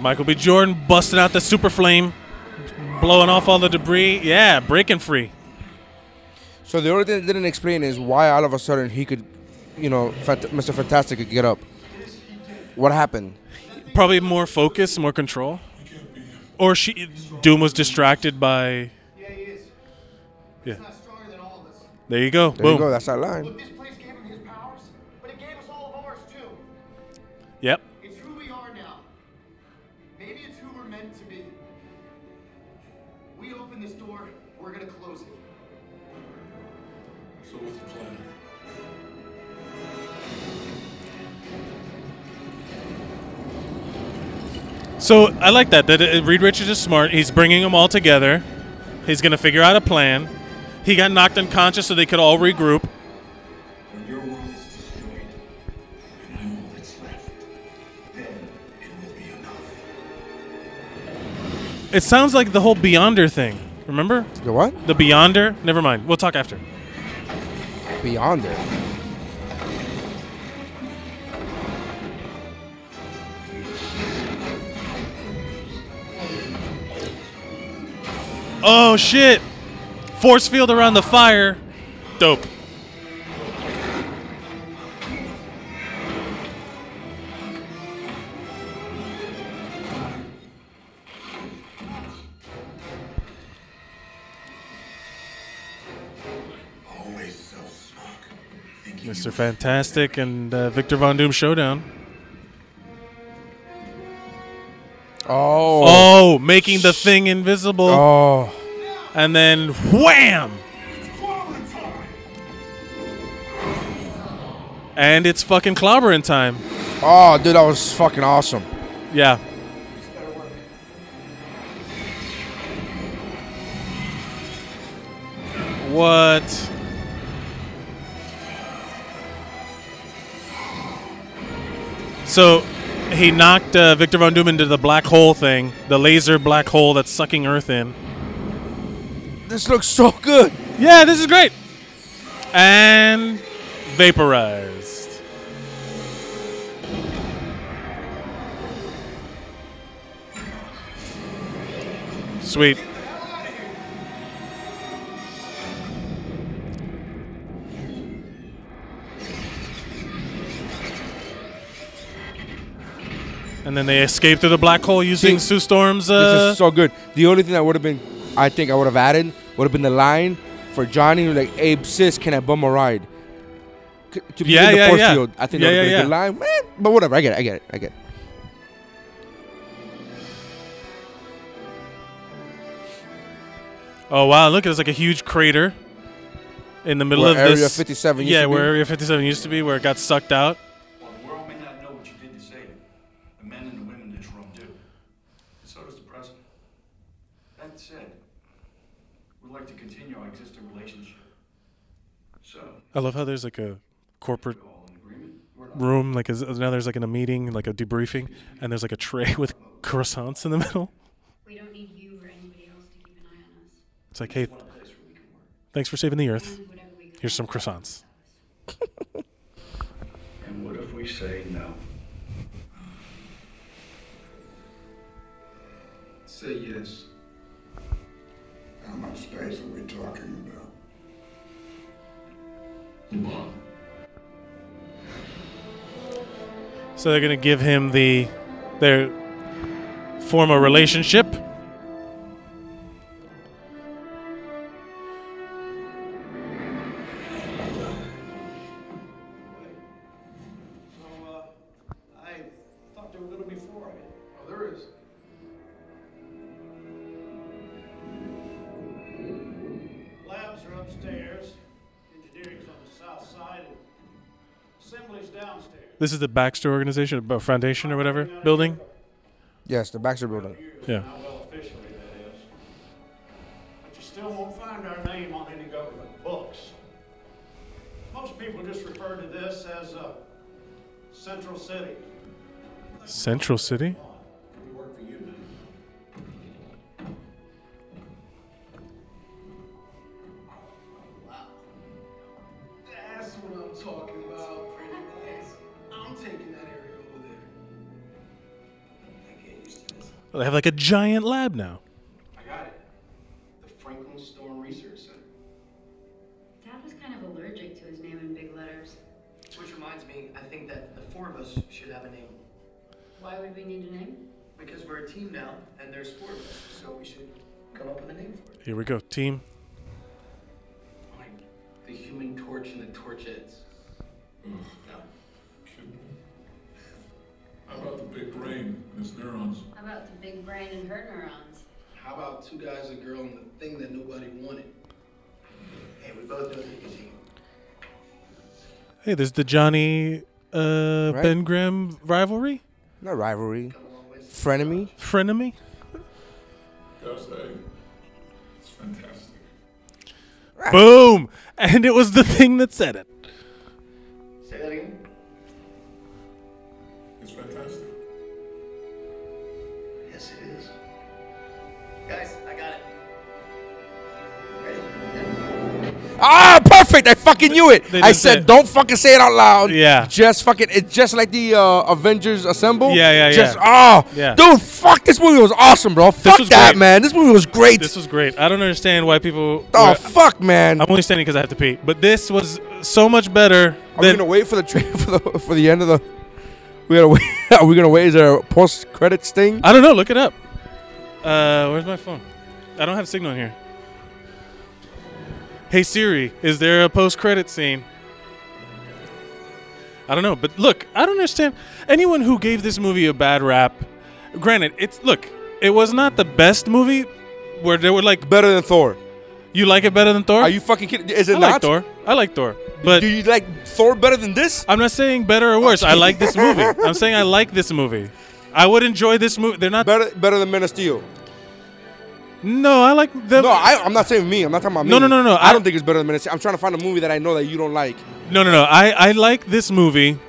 H: Michael B. Jordan busting out the super flame, blowing off all the debris. Yeah, breaking free.
D: So the only thing they didn't explain is why all of a sudden he could, you know, Fant- Mr. Fantastic could get up. What happened?
H: probably more focus, more control. Or she, Doom was distracted by. Yeah. There you go.
D: There
H: Boom.
D: you go. That's that line.
H: Yep.
G: It's who we are now. Maybe it's who we're meant to be. We open this door, we're gonna close it.
I: So what's the plan?
H: So I like that. That uh, Reed Richards is smart. He's bringing them all together. He's gonna figure out a plan. He got knocked unconscious, so they could all regroup.
I: When your world is destroyed, and I'm all that's left, then it will be enough.
H: It sounds like the whole Beyonder thing. Remember?
D: The what?
H: The Beyonder. Never mind. We'll talk after.
D: Beyonder.
H: Oh shit! Force field around the fire. Dope. Mr. Fantastic and uh, Victor Von Doom showdown.
D: Oh.
H: Oh, making the thing invisible.
D: Oh.
H: And then wham! And it's fucking clobbering time.
D: Oh, dude, that was fucking awesome.
H: Yeah. What? So he knocked uh, Victor Von Doom into the black hole thing, the laser black hole that's sucking Earth in.
D: This looks so good.
H: Yeah, this is great. And vaporized. Sweet. And then they escape through the black hole using Sue Storm's.
D: this
H: Uh,
D: is so good. The only thing that would have been, I think I would have added, would have been the line for Johnny, like, "Abe, sis, can I bum a ride?" C- To be
H: Yeah,
D: in the
H: yeah,
D: force
H: yeah.
D: field, I think
H: Yeah,
D: that would have
H: yeah,
D: been a good line. Man, but whatever, I get it, I get it, I get it.
H: oh wow! Look, there's like a huge crater in the middle
D: Where
H: of
D: Area
H: this.
D: 57 used
H: yeah,
D: to be.
H: where Area 57 used to be, where it got sucked out.
I: While the world may not know what you did to save it, the men and the women in this room do. And so does the president. That said, we'd like to continue our existing relationship. So,
H: I love how there's like a corporate room, like is, now there's like in a meeting, like a debriefing, and there's like a tray with croissants in the middle.
E: We don't need you
H: It's like, hey, thanks for saving the earth. Here's some croissants.
I: And what if we say no? Say yes.
N: How much space are we talking about?
H: So they're gonna give him the their form a relationship.
I: uh, I thought there were gonna be four of you. Oh, there is. Labs are upstairs, engineering's on the south side, and assembly's downstairs.
H: This is the Baxter organization, or foundation, or whatever building.
A: Yes, the Baxter Building.
H: Yeah.
I: How well officially that is. But you still won't find our name on any government books. Most people just refer to this as uh, Central City.
H: Central City.
I: That's what I'm talking about, pretty boys. I'm taking that area over there.
H: They have like a giant lab now.
I: I got it. The Franklin Storm Research Center.
T: Dad was kind of allergic to his name in big letters.
G: Which reminds me, I think that the four of us should have a name.
T: Why would we need a name?
G: Because we're a team now, and there's four of us, so we should come up with a name for it.
H: Here we go, team.
I: Like the human torch and the torchettes. No.
N: How about the big brain and its neurons?
T: How about the big brain and her neurons?
I: How about two guys, a girl, and the thing that nobody wanted? Hey, we both know that you see.
H: Hey, there's the Johnny uh,
A: Right.
H: Ben Grimm rivalry.
A: Not rivalry. Frenemy.
H: Frenemy.
N: Gotta say, it's fantastic.
H: Boom! And it was the thing that said it.
I: Say that again?
N: It's fantastic.
G: Yes, it is. Guys, I got it. Ready?
A: Ah, perfect! I fucking knew it.
H: They
A: I
H: just
A: said,
H: said-
A: don't fucking say it out loud.
H: Yeah.
A: Just fucking. It's just like the uh, Avengers Assemble.
H: Yeah, yeah,
A: just,
H: yeah.
A: Oh,
H: Yeah.
A: dude, fuck! This movie was awesome, bro. Fuck
H: was
A: that,
H: great.
A: man. This movie was great.
H: This was great. I don't understand why people.
A: Oh,
H: were-
A: fuck, man.
H: I'm only standing because I have to pee. But this was so much better
A: Are we
H: than.
A: gonna wait for the tra- for the for the end of the? We gotta wait. Are we gonna wait? Is there a post credits thing?
H: I don't know. Look it up. Uh, where's my phone? I don't have signal in here. Hey Siri, is there a post-credit scene? I don't know, but look, I don't understand anyone who gave this movie a bad rap. Granted, it's look, it was not the best movie. Where they were like
A: better than Thor.
H: You like it better than Thor?
A: Are you fucking kidding? Is it
H: I
A: not?
H: like Thor? I like Thor, but
A: do you like Thor better than this?
H: I'm not saying better or worse. I like this movie. I'm saying I like this movie. I would enjoy this movie. They're not
A: better better than Men of Steel.
H: No, I like the.
A: No, I, I'm not saying me. I'm not talking about me.
H: No, no, no, no,
A: I,
H: I-
A: don't think it's better than Men of Steel. I'm trying to find a movie that I know that you don't like.
H: No, no, no. I, I like this movie.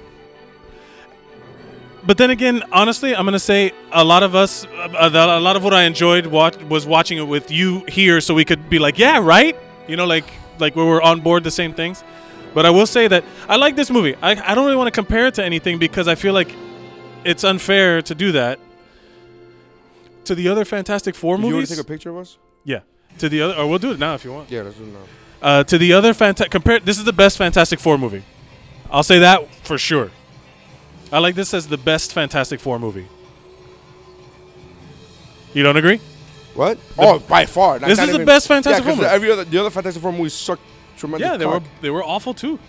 H: But then again, honestly, I'm gonna say a lot of us, uh, uh, the- a lot of what I enjoyed watch, was watching it with you here, so we could be like, yeah, right, you know, like like we were on board the same things. But I will say that I like this movie. I, I don't really want to compare it to anything because I feel like it's unfair to do that. To the other Fantastic Four
A: Do you want
H: movies,
A: to take a picture of us?
H: yeah. To the other, or we'll do it now if you want.
A: Yeah, let's do it now.
H: Uh, to the other fantastic, compare. This is the best Fantastic Four movie. I'll say that for sure. I like this as the best Fantastic Four movie. You don't agree?
A: What? oh, by far.
H: This
A: I
H: is
A: can't
H: the best Fantastic
A: yeah,
H: Four
A: 'cause
H: movie.
A: Every other, the other Fantastic Four movies suck tremendous.
H: yeah, they were
A: cock.
H: they were awful too.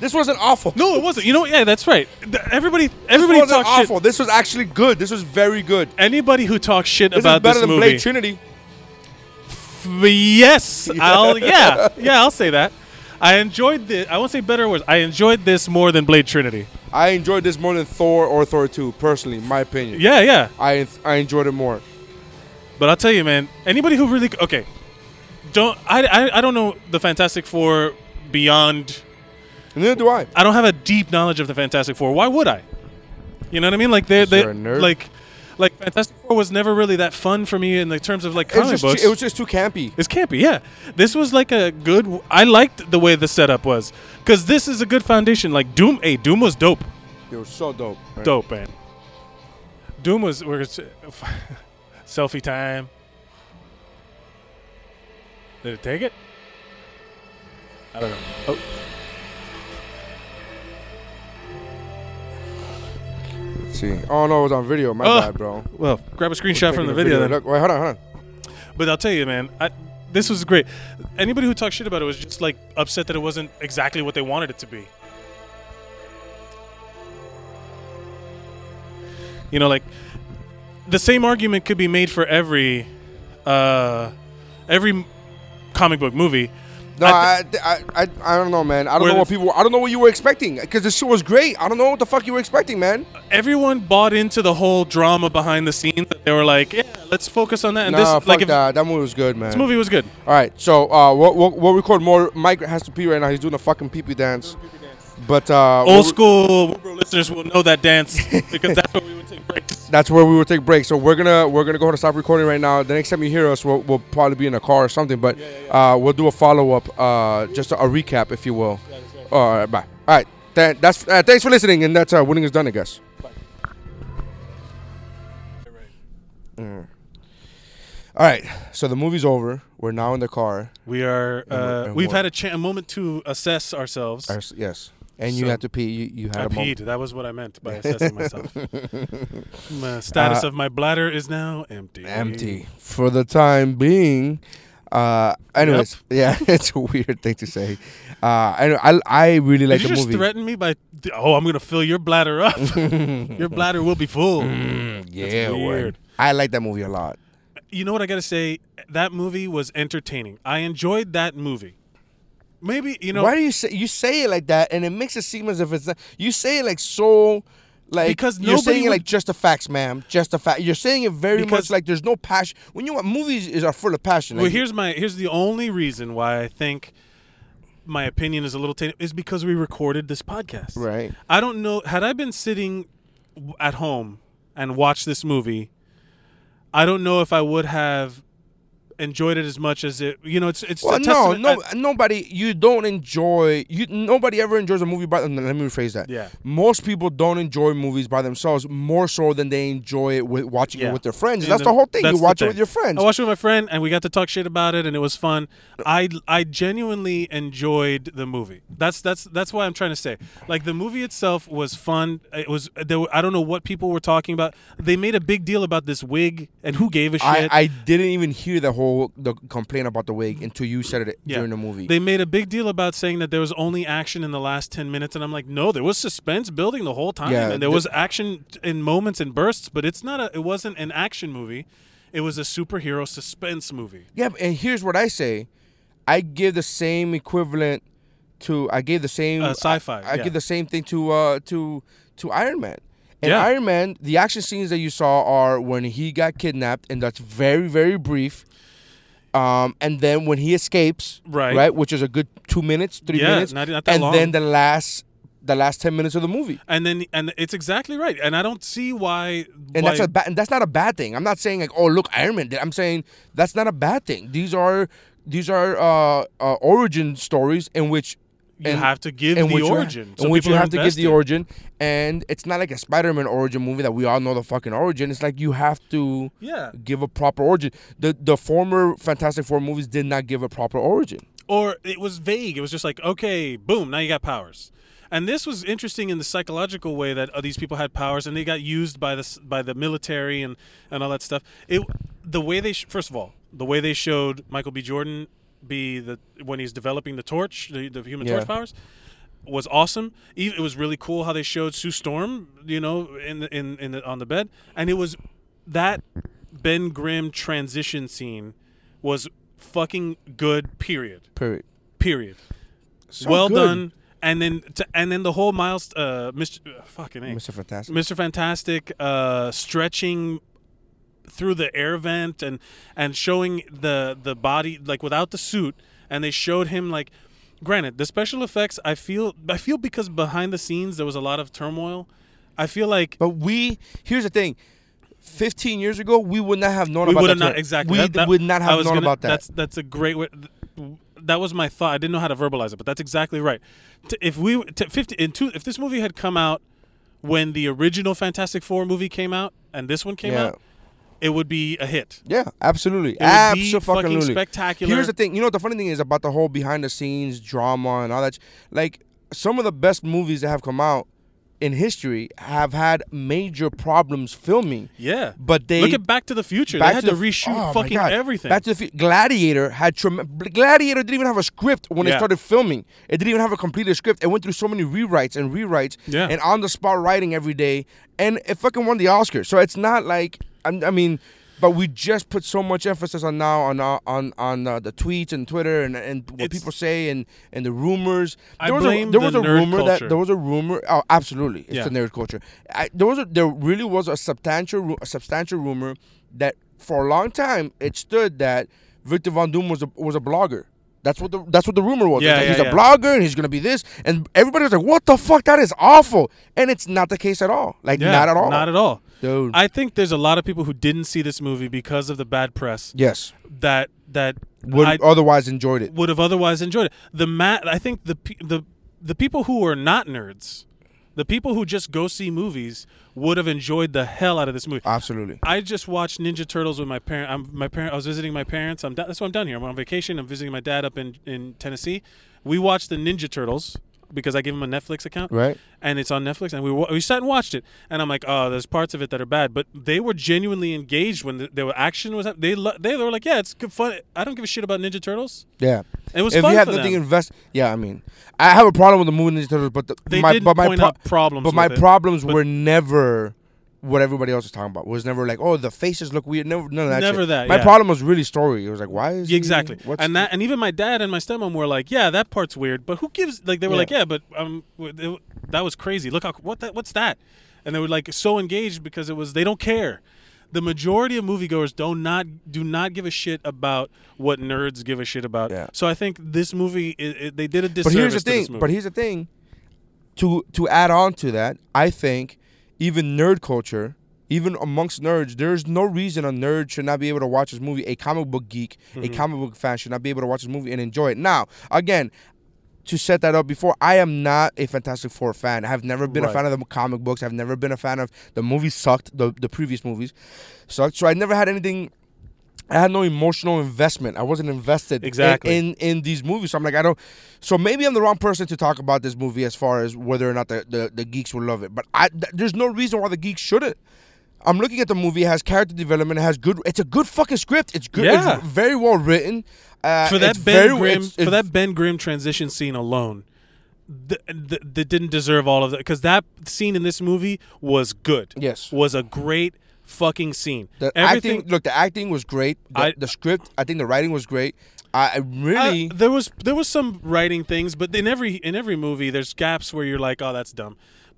A: This wasn't awful.
H: No, it wasn't. You know, yeah, that's right. Th- Everybody, everybody
A: this wasn't
H: talks shit.
A: awful. This was actually good. This was very good.
H: Anybody who talks shit
A: This is
H: about
A: better
H: this
A: than
H: movie,
A: Blade Trinity.
H: F- yes, I'll yeah yeah I'll say that. I enjoyed this. I won't say better words. I enjoyed this more than Blade Trinity.
A: I enjoyed this more than Thor or Thor 2, personally, my opinion.
H: Yeah, yeah.
A: I I enjoyed it more.
H: But I'll tell you, man. Anybody who really okay, don't I? I, I don't know the Fantastic Four beyond.
A: Neither do I.
H: I don't have a deep knowledge of the Fantastic Four. Why would I? You know what I mean? Like they, they,
A: you're a nerd.
H: like, like Fantastic Four was never really that fun for me in the terms of like
U: It was
H: comic
U: just-
H: books.
U: it was just too campy.
H: It's campy, yeah. This was like a good. I liked the way the setup was because this is a good foundation. Like Doom, hey, Doom was dope.
D: They were so dope. man.
H: Dope, man. Doom was we're, selfie time. Did it take it? I don't know. Oh.
D: Let's see. Oh no, it was on video. My
H: Oh.
D: bad, bro.
H: Well, grab a
D: We're
H: screenshot
D: taking
H: from the video. then.
D: Look, wait, hold on, hold on.
H: But I'll tell you, man, I, this was great. Anybody who talked shit about it was just like upset that it wasn't exactly what they wanted it to be. You know, like the same argument could be made for every, uh, every m- comic book movie.
D: No, I, I, I, I don't know, man. I don't
H: Where
D: know what
H: the-
D: people. I don't know what you were expecting because this shit was great. I don't know what the fuck you were expecting, man.
H: Everyone bought into the whole drama behind the scenes. That they were like, yeah, let's focus on that. And
D: nah,
H: this,
D: fuck
H: like, if,
D: that. That movie was good, man.
H: this movie was good.
D: All right, so uh, we'll, we'll, we'll record more. Mike has to pee right now. He's doing a fucking pee pee dance. But uh, we'll-
H: Old school Woodrow listeners will know that dance because that's what we would take breaks.
D: That's where we will take breaks. So we're gonna we're gonna go ahead and stop recording right now. The next time you hear us, we'll, we'll probably be in a car or something. But Uh, we'll do a follow up, uh, just a, recap, if you will. All right, bye. All right, Tha- that's uh, thanks for listening, and that's uh, winning is done, I guess. Mm. All right, so the movie's over. We're now in the car.
H: We are.
D: And we're-
H: Uh,
D: and
H: we've
D: we're-
H: had a, cha- a moment to assess ourselves.
D: Our- yes. And you had to pee. You- you had
H: I
D: a moment.
H: peed. That was what I meant by assessing myself. my status
D: Uh,
H: of my bladder is now empty.
D: Empty for the time being. Uh, anyways, yeah, it's a weird thing to say. Uh, I I, I really like
H: Did you
D: the
H: just
D: movie.
H: threaten me by? Oh, I'm gonna fill your bladder up. your bladder will be full.
D: Mm,
H: That's
D: yeah,
H: weird.
D: word. I like that movie a lot.
H: You know what I gotta say? That movie was entertaining. I enjoyed that movie. Maybe you know
D: Why do you say you say it like that, and it makes it seem as if it's not, you say it like so, like
H: Because
D: you're
H: nobody
D: saying it
H: would-
D: like just the facts, ma'am, just the fact. You're saying it very much
H: Because-
D: like there's no passion. When you want movies is are full of passion.
H: Well,
D: like-
H: here's my here's the only reason why I think my opinion is a little tainted is because we recorded this podcast.
D: Right.
H: I don't know. Had I been sitting w- at home and watched this movie, I don't know if I would have enjoyed it as much as it. You know, it's it's.
D: Well,
H: a
D: no,
H: testament-
D: no, nobody. You don't enjoy. You nobody ever enjoys a movie by. Let me rephrase that.
H: Yeah.
D: Most people don't enjoy movies by themselves more so than they enjoy it with watching
H: Yeah.
D: it with their friends.
H: And
D: That's the, whole thing.
H: that's
D: You
H: the
D: watch
H: thing.
D: it with your friends.
H: I watched it with my friend, and we got to talk shit about it, and it was fun. I I genuinely enjoyed the movie. That's that's that's why I'm trying to say. Like the movie itself was fun. It was there. Were, I don't know what people were talking about. They made a big deal about this wig and who gave a shit.
D: I, I didn't even hear the whole the complaint about the wig until you said it
H: Yeah.
D: during the movie.
H: They made a big deal about saying that there was only action in the last 10 minutes. And I'm like, no, there was suspense building the whole time.
D: Yeah,
H: and
D: the-
H: there was action t- in moments and bursts, but it's not a, it wasn't an action movie. It was a superhero suspense movie.
D: Yeah, but- and here's what I say: I give the same equivalent to I gave the same
H: Uh, sci-fi,
D: I, I
H: yeah.
D: give the same thing to uh to to Iron Man. And
H: Yeah.
D: Iron Man, the action scenes that you saw are when he got kidnapped, and that's very very brief. Um, and then when he escapes,
H: Right.
D: right, which is a good two minutes, three
H: Yeah,
D: minutes,
H: not- not that
D: and
H: long.
D: then the last the last ten minutes of the movie.
H: And then, and it's exactly right. And I don't see why.
D: And that's
H: why-
D: a ba- and that's not a bad thing. I'm not saying like, oh look, Iron Man. did- I'm saying that's not a bad thing. These are these are uh, uh, origin stories in which
H: You have to give
D: in
H: the
D: which you ha-
H: origin, so
D: in which
H: people
D: you
H: are
D: have to give the
H: invested.
D: origin, and it's not like a Spider-Man origin movie that we all know the fucking origin. It's like you have to
H: Yeah.
D: give a proper origin. The the former Fantastic Four movies did not give a proper origin.
H: or it was vague. It was just like, okay, boom, now you got powers. And this was interesting in the psychological way that uh, these people had powers and they got used by the s- by the military and and all that stuff. It the way they sh- first of all the way they showed Michael B. Jordan be the when he's developing the torch, the, the human
D: Yeah.
H: torch powers. Was awesome. Even, it was really cool how they showed Sue Storm, you know, in the, in in the, on the bed, and it was that Ben Grimm transition scene was fucking good. Period
D: Period.
H: period.
D: So
H: well
D: good.
H: done. And then to, and then the whole Miles uh Mr. uh, fucking A.
D: Mr. Fantastic.
H: Mr. Fantastic uh stretching through the air vent and and showing the the body like without the suit and they showed him like granted the special effects I feel I feel because behind the scenes there was a lot of turmoil. I feel like
D: But we here's the thing.
A: 15 years ago, we would not have known
H: we
A: about
H: would
A: that.
H: have not
A: term.
H: exactly.
A: We
H: that- that-
A: would not
H: I
A: have known
H: was gonna-
A: about that.
H: That's that's a great way. th- That was my thought. I didn't know how to verbalize it, but that's exactly right. T- If we t- fifty in two, if this movie had come out when the original Fantastic Four movie came out and this one came
A: Yeah.
H: out, it would be a hit.
A: Yeah, absolutely.
H: It would be
A: Absolutely.
H: fucking spectacular.
A: Here's the thing. You know what the funny thing is about the whole behind the scenes drama and all that? sh- Like some of the best movies that have come out in history have had major problems filming.
H: Yeah,
A: But they
H: look at Back to the Future.
A: Back
H: they had
A: the
H: to,
A: Fu-
H: reshoot
A: oh my
H: fucking
A: God.
H: everything.
A: Back to the Fu- Gladiator had trem- Gladiator didn't even have a script when they
H: Yeah.
A: started filming. It didn't even have a completed script. It went through so many rewrites and rewrites
H: Yeah.
A: and on the spot writing every day, and it fucking won the Oscar. So it's not like I'm- I mean. But we just put so much emphasis on now on uh, on on uh, the tweets and Twitter and, and what people say and, and the rumors.
H: I
A: was a,
H: blame
A: there
H: the
A: was a
H: nerd
A: rumor that
H: culture.
A: there was a rumor. Oh, absolutely, it's
H: Yeah.
A: the nerd culture. I, there was a, there really was a substantial ru- a substantial rumor that for a long time it stood that Victor Von Doom was a, was a blogger. That's what the that's what the rumor was. It's
H: Yeah,
A: like,
H: yeah,
A: he's a
H: yeah.
A: blogger and he's gonna be this, and everybody was like, "What the fuck? That is awful!" And it's not the case at all. Like
H: Yeah,
A: not at all.
H: Not at all.
A: Dude.
H: I think there's a lot of people who didn't see this movie because of the bad press.
A: Yes.
H: That that
A: Would
H: I-
A: otherwise enjoyed it.
H: would have otherwise enjoyed it. The mat, I think the pe- the the people who are not nerds, the people who just go see movies, would have enjoyed the hell out of this movie.
A: Absolutely.
H: I just watched Ninja Turtles with my parent. I'm my parent. I was visiting my parents. I'm da- that's why I'm down here. I'm on vacation. I'm visiting my dad up in in Tennessee. We watched the Ninja Turtles because I gave him a Netflix account.
A: Right.
H: And it's on Netflix, and we wa- we sat and watched it. And I'm like, oh, there's parts of it that are bad, but they were genuinely engaged when the, there were action was. hap- They lo- they were like, yeah, it's good fun. I don't give a shit about Ninja Turtles.
A: Yeah.
H: It was
A: if
H: fun
A: you have
H: for
A: nothing
H: them.
A: invest, yeah. I mean, I have a problem with the movie Ninja Turtles, but the,
H: They
A: my
H: did
A: but my
H: point out problems
A: But my
H: with it,
A: problems
H: but-
A: were never what everybody else was talking about. Was never like, oh, the faces look weird. Never, none of that.
H: Never
A: shit.
H: that,
A: My
H: yeah.
A: problem was really story. It was like, why is he-
H: exactly
A: what's
H: and that and even my dad and my stepmom were like yeah that part's weird but who gives like they were
A: Yeah.
H: like yeah but um w- it- that was crazy look how what that what's that and they were like so engaged because it was they don't care the majority of moviegoers do not do not give a shit about what nerds give a shit about so i think this movie i i they did a disservice
A: But here's the
H: to
A: thing.
H: this movie.
A: But here's the thing. To to add on to that, I think even nerd culture, even amongst nerds, there's no reason a nerd should not be able to watch this movie. A comic book geek, a
H: Mm-hmm.
V: Mhm.
A: comic book fan should not be able to watch this movie and enjoy it. Now, again, to set that up before, I am not a Fantastic Four fan. I have never been a
V: Right.
A: fan of the comic books. I've never been a fan of the movies sucked. The the previous movies sucked. So I never had anything. I had no emotional investment. I wasn't invested in-
H: Exactly.
A: in, in these movies. So I'm like, I don't. So maybe I'm the wrong person to talk about this movie as far as whether or not the, the, the geeks will love it. But I, th- there's no reason why the geeks shouldn't. I'm looking at the movie. It has character development. It has good. It's a good fucking script. It's good.
H: Yeah.
A: It's very well written. Uh,
H: for that
A: it's
H: Ben
A: very,
H: Grimm
A: it's- it's-
H: for that Ben Grimm transition scene alone, th- th- that didn't deserve all of that because that scene in this movie was good.
A: Yes,
H: was a great fucking scene.
A: The
H: Everything.
A: acting, look, the acting was great. The,
H: I-
A: the script, I think the writing was great. I, I really,
H: I- uh, there was there was some writing things, but in every in every movie, there's gaps where you're like, oh, that's dumb.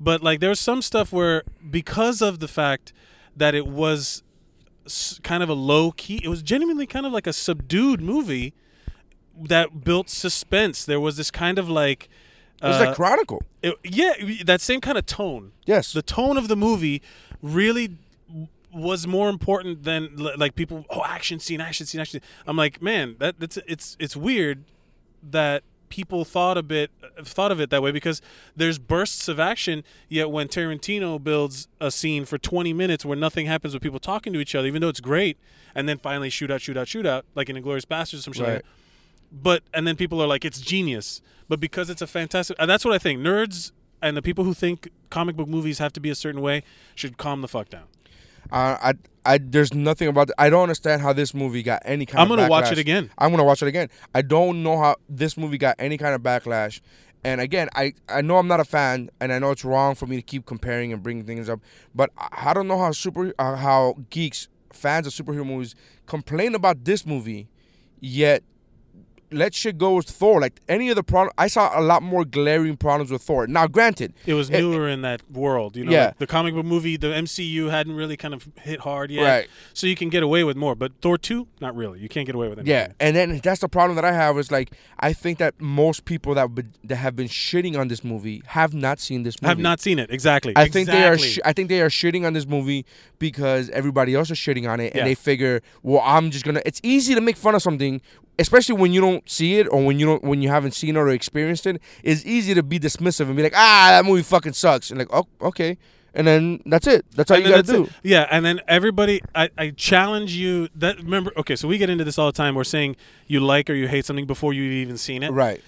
H: But like, there's some stuff where because of the fact that it was s- kind of a low key, it was genuinely kind of like a subdued movie that built suspense. There was this kind of like.
A: It was like
H: uh,
A: Chronicle.
H: it- yeah, y- that same kind of tone.
A: Yes.
H: The tone of the movie really w- was more important than li- like people oh action scene action scene action scene. I'm like man that that's it's it's weird that people thought a bit thought of it that way because there's bursts of action yet when Tarantino builds a scene for 20 minutes where nothing happens with people talking to each other even though it's great and then finally shootout shootout shootout like in Inglorious Bastards or some shit like
A: Right.
H: that but and then people are like it's genius but because it's a fantastic and that's what i think nerds and the people who think comic book movies have to be a certain way should calm the fuck down
A: I, I, I, there's nothing about. I don't understand how this movie got any kind.
H: I'm
A: of
H: gonna watch it
A: backlash.
H: again.
A: I'm gonna watch it again. I don't know how this movie got any kind of backlash. And again, I, I know I'm not a fan, and I know it's wrong for me to keep comparing and bringing things up, but I I don't know how super uh, how geeks fans of superhero movies complain about this movie, yet let shit go with Thor. Like any of the problem, I saw a lot more glaring problems with Thor. Now, granted,
H: It was newer in that world, you know.
A: Yeah.
H: like the comic book movie, the MCU hadn't really kind of hit hard yet,
A: Right.
H: So you can get away with more, but Thor two, not really. You can't get away with anything.
A: Yeah, and then that's the problem that I have is like I think that most people that be, that have been shitting on this movie have not seen this movie.
H: Have not seen it exactly.
A: I think they are.
H: Exactly.
A: Sh- I think they are shitting on this movie because everybody else is shitting on it, and
H: Yeah.
A: they figure, well, I'm just gonna. It's easy to make fun of something, especially when you don't see it or when you don't when you haven't seen it or experienced it. It's easy to be dismissive and be like, ah, that movie fucking sucks, and like, oh, okay, and then that's it. That's all
H: And
A: you
H: then
A: gotta do.
H: that's it. Yeah, and then everybody, I, I challenge you. That remember, okay, so we get into this all the time. We're saying you like or you hate something before you've even seen it.
A: Right.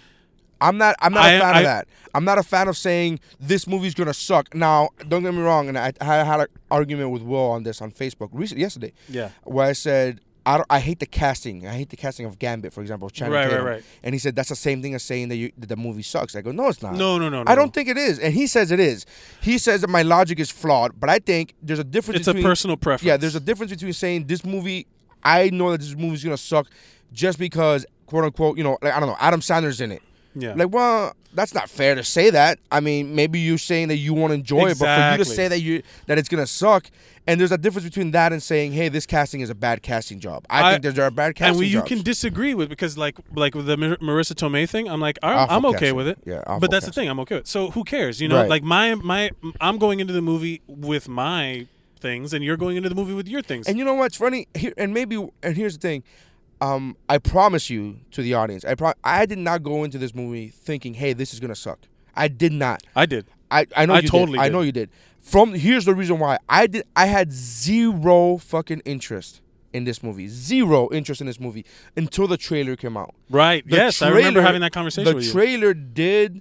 A: I'm not. I'm not
H: I-
A: a fan
H: I-
A: of that. I'm not a fan of saying this movie's gonna suck. Now, don't get me wrong, and I, I had an argument with Will on this on Facebook recently yesterday.
H: Yeah.
A: Where I said I, don't, I hate the casting. I hate the casting of Gambit, for example. of Channing
H: Right, right,
A: Tatum.
H: right.
A: And he said that's the same thing as saying that, you, that the movie sucks. I go, no, it's not.
H: No, no, no,
A: I
H: no,
A: don't think it is. And he says it is. He says that my logic is flawed, but I think there's a difference.
H: It's a
A: between-
H: personal
A: Yeah,
H: preference.
A: there's a difference between saying this movie, I know that this movie's gonna suck, just because quote unquote, you know, like I don't know, Adam Sandler's in it.
H: Yeah.
A: Like, well, that's not fair to say that. I mean, maybe you're saying that you want to enjoy it, but for you to
H: Exactly.
A: say that you that it's gonna suck, and there's a difference between that and saying, hey, this casting is a bad casting job. I, think there are bad casting
H: and we, you
A: jobs.
H: can disagree with because like like with the Mar- Marissa Tomei thing, I'm like all right,
A: Awful
H: I'm okay
A: casting.
H: with it.
A: Yeah, awful
H: but that's the thing, I'm okay with. it. So who cares? You know,
A: Right.
H: like my my I'm going into the movie with my things, and you're going into the movie with your things.
A: And you know what's funny? Here and maybe and here's the thing. Um, I promise you to the audience, I pro- I did not go into this movie thinking, hey, this is gonna suck. I did not.
H: I did.
A: I, I know
H: I
A: you
H: totally
A: did. I
H: did.
A: know you did. From here's the reason why I did. I had zero fucking interest in this movie. Zero interest in this movie until the trailer came out.
H: Right. Yes, I remember having that conversation
A: The
H: with you.
A: trailer did,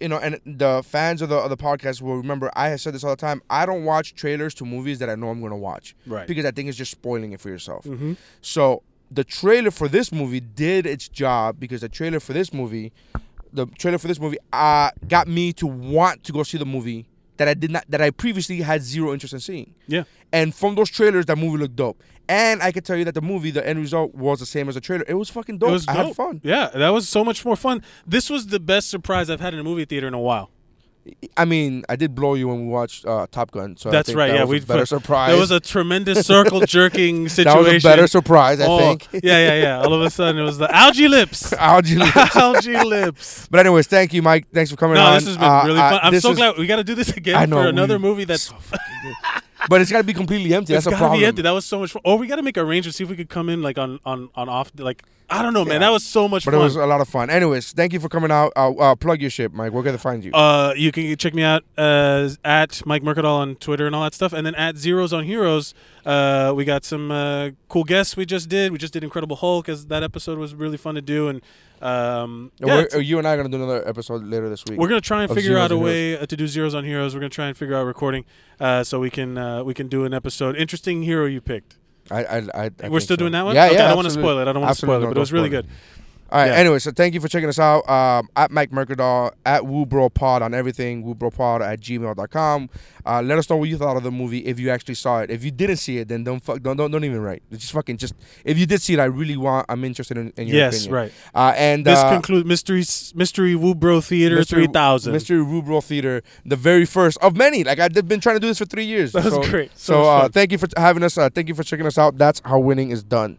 A: you know, and the fans of the of the podcast will remember. I have said this all the time. I don't watch trailers to movies that I know I'm going to watch.
H: Right.
A: Because I think it's just spoiling it for yourself.
H: Mhm.
A: So the trailer for this movie did its job because the trailer for this movie, the trailer for this movie, uh, got me to want to go see the movie that I did not that I previously had zero interest in seeing.
H: Yeah.
A: And from those trailers, that movie looked dope. And I can tell you that the movie, the end result was the same as the trailer. It was fucking dope.
H: It was
A: I had
H: dope.
A: fun.
H: Yeah, that was so much more fun. This was the best surprise I've had in a movie theater in a while.
A: I mean, I did blow you when we watched uh, Top Gun. So I
H: That's
A: think
H: right.
A: that
H: yeah,
A: was
H: we
A: a better surprise.
H: It was a tremendous circle jerking
A: That
H: situation.
A: was a better surprise, I
H: Oh,
A: think.
H: Yeah, yeah, yeah. All of a sudden, it was the algae lips.
A: algae lips.
H: algae lips.
A: But anyways, thank you, Mike. Thanks for coming
H: No,
A: on.
H: this has been
A: Uh,
H: really
A: uh,
H: fun. I'm
A: this
H: so
A: is-
H: glad we got to do this again
A: I know,
H: for another
A: we-
H: movie that's
A: But it's got to be completely empty. That's
H: it's
A: a
H: gotta
A: problem.
H: Be empty. That was so much fun. Or we got to make arrangements. See if we could come in like on on on off. Like I don't know, man.
A: Yeah.
H: That was so much
A: But
H: fun.
A: it was a lot of fun. Anyways, thank you for coming out. Uh, uh, plug your shit, Mike. Where can they find you?
H: Uh, you can check me out uh, at Mike Mercadal on Twitter and all that stuff, and then at Zeros on Heroes. Uh, we got some uh, cool guests we just did. We just did Incredible Hulk, as that episode was really fun to do, and um,
A: And
H: yeah,
A: we're-
H: it's-
A: uh, you and I are gonna do another episode later this week.
H: we're gonna try and
A: of
H: figure
A: Zeros
H: out a
A: and Heroes.
H: way uh, to do Zeros on Heroes. We're gonna try and figure out recording, uh, so we can uh, we can do an episode. Interesting hero you picked.
A: I, I, I, I
H: we're
A: think
H: still
A: so.
H: doing that one.
A: Yeah,
H: okay,
A: yeah.
H: I don't want to
A: absolutely.
H: spoil it. I don't want to
A: Absolutely,
H: spoil it,
A: no,
H: but it
A: don't
H: was really
A: spoil it.
H: good.
A: All right.
H: Yeah.
A: Anyway, so thank you for checking us out. Um, at Mike Mercadal, at WooBroPod on everything, WooBroPod at gmail.com. Uh, let us know what you thought of the movie if you actually saw it. If you didn't see it, then don't fuck, don't, don't, don't even write. Just fucking just. If you did see it, I really want. I'm interested in, in your
H: Yes,
A: opinion.
H: right.
A: Uh, and
H: this
A: uh,
H: concludes mystery mystery Woo Bro Theater
A: Mystery-
H: three thousand.
A: Mystery Rubro Theater, the very first of many. Like I've been trying to do this for three years.
H: That was
A: so,
H: great. So
A: So,
H: much
A: uh,
H: fun.
A: thank you for having us. Uh, thank you for checking us out. That's how winning is done.